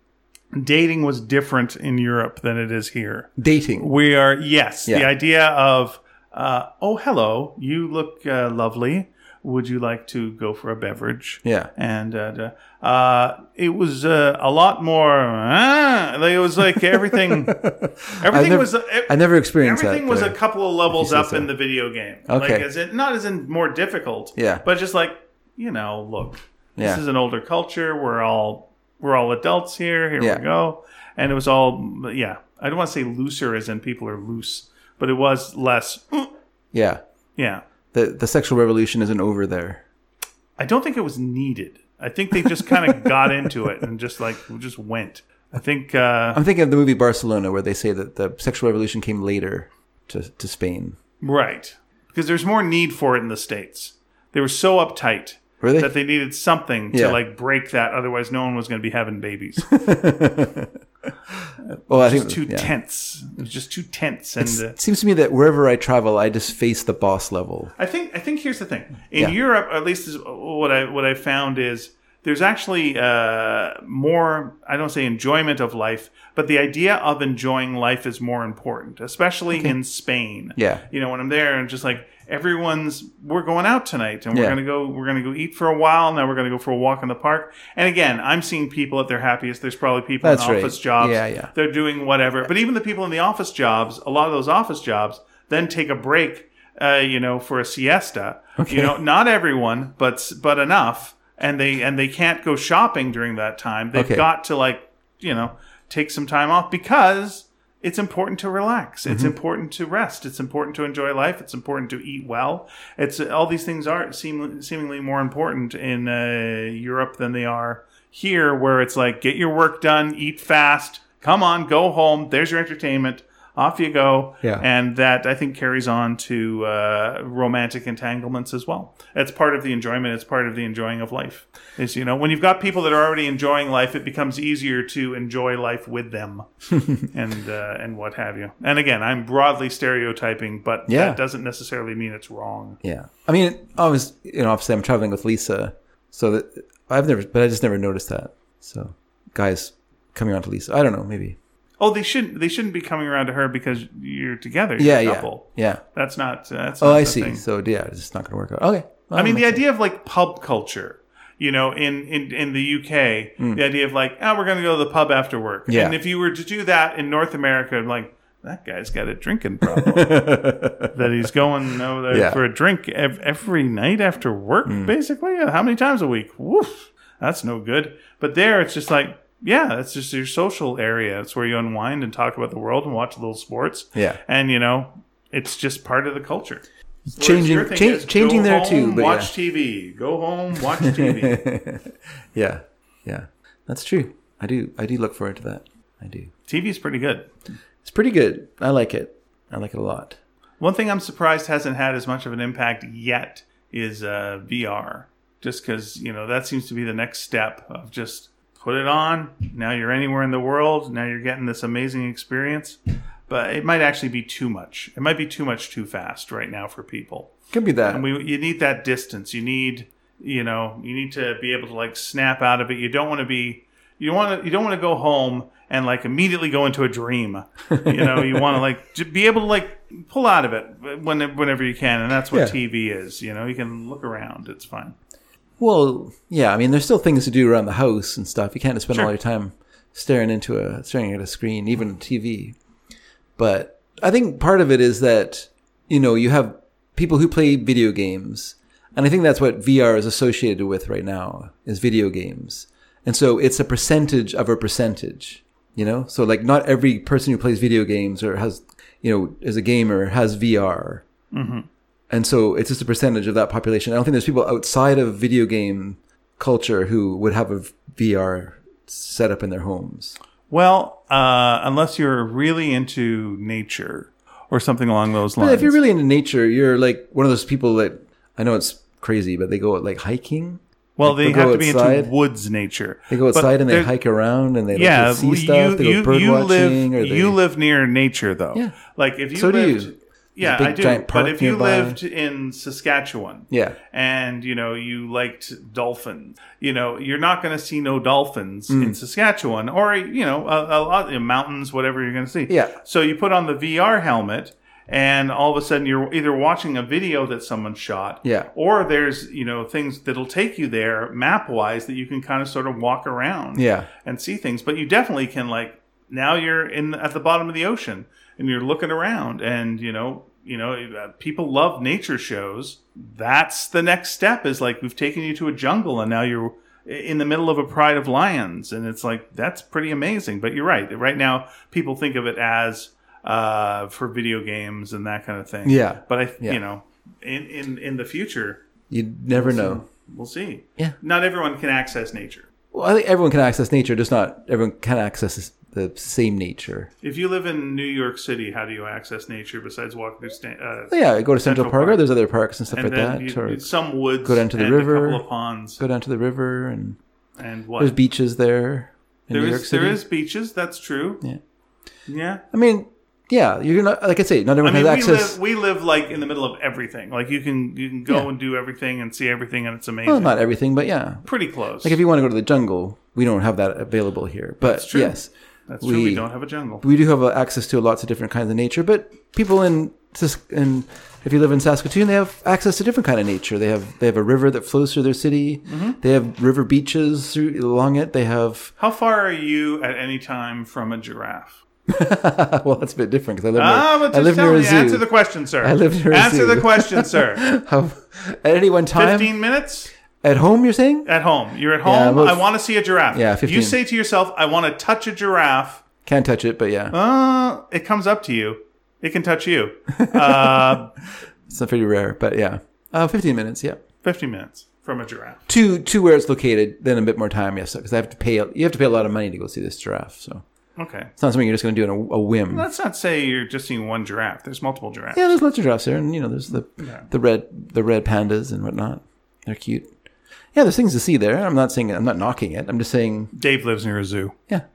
Speaker 1: dating was different in Europe than it is here.
Speaker 2: Dating.
Speaker 1: We are yes, the
Speaker 2: Yeah.
Speaker 1: idea of uh, oh hello, you look uh, lovely. Would you like to go for a beverage?
Speaker 2: Yeah.
Speaker 1: and uh, uh, uh, it was uh, a lot more. Uh, like it was like everything. everything
Speaker 2: never-
Speaker 1: was. uh, e,
Speaker 2: I never experienced
Speaker 1: Everything
Speaker 2: that.
Speaker 1: was
Speaker 2: but-
Speaker 1: a couple of levels
Speaker 2: say
Speaker 1: up
Speaker 2: so.
Speaker 1: in the video game. Like,
Speaker 2: Okay.
Speaker 1: as in, not as in more difficult.
Speaker 2: Yeah.
Speaker 1: But just like you know, look,
Speaker 2: Yeah.
Speaker 1: this is an older culture. We're all we're all adults here. Here
Speaker 2: Yeah.
Speaker 1: we go. And it was all yeah. I don't want to say looser as in people are loose, but it was less. "Mm."
Speaker 2: yeah.
Speaker 1: Yeah.
Speaker 2: The the sexual revolution isn't over there.
Speaker 1: I don't think it was needed. I think they just kind of got into it and just like just went. I think uh,
Speaker 2: I'm thinking of the movie Barcelona, where they say that the sexual revolution came later to, to Spain.
Speaker 1: right because there's more need for it in the states. They were so uptight
Speaker 2: Were they?
Speaker 1: that they needed something
Speaker 2: Yeah.
Speaker 1: to like break that. Otherwise, no one was going to be having babies.
Speaker 2: well, I think
Speaker 1: Too
Speaker 2: yeah.
Speaker 1: tense. It was just too tense. And uh,
Speaker 2: It seems to me that wherever I travel, I just face the boss level.
Speaker 1: I think I think here's the thing in
Speaker 2: Yeah.
Speaker 1: Europe, at least is what I what I found is there's actually uh, more. I don't say enjoyment of life, but the idea of enjoying life is more important, especially in Spain.
Speaker 2: Yeah.
Speaker 1: you know when I'm there and just like everyone's we're going out tonight and we're
Speaker 2: Yeah.
Speaker 1: going to go we're going to go eat for a while now we're going to go for a walk in the park and again i'm seeing people at their happiest there's probably people
Speaker 2: That's
Speaker 1: in
Speaker 2: right.
Speaker 1: office jobs
Speaker 2: Yeah, yeah.
Speaker 1: they're doing whatever but even the people in the office jobs a lot of those office jobs then take a break uh, you know for a siesta you know not everyone but but enough and they and they can't go shopping during that time they've
Speaker 2: Okay.
Speaker 1: got to like you know take some time off because it's important to relax. It's important to rest. It's important to enjoy life. It's important to eat well. It's all these things are seem, seemingly more important in uh, Europe than they are here, where it's like get your work done, eat fast, come on, go home. There's your entertainment. Off you go.
Speaker 2: Yeah.
Speaker 1: And that I think carries on to uh, romantic entanglements as well. That's part of the enjoyment. It's part of the enjoying of life. Is you know when you've got people that are already enjoying life, it becomes easier to enjoy life with them and uh, and what have you. And again, I'm broadly stereotyping, but
Speaker 2: Yeah.
Speaker 1: that doesn't necessarily mean it's wrong.
Speaker 2: Yeah, I mean, I was you know, obviously I'm traveling with Lisa, so that I've never, but I just never noticed that. So guys coming on to Lisa, I don't know, maybe.
Speaker 1: Oh, they shouldn't they shouldn't be coming around to her because you're together. You're
Speaker 2: Yeah,
Speaker 1: a
Speaker 2: yeah,
Speaker 1: couple.
Speaker 2: yeah.
Speaker 1: That's not. Uh, that's
Speaker 2: Oh,
Speaker 1: not
Speaker 2: I
Speaker 1: the
Speaker 2: see.
Speaker 1: thing.
Speaker 2: So yeah, it's not going to work out. Okay. Well,
Speaker 1: I mean,
Speaker 2: that
Speaker 1: the
Speaker 2: Oh, makes
Speaker 1: idea of like pub culture, you know, in in, in the UK, the idea of like, oh, we're going to go to the pub after work.
Speaker 2: Hmm. Yeah.
Speaker 1: And if you were to do that in North America, I'm like, that guy's got a drinking problem. that he's going over there
Speaker 2: Yeah. Hmm.
Speaker 1: for a drink ev- every night after work, basically. How many times a week? Woof. That's no good. But there, it's just like, yeah, that's just your social area. It's where you unwind and talk about the world and watch little sports.
Speaker 2: Yeah.
Speaker 1: And, you know, it's just part of the culture. Whereas
Speaker 2: Changing-
Speaker 1: your thing
Speaker 2: cha-
Speaker 1: is
Speaker 2: changing
Speaker 1: go
Speaker 2: there
Speaker 1: home,
Speaker 2: too, but
Speaker 1: watch TV. Go home, watch TV.
Speaker 2: yeah, yeah, that's true. I do, I do look forward to that. I do.
Speaker 1: TV's pretty good.
Speaker 2: It's pretty good. I like it. I like it a lot.
Speaker 1: One thing I'm surprised hasn't had as much of an impact yet is uh, VR. Just because you know that seems to be the next step of just put it on. Now you're anywhere in the world. Now you're getting this amazing experience. But it might actually be too much. It might be too much too fast right now for people.
Speaker 2: Could be that.
Speaker 1: And we you need that distance. You need you know you need to be able to like snap out of it. You don't want to be you want to you don't want to go home and like immediately go into a dream. You know you want to like j- be able to like pull out of it when, whenever you can, and that's what
Speaker 2: Yeah.
Speaker 1: TV is. You know you can look around. It's fine.
Speaker 2: Well, yeah. I mean, there's still things to do around the house and stuff. You can't just spend all your time staring into a staring at a screen, even a TV. But I think part of it is that you know you have people who play video games, and I think that's what VR is associated with right now is video games. And so it's a percentage of a percentage, you know. So like, not every person who plays video games or has, you know, is a gamer has VR and so it's just a percentage of that population. I don't think there's people outside of video game culture who would have a VR set up in their homes.
Speaker 1: Well, uh, unless you're really into nature or something along those lines.
Speaker 2: But if you're really into nature, you're like one of those people that I know it's crazy, but they go like hiking.
Speaker 1: well, they
Speaker 2: they
Speaker 1: have
Speaker 2: go
Speaker 1: to be into
Speaker 2: outside.
Speaker 1: woods nature.
Speaker 2: They go
Speaker 1: But
Speaker 2: outside and they
Speaker 1: there-
Speaker 2: hike around and they like,
Speaker 1: yeah,
Speaker 2: see stuff.
Speaker 1: You,
Speaker 2: they go
Speaker 1: you,
Speaker 2: bird
Speaker 1: you
Speaker 2: watching
Speaker 1: live,
Speaker 2: or they
Speaker 1: you live near nature though.
Speaker 2: Yeah.
Speaker 1: Like if you
Speaker 2: So do you.
Speaker 1: lived,
Speaker 2: There's
Speaker 1: yeah,
Speaker 2: a big
Speaker 1: I do.
Speaker 2: giant
Speaker 1: but
Speaker 2: park
Speaker 1: if you
Speaker 2: nearby.
Speaker 1: lived in Saskatchewan,
Speaker 2: yeah.
Speaker 1: and you know you liked dolphins, you know you're not going to see no dolphins
Speaker 2: Mm.
Speaker 1: in Saskatchewan or you know a, a lot in mountains, whatever you're going to see.
Speaker 2: Yeah.
Speaker 1: So you put on the VR helmet. And all of a sudden, you're either watching a video that someone shot,
Speaker 2: Yeah.
Speaker 1: or there's you know things that'll take you there map wise that you can kind of sort of walk around,
Speaker 2: Yeah.
Speaker 1: and see things. But you definitely can like now you're in at the bottom of the ocean and you're looking around and you know you know uh, people love nature shows. That's the next step is like we've taken you to a jungle and now you're in the middle of a pride of lions and it's like that's pretty amazing. But you're right. Right now people think of it as uh, for video games and that kind of thing.
Speaker 2: Yeah.
Speaker 1: But I
Speaker 2: Yeah.
Speaker 1: you know in in in the future
Speaker 2: You never know.
Speaker 1: we'll see.
Speaker 2: Yeah.
Speaker 1: Not everyone can access nature.
Speaker 2: Well, I think everyone can access nature, just not everyone can access the same nature.
Speaker 1: If you live in New York City, how do you access nature besides walking through? Sta- uh,
Speaker 2: But yeah, go to Central,
Speaker 1: Central
Speaker 2: Park,
Speaker 1: Park.
Speaker 2: or there's other parks and stuff
Speaker 1: and
Speaker 2: like
Speaker 1: then
Speaker 2: that,
Speaker 1: you-
Speaker 2: or
Speaker 1: you- some woods,
Speaker 2: go down to the
Speaker 1: and
Speaker 2: river.
Speaker 1: a couple of ponds,
Speaker 2: go down to the river and
Speaker 1: and what?
Speaker 2: There's beaches there in
Speaker 1: there
Speaker 2: New
Speaker 1: is-
Speaker 2: York City.
Speaker 1: there is beaches. That's true.
Speaker 2: Yeah.
Speaker 1: yeah.
Speaker 2: I mean, yeah, you're not like I say, not
Speaker 1: I
Speaker 2: everyone
Speaker 1: mean,
Speaker 2: has
Speaker 1: we
Speaker 2: access.
Speaker 1: live, we live like in the middle of everything. Like you can you can go and do everything and see everything, and it's amazing.
Speaker 2: well, not everything, but yeah.
Speaker 1: Pretty close.
Speaker 2: Oh, Like if you want to go to the jungle, we don't have that available here. But
Speaker 1: true.
Speaker 2: yes,
Speaker 1: that's true. We
Speaker 2: we-
Speaker 1: don't have a jungle.
Speaker 2: we do have uh, access to lots of different kinds of nature. But people in Sis- in if you live in Saskatoon, they have access to different kind of nature. They have they have a river that flows through their city.
Speaker 1: Mm-hmm.
Speaker 2: They have river beaches through, along it. They have
Speaker 1: How far are you at any time from a giraffe?
Speaker 2: well, that's a bit different because I live
Speaker 1: Ah,
Speaker 2: near,
Speaker 1: but
Speaker 2: I
Speaker 1: just
Speaker 2: live
Speaker 1: tell
Speaker 2: near a
Speaker 1: me.
Speaker 2: zoo.
Speaker 1: Answer the question, sir.
Speaker 2: I live near a
Speaker 1: Answer
Speaker 2: zoo.
Speaker 1: the question, sir.
Speaker 2: How- at any one time
Speaker 1: Fifteen minutes
Speaker 2: at home, you're saying?
Speaker 1: at home. You're at
Speaker 2: Yeah,
Speaker 1: home.
Speaker 2: about
Speaker 1: I
Speaker 2: f-
Speaker 1: want to see a giraffe.
Speaker 2: Yeah, 15.
Speaker 1: You say to yourself, "I want to touch a giraffe."
Speaker 2: Can't touch it, but yeah,
Speaker 1: Uh, it comes up to you. It can touch you. Uh,
Speaker 2: it's not pretty rare. But yeah, uh, fifteen minutes. Yeah,
Speaker 1: Fifteen minutes from a giraffe.
Speaker 2: to to where it's located, then a bit more time. Yes, because I have to pay. You have to pay a lot of money to go see this giraffe. So
Speaker 1: Okay.
Speaker 2: it's not something you're just going to do on a, a whim.
Speaker 1: Let's not say you're just seeing one giraffe. There's multiple giraffes.
Speaker 2: Yeah, there's lots of giraffes there, and you know, there's the the red the red pandas and whatnot. They're cute. Yeah, there's things to see there. I'm not saying I'm not knocking it. I'm just saying,
Speaker 1: Dave lives near a zoo.
Speaker 2: yeah.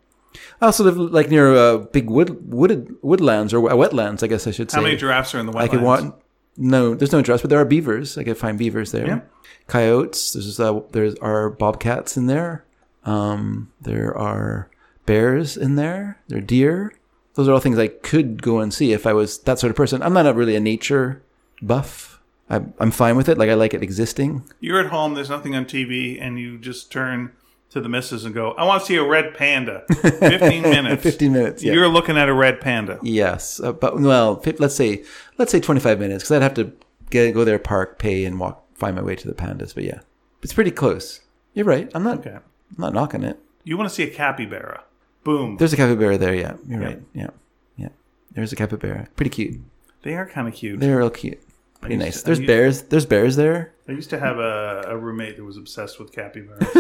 Speaker 2: I also live like near uh, big wood wooded woodlands or wetlands. I guess I should say.
Speaker 1: How many giraffes are in the wetlands?
Speaker 2: I could want no. There's no giraffes, but there are beavers. I could find beavers there.
Speaker 1: Yeah.
Speaker 2: Coyotes. There's uh, there's are bobcats in there. Um, there are bears in there. There are deer. Those are all things I could go and see if I was that sort of person. I'm not a, really a nature buff. I, I'm fine with it. Like I like it existing.
Speaker 1: You're at home. There's nothing on TV, and you just turn to the missus and go, "I want to see a red panda." Fifteen minutes.
Speaker 2: Fifteen minutes. Yeah.
Speaker 1: You're looking at a red panda.
Speaker 2: yes, uh, but well, fif- let's say let's say 25 minutes because I'd have to get, go there, park, pay, and walk find my way to the pandas. But yeah, it's pretty close. You're right. I'm not.
Speaker 1: Okay.
Speaker 2: I'm not knocking it.
Speaker 1: You want to see a capybara? Boom.
Speaker 2: There's a capybara there, yeah. You're right. Yeah. Yeah. There's a capybara. Pretty cute.
Speaker 1: They are kind of cute.
Speaker 2: They're real cute. Pretty
Speaker 1: used
Speaker 2: nice.
Speaker 1: to- I
Speaker 2: There's
Speaker 1: used-
Speaker 2: bears. There's bears there.
Speaker 1: I used to have a, a roommate that was obsessed with capybaras.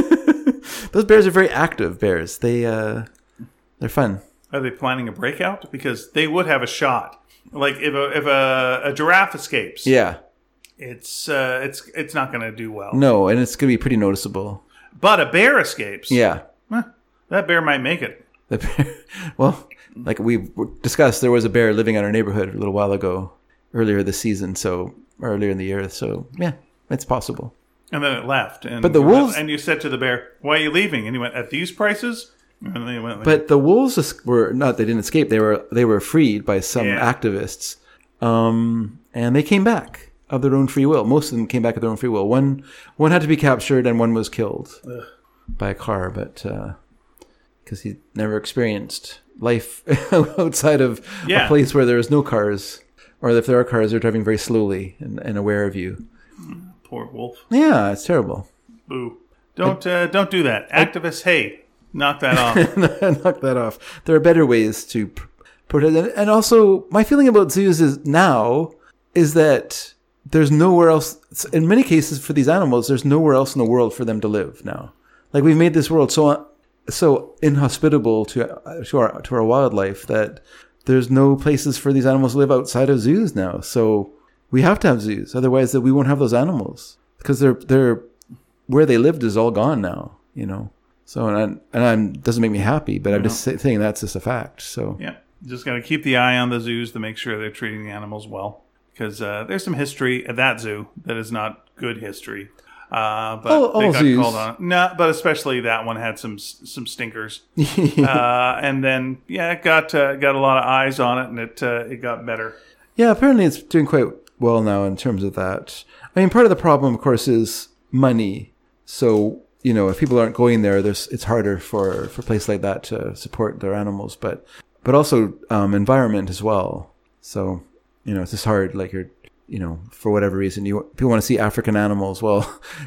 Speaker 2: Those bears are very active bears. They uh they're fun.
Speaker 1: Are they planning a breakout? Because they would have a shot. Like if a if a, a giraffe escapes,
Speaker 2: Yeah.
Speaker 1: it's uh, it's it's not going to do well.
Speaker 2: No, and it's gonna be pretty noticeable.
Speaker 1: But a bear escapes.
Speaker 2: Yeah.
Speaker 1: Huh, that bear might make it.
Speaker 2: The bear, well, like we discussed, there was a bear living in our neighborhood a little while ago, earlier this season, so earlier in the year. So yeah, it's possible.
Speaker 1: And then it left. And
Speaker 2: But the wolves-
Speaker 1: And you said to the bear, "Why are you leaving?" And he went, "At these prices." And they went, like,
Speaker 2: But the wolves es- were not; they didn't escape. They were they were freed by some
Speaker 1: Yeah.
Speaker 2: activists, um, and they came back of their own free will. Most of them came back of their own free will. One one had to be captured, and one was killed by a car, but because he never experienced life outside of a
Speaker 1: Yeah.
Speaker 2: place where there is no cars, or if there are cars, they're driving very slowly and, and aware of you.
Speaker 1: "Poor wolf.
Speaker 2: Yeah, it's terrible.
Speaker 1: Boo! Don't uh, don't do that, activists. Hey, knock that off.
Speaker 2: knock that off. There are better ways to pr- protest. And, and also, my feeling about zoos is now is that there's nowhere else. In many cases, for these animals, there's nowhere else in the world for them to live now. Like we've made this world so so inhospitable to to our to our wildlife that there's no places for these animals to live outside of zoos now. So we have to have zoos, otherwise that we won't have those animals because they're they're where they lived is all gone now. You know. So and I'm, and I'm doesn't make me happy, but I'm just say- saying that's just a fact. So
Speaker 1: yeah, just got to keep the eye on the zoos to make sure they're treating the animals well, because uh, there's some history at that zoo that is not good history. Uh, but
Speaker 2: All- all
Speaker 1: they got
Speaker 2: zoos.
Speaker 1: called on. No, but especially that one had some some stinkers. uh, and then yeah, it got uh, got a lot of eyes on it, and it uh, it got better.
Speaker 2: yeah, apparently it's doing quite well now in terms of that. I mean, part of the problem, of course, is money. So you know, if people aren't going there, there's it's harder for for places like that to support their animals, but but also um, environment as well. So you know, it's just hard. Like you're you know, for whatever reason, you people want to see African animals. Well,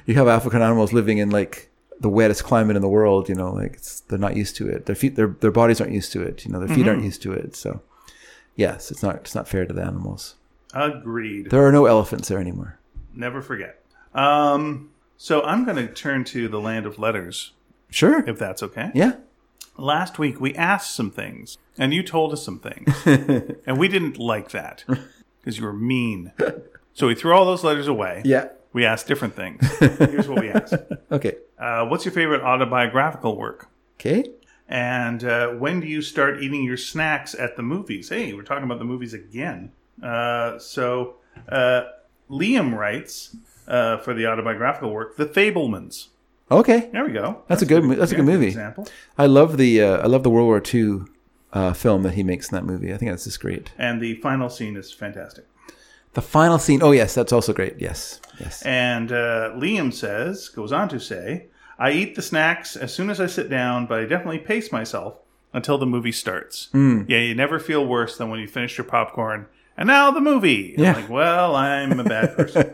Speaker 2: you have African animals living in like the wettest climate in the world. You know, like it's, they're not used to it. Their feet, their their bodies aren't used to it. You know, their feet aren't used to it. So, yes, it's not it's not fair to the animals.
Speaker 1: Agreed.
Speaker 2: There are no elephants there anymore.
Speaker 1: Never forget. Um, so I'm going to turn to the land of letters,
Speaker 2: Sure.
Speaker 1: if that's okay.
Speaker 2: Yeah.
Speaker 1: Last week we asked some things, and you told us some things, and we didn't like that because you were mean. So we threw all those letters away.
Speaker 2: Yeah.
Speaker 1: We asked different things. Here's what we asked:
Speaker 2: Okay.
Speaker 1: uh, What's your favorite autobiographical work?
Speaker 2: Okay.
Speaker 1: And uh, when do you start eating your snacks at the movies? Hey, we're talking about the movies again. Uh, so uh, Liam writes uh, for the autobiographical work, The Fablemans.
Speaker 2: Okay.
Speaker 1: There we go.
Speaker 2: That's a good. mo- That's a
Speaker 1: yeah,
Speaker 2: good movie.
Speaker 1: example.
Speaker 2: I love the uh, I love the World War II uh, film that he makes in that movie. I think that's just great.
Speaker 1: And the final scene is fantastic.
Speaker 2: The final scene. Oh yes, that's also great. Yes, yes.
Speaker 1: And uh, Liam says, goes on to say, I eat the snacks as soon as I sit down, but I definitely pace myself until the movie starts.
Speaker 2: Hmm.
Speaker 1: Yeah, you never feel worse than when you finish your popcorn. And now the movie. And I'm
Speaker 2: Yeah.
Speaker 1: like, well, I'm a bad person.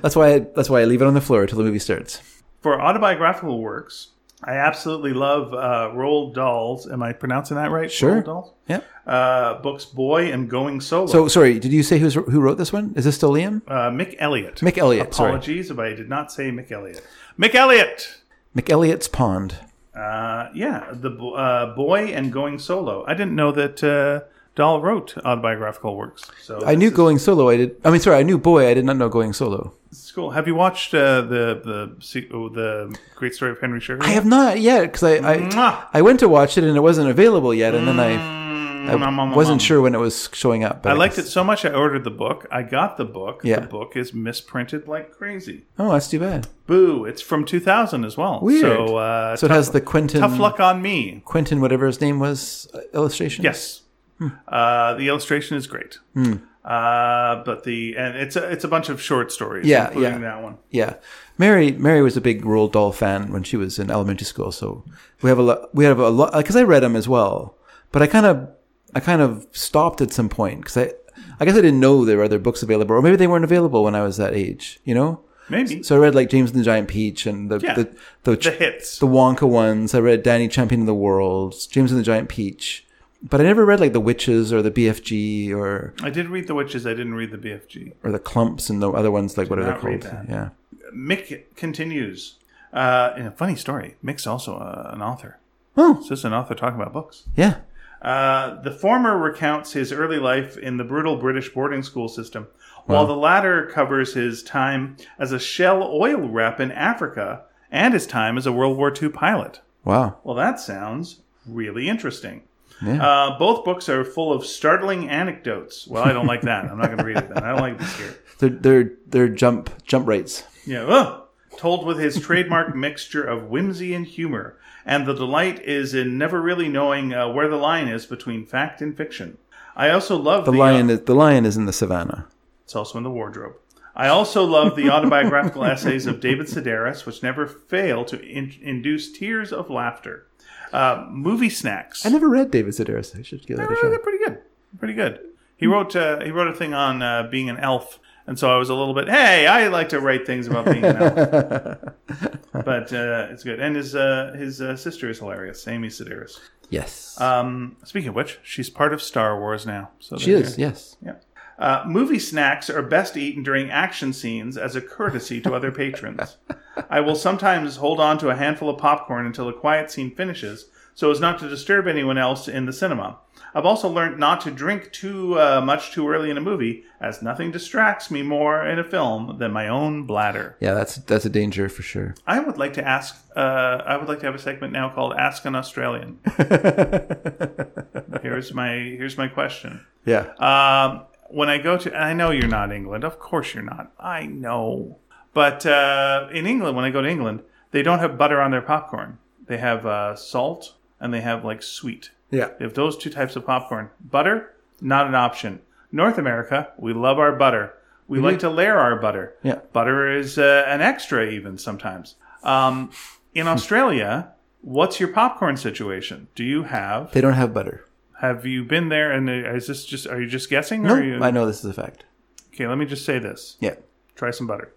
Speaker 2: that's why. I, that's why I leave it on the floor until the movie starts.
Speaker 1: For autobiographical works, I absolutely love uh, Roald Dahl's. Am I pronouncing that right?
Speaker 2: Sure.
Speaker 1: Roald Dahl's?
Speaker 2: Yeah.
Speaker 1: Uh, books Boy and Going Solo.
Speaker 2: So sorry. Did you say who's, who wrote this one? Is this still Liam?
Speaker 1: uh, Mick Elliott.
Speaker 2: Mick Elliott. Sorry.
Speaker 1: Apologies if I did not say Mick Elliott. Mick Elliott.
Speaker 2: Mick Elliott's Pond.
Speaker 1: Uh, yeah, the Bo- uh, boy and going solo. I didn't know that uh, Dahl wrote autobiographical works. So
Speaker 2: I knew going solo. I did. I mean, sorry. I knew boy. I did not know going solo.
Speaker 1: it's cool. Have you watched uh, the the se- oh, the Great Story of Henry Ah, Sugar?
Speaker 2: I have not yet because I, I
Speaker 1: Mwah!
Speaker 2: I went to watch it and it wasn't available yet, and then I
Speaker 1: Mm, nom, nom,
Speaker 2: I
Speaker 1: nom,
Speaker 2: wasn't
Speaker 1: nom.
Speaker 2: sure when it was showing up. But
Speaker 1: I liked it so much. I ordered the book. I got the book.
Speaker 2: Yeah.
Speaker 1: The book is misprinted like crazy.
Speaker 2: Oh, that's too bad.
Speaker 1: Boo! It's from 2000 as well.
Speaker 2: Weird.
Speaker 1: So, uh,
Speaker 2: So it has the Quentin
Speaker 1: tough luck on me.
Speaker 2: Quentin whatever his name was uh, illustration.
Speaker 1: Yes.
Speaker 2: Hmm.
Speaker 1: Uh, the illustration is great. Uh, but the and it's a it's a bunch of short stories,
Speaker 2: Yeah,
Speaker 1: including
Speaker 2: yeah.
Speaker 1: that one.
Speaker 2: Yeah. Mary Mary was a big Roald Dahl fan when she was in elementary school, so we have a lot we have a lot because I read them as well. But I kind of I kind of stopped at some point cuz I I guess I didn't know there were other books available or maybe they weren't available when I was that age, you know?
Speaker 1: Maybe
Speaker 2: So I read like James and the Giant Peach and the
Speaker 1: Yeah.
Speaker 2: the, the,
Speaker 1: the hits.
Speaker 2: the Wonka ones. I read Danny Champion of the World, James and the Giant Peach. But I never read like The Witches or the BFG or
Speaker 1: I did read the witches. I didn't read the BFG.
Speaker 2: or the clumps and the other ones like what are they
Speaker 1: not read
Speaker 2: called?
Speaker 1: that.
Speaker 2: Yeah.
Speaker 1: Mick continues. Uh, and a funny story. Mick's also uh, an author.
Speaker 2: Oh,
Speaker 1: It's just an author talking about books.
Speaker 2: yeah.
Speaker 1: Uh, the former recounts his early life in the brutal British boarding school system, while the latter covers his time as a Shell oil rep in Africa and his time as a World War II pilot.
Speaker 2: Wow.
Speaker 1: Well, that sounds really interesting.
Speaker 2: Yeah.
Speaker 1: Uh, both books are full of startling anecdotes. Well, I don't like that. I'm not going to read it then. I don't like this here.
Speaker 2: They're they're they're jump jump rates.
Speaker 1: Yeah. ugh. Told with his trademark mixture of whimsy and humor, and the delight is in never really knowing uh, where the line is between fact and fiction. I also love uh,
Speaker 2: The lion is the lion is in the savannah.
Speaker 1: It's also in the wardrobe. I also love the autobiographical essays of David Sedaris, which never fail to in- induce tears of laughter. Uh, movie snacks.
Speaker 2: I never read David Sedaris. I should give that a
Speaker 1: Uh,
Speaker 2: try.
Speaker 1: they're pretty good. Pretty good. He
Speaker 2: Hmm.
Speaker 1: wrote uh, he wrote a thing on uh, being an elf, and so I was a little bit, hey, I like to write things about being an elf, but uh, it's good. And his uh, his uh, sister is hilarious, Amy Sedaris.
Speaker 2: Yes.
Speaker 1: Um, speaking of which, she's part of Star Wars now. So
Speaker 2: she
Speaker 1: there
Speaker 2: is,
Speaker 1: you
Speaker 2: yes.
Speaker 1: go. Yeah. Uh, movie snacks are best eaten during action scenes as a courtesy to other patrons. I will sometimes hold on to a handful of popcorn until a quiet scene finishes so as not to disturb anyone else in the cinema. I've also learned not to drink too uh, much too early in a movie, as nothing distracts me more in a film than my own bladder.
Speaker 2: Yeah, that's that's a danger for sure.
Speaker 1: I would like to ask. Uh, I would like to have a segment now called "Ask an Australian." here's my here's my question.
Speaker 2: Yeah.
Speaker 1: Um, when I go to, and I know you're not England. Of course you're not. I know. But uh, in England, when I go to England, they don't have butter on their popcorn. They have uh, salt and they have like sweet.
Speaker 2: yeah.
Speaker 1: They have those two types of popcorn. Butter, not an option. North America, we love our butter. We like to layer our butter.
Speaker 2: Mm-hmm. Yeah.
Speaker 1: Butter is uh, an extra, even sometimes. Um, in
Speaker 2: Hmm.
Speaker 1: Australia, what's your popcorn situation? Do you have
Speaker 2: They don't have butter.
Speaker 1: have you been there? And uh, is this just? Are you just guessing?
Speaker 2: No,
Speaker 1: or are you,
Speaker 2: I know this is a fact.
Speaker 1: Okay, let me just say this.
Speaker 2: Yeah.
Speaker 1: Try some butter.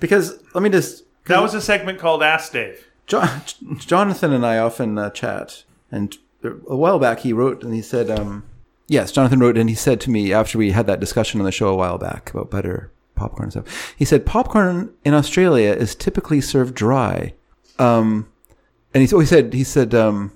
Speaker 2: Because let me just
Speaker 1: That was a segment called Ask Dave.
Speaker 2: John, Jonathan and I often uh, chat, and uh, a while back he wrote and he said, um, "Yes, Jonathan wrote and he said to me after we had that discussion on the show a while back about butter, popcorn, and stuff. He said popcorn in Australia is typically served dry, um, and he, oh, he said he said, um,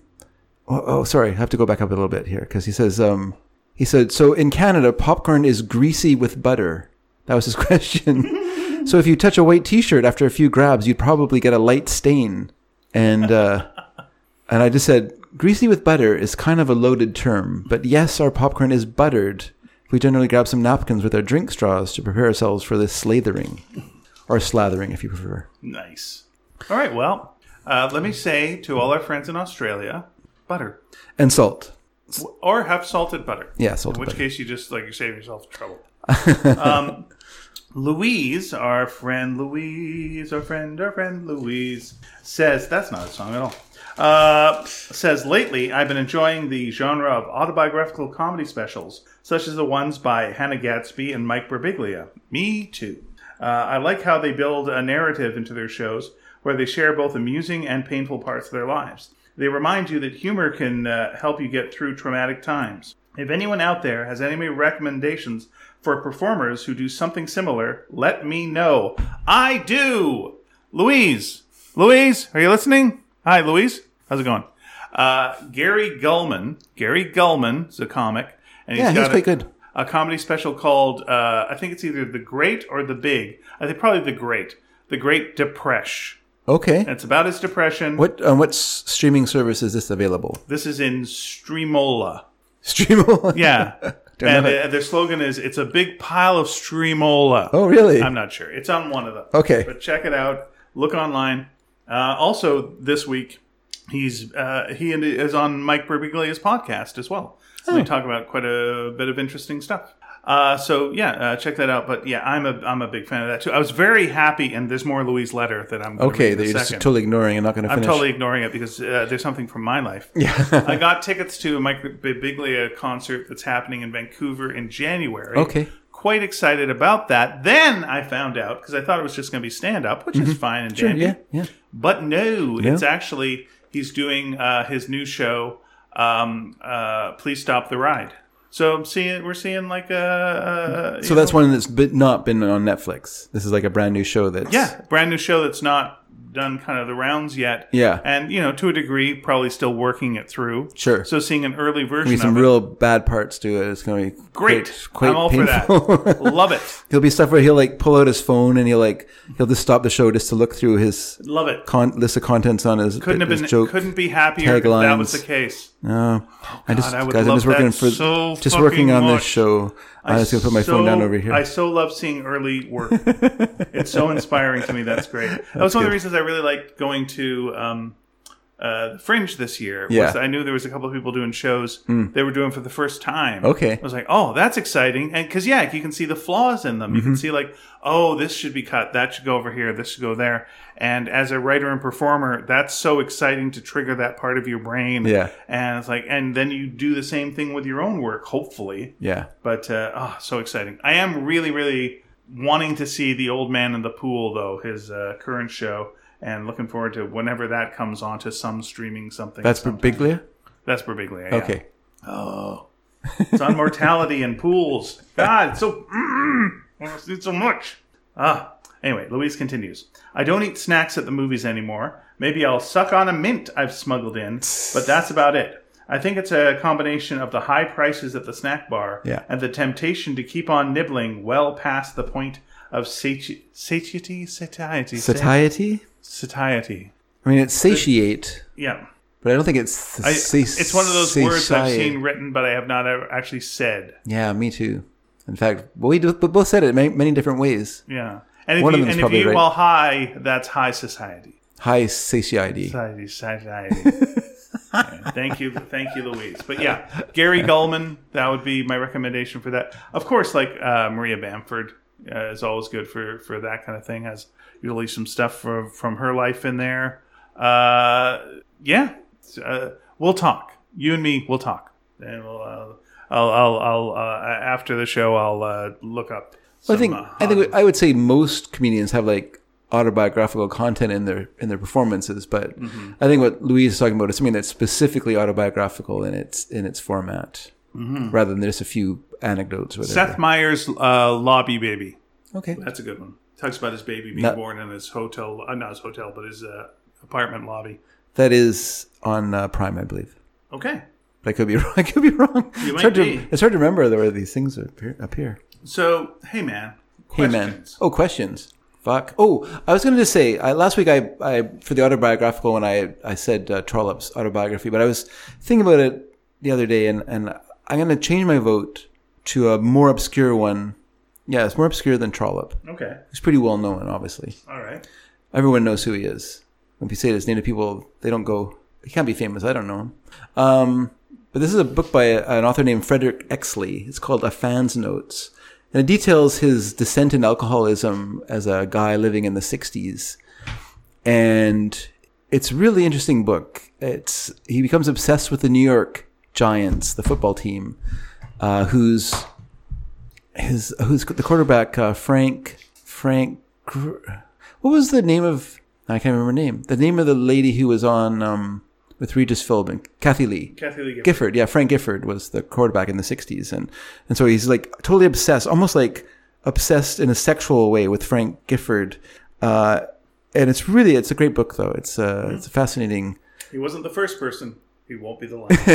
Speaker 2: oh, oh, sorry, I have to go back up a little bit here because he says um, he said so in Canada popcorn is greasy with butter. That was his question." So if you touch a white T-shirt after a few grabs, you'd probably get a light stain. And uh, and I just said, greasy with butter is kind of a loaded term, but yes, our popcorn is buttered. We generally grab some napkins with our drink straws to prepare ourselves for this slathering, or slathering if you prefer.
Speaker 1: Nice. All right. Well, uh, let me say to all our friends in Australia, butter
Speaker 2: And salt.
Speaker 1: or have salted butter.
Speaker 2: Yeah, salted
Speaker 1: In which
Speaker 2: butter.
Speaker 1: case, you just like you're saving yourself trouble. Um, Louise, our friend Louise, our friend, our friend Louise says that's not a song at all. Uh, says lately I've been enjoying the genre of autobiographical comedy specials, such as the ones by Hannah Gadsby and Mike Birbiglia. Me too. Uh, I like how they build a narrative into their shows where they share both amusing and painful parts of their lives. They remind you that humor can uh, help you get through traumatic times. If anyone out there has any recommendations for performers who do something similar, let me know. I do! Louise! Louise, are you listening? Hi, Louise. How's it going? Uh, Gary Gulman. Gary Gulman is a comic. And
Speaker 2: Yeah, he's
Speaker 1: got a-
Speaker 2: quite good.
Speaker 1: a comedy special called uh, I think it's either The Great or The Big. I think probably The Great. The Great Depression.
Speaker 2: Okay.
Speaker 1: And it's about his depression.
Speaker 2: What on what s- streaming service is this available?
Speaker 1: This is in Streamola.
Speaker 2: Streamo.
Speaker 1: Yeah.
Speaker 2: Don't
Speaker 1: and
Speaker 2: know
Speaker 1: uh, their slogan is it's a big pile of Streamola.
Speaker 2: Oh, really?
Speaker 1: I'm not sure. It's on one of them.
Speaker 2: Okay.
Speaker 1: But check it out. Look online. Uh, also, this week, he's uh, he and- is on Mike Birbiglia's podcast as well. So
Speaker 2: Oh.
Speaker 1: They talk about quite a bit of interesting stuff. Uh, so yeah, uh, check that out. But yeah, I'm a I'm a big fan of that too. I was very happy, and there's more Louise letter that I'm gonna
Speaker 2: okay,
Speaker 1: read in
Speaker 2: that
Speaker 1: a
Speaker 2: you're just
Speaker 1: second.
Speaker 2: totally ignoring and not going to
Speaker 1: I'm
Speaker 2: finish.
Speaker 1: totally ignoring it because uh, there's something from my life.
Speaker 2: Yeah.
Speaker 1: I got tickets to a Mike Birbiglia concert that's happening in Vancouver in January.
Speaker 2: Okay.
Speaker 1: Quite excited about that. Then I found out because I thought it was just going to be stand up, which is fine and dandy.
Speaker 2: Mm-hmm. yeah, yeah.
Speaker 1: But no, it's actually he's doing uh, his new show. Um, uh, Please stop the ride. So I'm seeing we're seeing like a, a
Speaker 2: Mm-hmm. So that's one that's been, not been on Netflix. This is like a brand new show that's
Speaker 1: yeah brand new show that's not done kind of the rounds yet.
Speaker 2: Yeah.
Speaker 1: and you know to a degree probably still working it through.
Speaker 2: Sure.
Speaker 1: So seeing an early version
Speaker 2: There'll be some
Speaker 1: of it.
Speaker 2: real bad parts to it. It's going to be
Speaker 1: Great.
Speaker 2: Quite,
Speaker 1: I'm all
Speaker 2: painful.
Speaker 1: for that. Love it.
Speaker 2: There'll be stuff where he'll like pull out his phone and he'll like he'll just stop the show just to look through his
Speaker 1: Love it.
Speaker 2: con- list of contents on his
Speaker 1: Couldn't have
Speaker 2: his
Speaker 1: been
Speaker 2: joke.
Speaker 1: couldn't be happier if that
Speaker 2: taglines.
Speaker 1: was the case.
Speaker 2: No, I just
Speaker 1: I would
Speaker 2: guys, I'm
Speaker 1: love
Speaker 2: just working
Speaker 1: that
Speaker 2: for
Speaker 1: so
Speaker 2: just working
Speaker 1: fucking
Speaker 2: on
Speaker 1: much.
Speaker 2: this show. I'm just gonna put my phone
Speaker 1: so-
Speaker 2: down over here.
Speaker 1: I so love seeing early work. it's so inspiring to me. That's great. that was one of the reasons I really liked going to um, uh, Fringe this year. was
Speaker 2: Yeah. Hmm.
Speaker 1: that I knew there was a couple of people doing shows they were doing for the first time.
Speaker 2: Okay.
Speaker 1: I was like, oh, that's exciting, and because yeah, you can see the flaws in them. You
Speaker 2: Mm-hmm.
Speaker 1: can see like, oh, this should be cut. That should go over here. This should go there. And as a writer and performer, that's so exciting to trigger that part of your brain.
Speaker 2: Yeah.
Speaker 1: And it's like, and then you do the same thing with your own work, hopefully.
Speaker 2: yeah,
Speaker 1: But uh, oh, so exciting! I am really, really wanting to see the old man in the pool, though his uh, current show, and looking forward to whenever that comes onto some streaming something.
Speaker 2: that's
Speaker 1: sometime.
Speaker 2: Birbiglia.
Speaker 1: That's Birbiglia. yeah.
Speaker 2: Okay,
Speaker 1: it's on mortality and pools. God, it's so mm, I wanna see it so much. Ah. Anyway, Louise continues. I don't eat snacks at the movies anymore. Maybe I'll suck on a mint I've smuggled in, but that's about it. I think it's a combination of the high prices at the snack bar
Speaker 2: Yeah.
Speaker 1: and the temptation to keep on nibbling well past the point of sati- satiety, satiety, sa-
Speaker 2: satiety.
Speaker 1: satiety.
Speaker 2: I mean, it's satiate,
Speaker 1: Yeah,
Speaker 2: but I don't think it's.
Speaker 1: I,
Speaker 2: sa-
Speaker 1: it's one of those words I've
Speaker 2: satiate.
Speaker 1: seen written, but I have not ever actually said.
Speaker 2: Yeah, me too. In fact, well, we do- we both said it many, many different ways.
Speaker 1: Yeah. And if
Speaker 2: One of
Speaker 1: you,
Speaker 2: them's
Speaker 1: and if
Speaker 2: probably
Speaker 1: you
Speaker 2: right.
Speaker 1: well high, that's high society.
Speaker 2: High satiety.
Speaker 1: Society, society. Yeah. thank you, thank you, Louise. But yeah, Gary Gulman, that would be my recommendation for that. Of course, like uh, Maria Bamford uh, is always good for for that kind of thing. Has usually some stuff from from her life in there. Uh, yeah, uh, we'll talk. You and me, we'll talk, and we'll. Uh, I'll, I'll, I'll uh, after the show, I'll uh, look up.
Speaker 2: I
Speaker 1: some,
Speaker 2: think
Speaker 1: uh,
Speaker 2: I think I would say most comedians have like autobiographical content in their in their performances, but
Speaker 1: Mm-hmm.
Speaker 2: I think what Louise is talking about is something that's specifically autobiographical in its in its format, rather than just a few anecdotes. or Whatever.
Speaker 1: Mm-hmm. Seth Meyers' uh, Lobby Baby.
Speaker 2: okay.
Speaker 1: That's a good one. Talks about his baby being
Speaker 2: That-
Speaker 1: born in his hotel, uh, not his hotel, but his uh, apartment lobby.
Speaker 2: That is on uh, Prime, I believe.
Speaker 1: Okay.
Speaker 2: But I could be wrong. I could be wrong. You
Speaker 1: might
Speaker 2: it's, hard
Speaker 1: be.
Speaker 2: To, it's hard to remember where these things appear. appear.
Speaker 1: So, hey, man.
Speaker 2: Hey man. Oh, questions. Fuck. Oh, I was going to just say I, last week I, I for the autobiographical one I I said uh, Trollope's autobiography, but I was thinking about it the other day, and and I'm going to change my vote to a more obscure one. Yeah, it's more obscure than Trollope.
Speaker 1: Okay.
Speaker 2: He's pretty well known, obviously.
Speaker 1: All right.
Speaker 2: Everyone knows who he is. When you say his name to people, they don't go. He can't be famous. I don't know him. Um, but this is a book by a, an author named Frederick Exley. It's called A Fan's Notes, And it details his descent in alcoholism as a guy living in the 60s. And it's a really interesting book. It's he becomes obsessed with the New York Giants, the football team, uh, who's his who's the quarterback uh, Frank Frank. Gr- What was the name of I can't remember her name. The name of the lady who was on um, with Regis Philbin, Kathy Lee.
Speaker 1: Kathy Lee Gifford.
Speaker 2: Gifford, yeah, Frank Gifford was the quarterback in the '60s, and and so he's like totally obsessed, almost like obsessed in a sexual way with Frank Gifford. Uh, and it's really it's a great book though. It's uh, it's a fascinating
Speaker 1: He wasn't the first person. He won't be the last.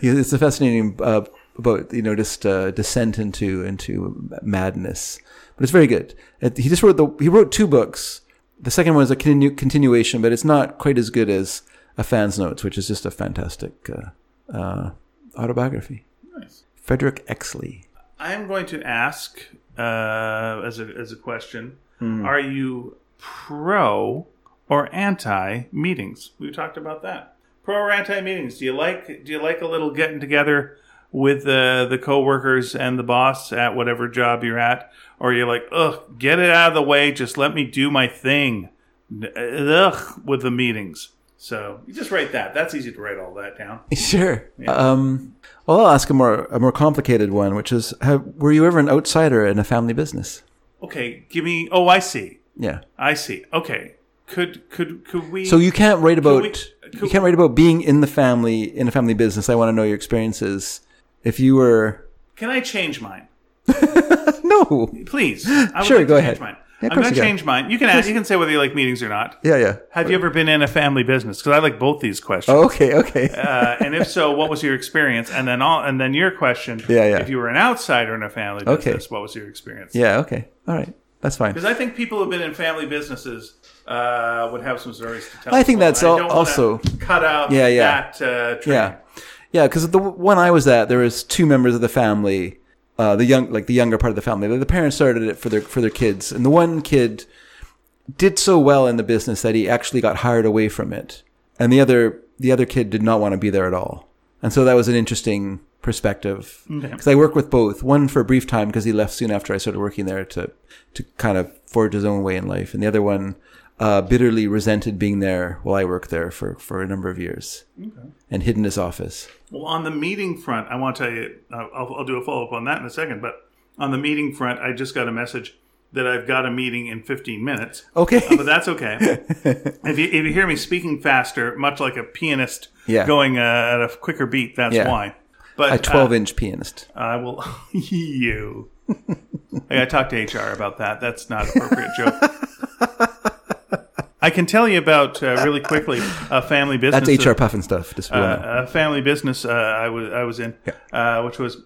Speaker 2: it's a fascinating uh, about you know just uh, descent into into madness, but it's very good. Uh, He just wrote the he wrote two books. The second one is a continu- continuation, but it's not quite as good as a fan's notes, which is just a fantastic uh, uh, autobiography.
Speaker 1: Nice.
Speaker 2: Frederick Exley.
Speaker 1: I'm going to ask uh, as a as a question: Are you pro or anti meetings? We talked about that. Pro or anti meetings? Do you like do you like a little getting together with uh, the coworkers and the boss at whatever job you're at, or you're like, ugh, get it out of the way, just let me do my thing. N- uh, Ugh, with the meetings. So you just write that. That's easy to write all that down.
Speaker 2: Sure. Um, well, I'll ask a more a more complicated one, which is: have, Were you ever an outsider in a family business?
Speaker 1: Okay, give me. Oh, I see.
Speaker 2: Yeah.
Speaker 1: I see. Okay. Could could could we?
Speaker 2: So you can't write about
Speaker 1: we-
Speaker 2: you can't write about being in the family in a family business. I want to know your experiences. If you were
Speaker 1: Can I change mine?
Speaker 2: no,
Speaker 1: Please. I would
Speaker 2: Sure,
Speaker 1: like to
Speaker 2: go
Speaker 1: change
Speaker 2: ahead.
Speaker 1: Mine.
Speaker 2: Yeah, of
Speaker 1: I'm going
Speaker 2: course you
Speaker 1: to
Speaker 2: can.
Speaker 1: change mine. You can ask, you can say whether you like meetings or not.
Speaker 2: yeah, yeah.
Speaker 1: Have you ever been in a family business? Because I like both these questions.
Speaker 2: Okay, okay.
Speaker 1: Uh, and if so, what was your experience? And then all, and then your question.
Speaker 2: Yeah, yeah.
Speaker 1: If you were an outsider in a family
Speaker 2: Okay.
Speaker 1: business, what was your experience?
Speaker 2: yeah, okay. All right, that's fine.
Speaker 1: Because I think people who've been in family businesses uh, would have some stories to tell.
Speaker 2: I think
Speaker 1: as well.
Speaker 2: that's
Speaker 1: And I
Speaker 2: al-
Speaker 1: don't wanna
Speaker 2: also-
Speaker 1: cut out.
Speaker 2: Yeah, yeah.
Speaker 1: That, uh, train.
Speaker 2: Yeah, yeah. Because the one I was at, there was two members of the family, uh, the young, like the younger part of the family. The parents started it for their for their kids, and the one kid did so well in the business that he actually got hired away from it, and the other the other kid did not want to be there at all. And so that was an interesting perspective because I work with both. One for a brief time because he left soon after I started working there to to kind of forge his own way in life, and the other one uh, bitterly resented being there while I worked there for for a number of years and hid in his office.
Speaker 1: Well, on the meeting front, I want to tell you, uh, I'll, I'll do a follow up on that in a second. But on the meeting front, I just got a message that I've got a meeting in 15 minutes.
Speaker 2: Okay.
Speaker 1: But that's okay. if, you, if you hear me speaking faster, much like a pianist
Speaker 2: Yeah.
Speaker 1: going uh, at a quicker beat, that's
Speaker 2: Yeah.
Speaker 1: why. But
Speaker 2: a
Speaker 1: uh,
Speaker 2: 12 inch pianist.
Speaker 1: I will you. I gotta talk to HR about that. That's not appropriate joke. I can tell you about uh, really quickly a family business.
Speaker 2: That's HR Puffin stuff. Just
Speaker 1: uh,
Speaker 2: wanna-
Speaker 1: a family business uh, I was I was in, uh, which was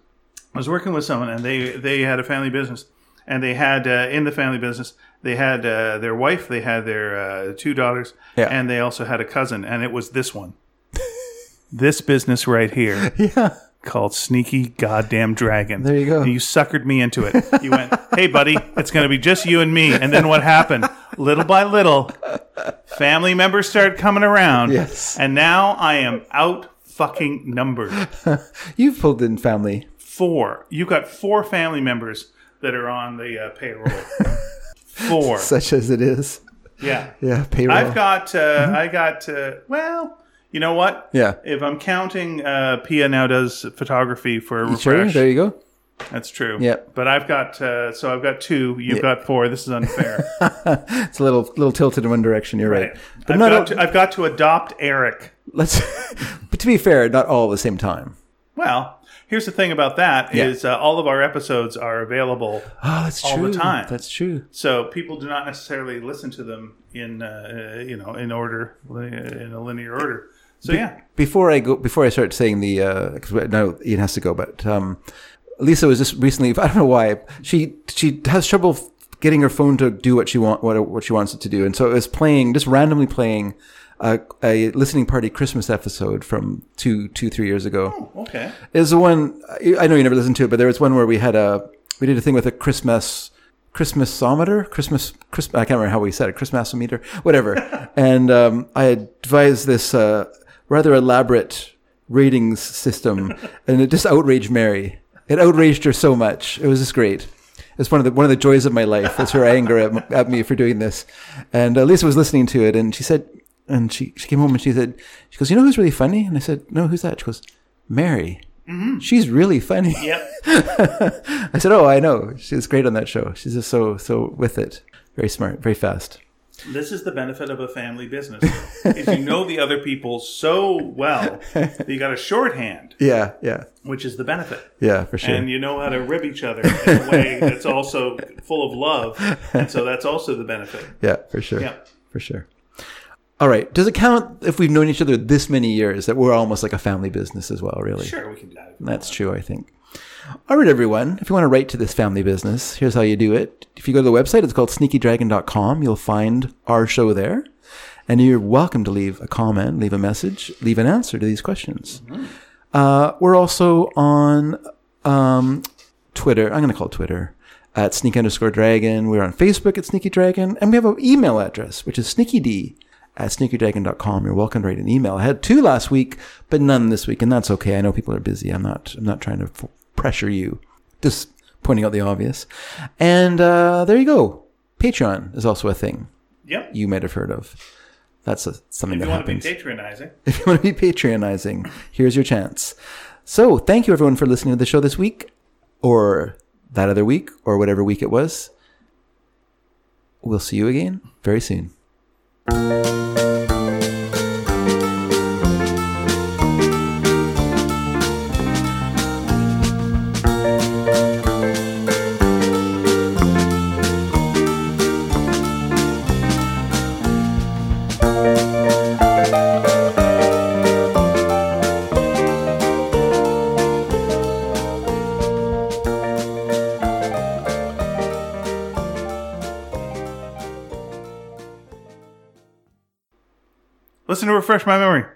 Speaker 1: I was working with someone, and they they had a family business, and they had uh, in the family business they had uh, their wife, they had their uh, two daughters,
Speaker 2: Yeah.
Speaker 1: and they also had a cousin, and it was this one, this business right here.
Speaker 2: yeah.
Speaker 1: Called Sneaky Goddamn Dragon.
Speaker 2: There you go.
Speaker 1: And you suckered me into it. You went, hey, buddy, it's going to be just you and me. And then what happened? Little by little, family members started coming around.
Speaker 2: Yes.
Speaker 1: And now I am out fucking numbered.
Speaker 2: You've pulled in family.
Speaker 1: Four. You got four family members that are on the uh, payroll. Four.
Speaker 2: Such as it is.
Speaker 1: Yeah.
Speaker 2: Yeah, payroll.
Speaker 1: I've got, uh, I got, uh, well, you know what?
Speaker 2: yeah.
Speaker 1: If I'm counting, uh, Pia now does photography for Refresh.
Speaker 2: Sure, there you go.
Speaker 1: That's true.
Speaker 2: Yep.
Speaker 1: But I've got uh, so I've got two. You've got four. This is unfair.
Speaker 2: It's a little little tilted in one direction. You're right. But
Speaker 1: I've,
Speaker 2: not all,
Speaker 1: got to, I've got to adopt Eric.
Speaker 2: let's. but to be fair, not all at the same time.
Speaker 1: Well, here's the thing about that is
Speaker 2: Yeah.
Speaker 1: uh, all of our episodes are available,
Speaker 2: Oh, that's
Speaker 1: All
Speaker 2: true.
Speaker 1: the time.
Speaker 2: That's true.
Speaker 1: so people do not necessarily listen to them in uh, uh, you know in order in a linear order. So yeah,
Speaker 2: Before I go, before I start saying the, because now Ian has to go, but um, Lisa was just recently. I don't know why she she has trouble getting her phone to do what she want what what she wants it to do, and so it was playing just randomly playing a, a listening party Christmas episode from two two three years ago.
Speaker 1: okay.
Speaker 2: There's the one I know you never listened to it, but there was one where we had a we did a thing with a Christmas Christmasometer, Christmas Christmas. I can't remember how we said it, Christmasometer, whatever. and um, I had devised this uh, rather elaborate ratings system, and it just outraged Mary. It outraged her so much. It was just great. It's one of the one of the joys of my life. It's her anger at, at me for doing this. And uh, Lisa was listening to it, and she said, and she she came home and she said, she goes, you know who's really funny? And I said, no, who's that? She goes, Mary. She's really funny.
Speaker 1: Yep.
Speaker 2: I said, oh, I know. She's great on that show. She's just so so with it. Very smart. Very fast.
Speaker 1: This is the benefit of a family business. is you know the other people so well that you got a shorthand,
Speaker 2: Yeah. Yeah.
Speaker 1: which is the benefit.
Speaker 2: Yeah. For sure.
Speaker 1: And you know how to rib each other in a way that's also full of love. And so that's also the benefit.
Speaker 2: Yeah, for sure.
Speaker 1: Yeah.
Speaker 2: For sure. All right. Does it count if we've known each other this many years that we're almost like a family business as well, really?
Speaker 1: Sure, we can do that.
Speaker 2: That's true, I think. All right, everyone. If you want to write to this family business, here's how you do it. If you go to the website, it's called sneakydragon.com. You'll find our show there. And you're welcome to leave a comment, leave a message, leave an answer to these questions. Uh, we're also on um, Twitter. I'm going to call it Twitter at sneak underscore dragon. We're on Facebook at sneaky dragon. And we have an email address, which is sneakyd at sneakydragon.com. You're welcome to write an email. I had two last week, but none this week. And that's okay. I know people are busy. I'm not, I'm not trying to f- pressure you. Just pointing out the obvious. And uh, there you go. Patreon is also a thing
Speaker 1: Yep.
Speaker 2: you might have heard of. That's a, something
Speaker 1: If you
Speaker 2: that
Speaker 1: want to be
Speaker 2: happens
Speaker 1: patronizing,
Speaker 2: if you want to be patronizing, here's your chance. So, thank you everyone for listening to the show this week, or that other week, or whatever week it was. We'll see you again very soon.
Speaker 1: listen to Refresh My Memory.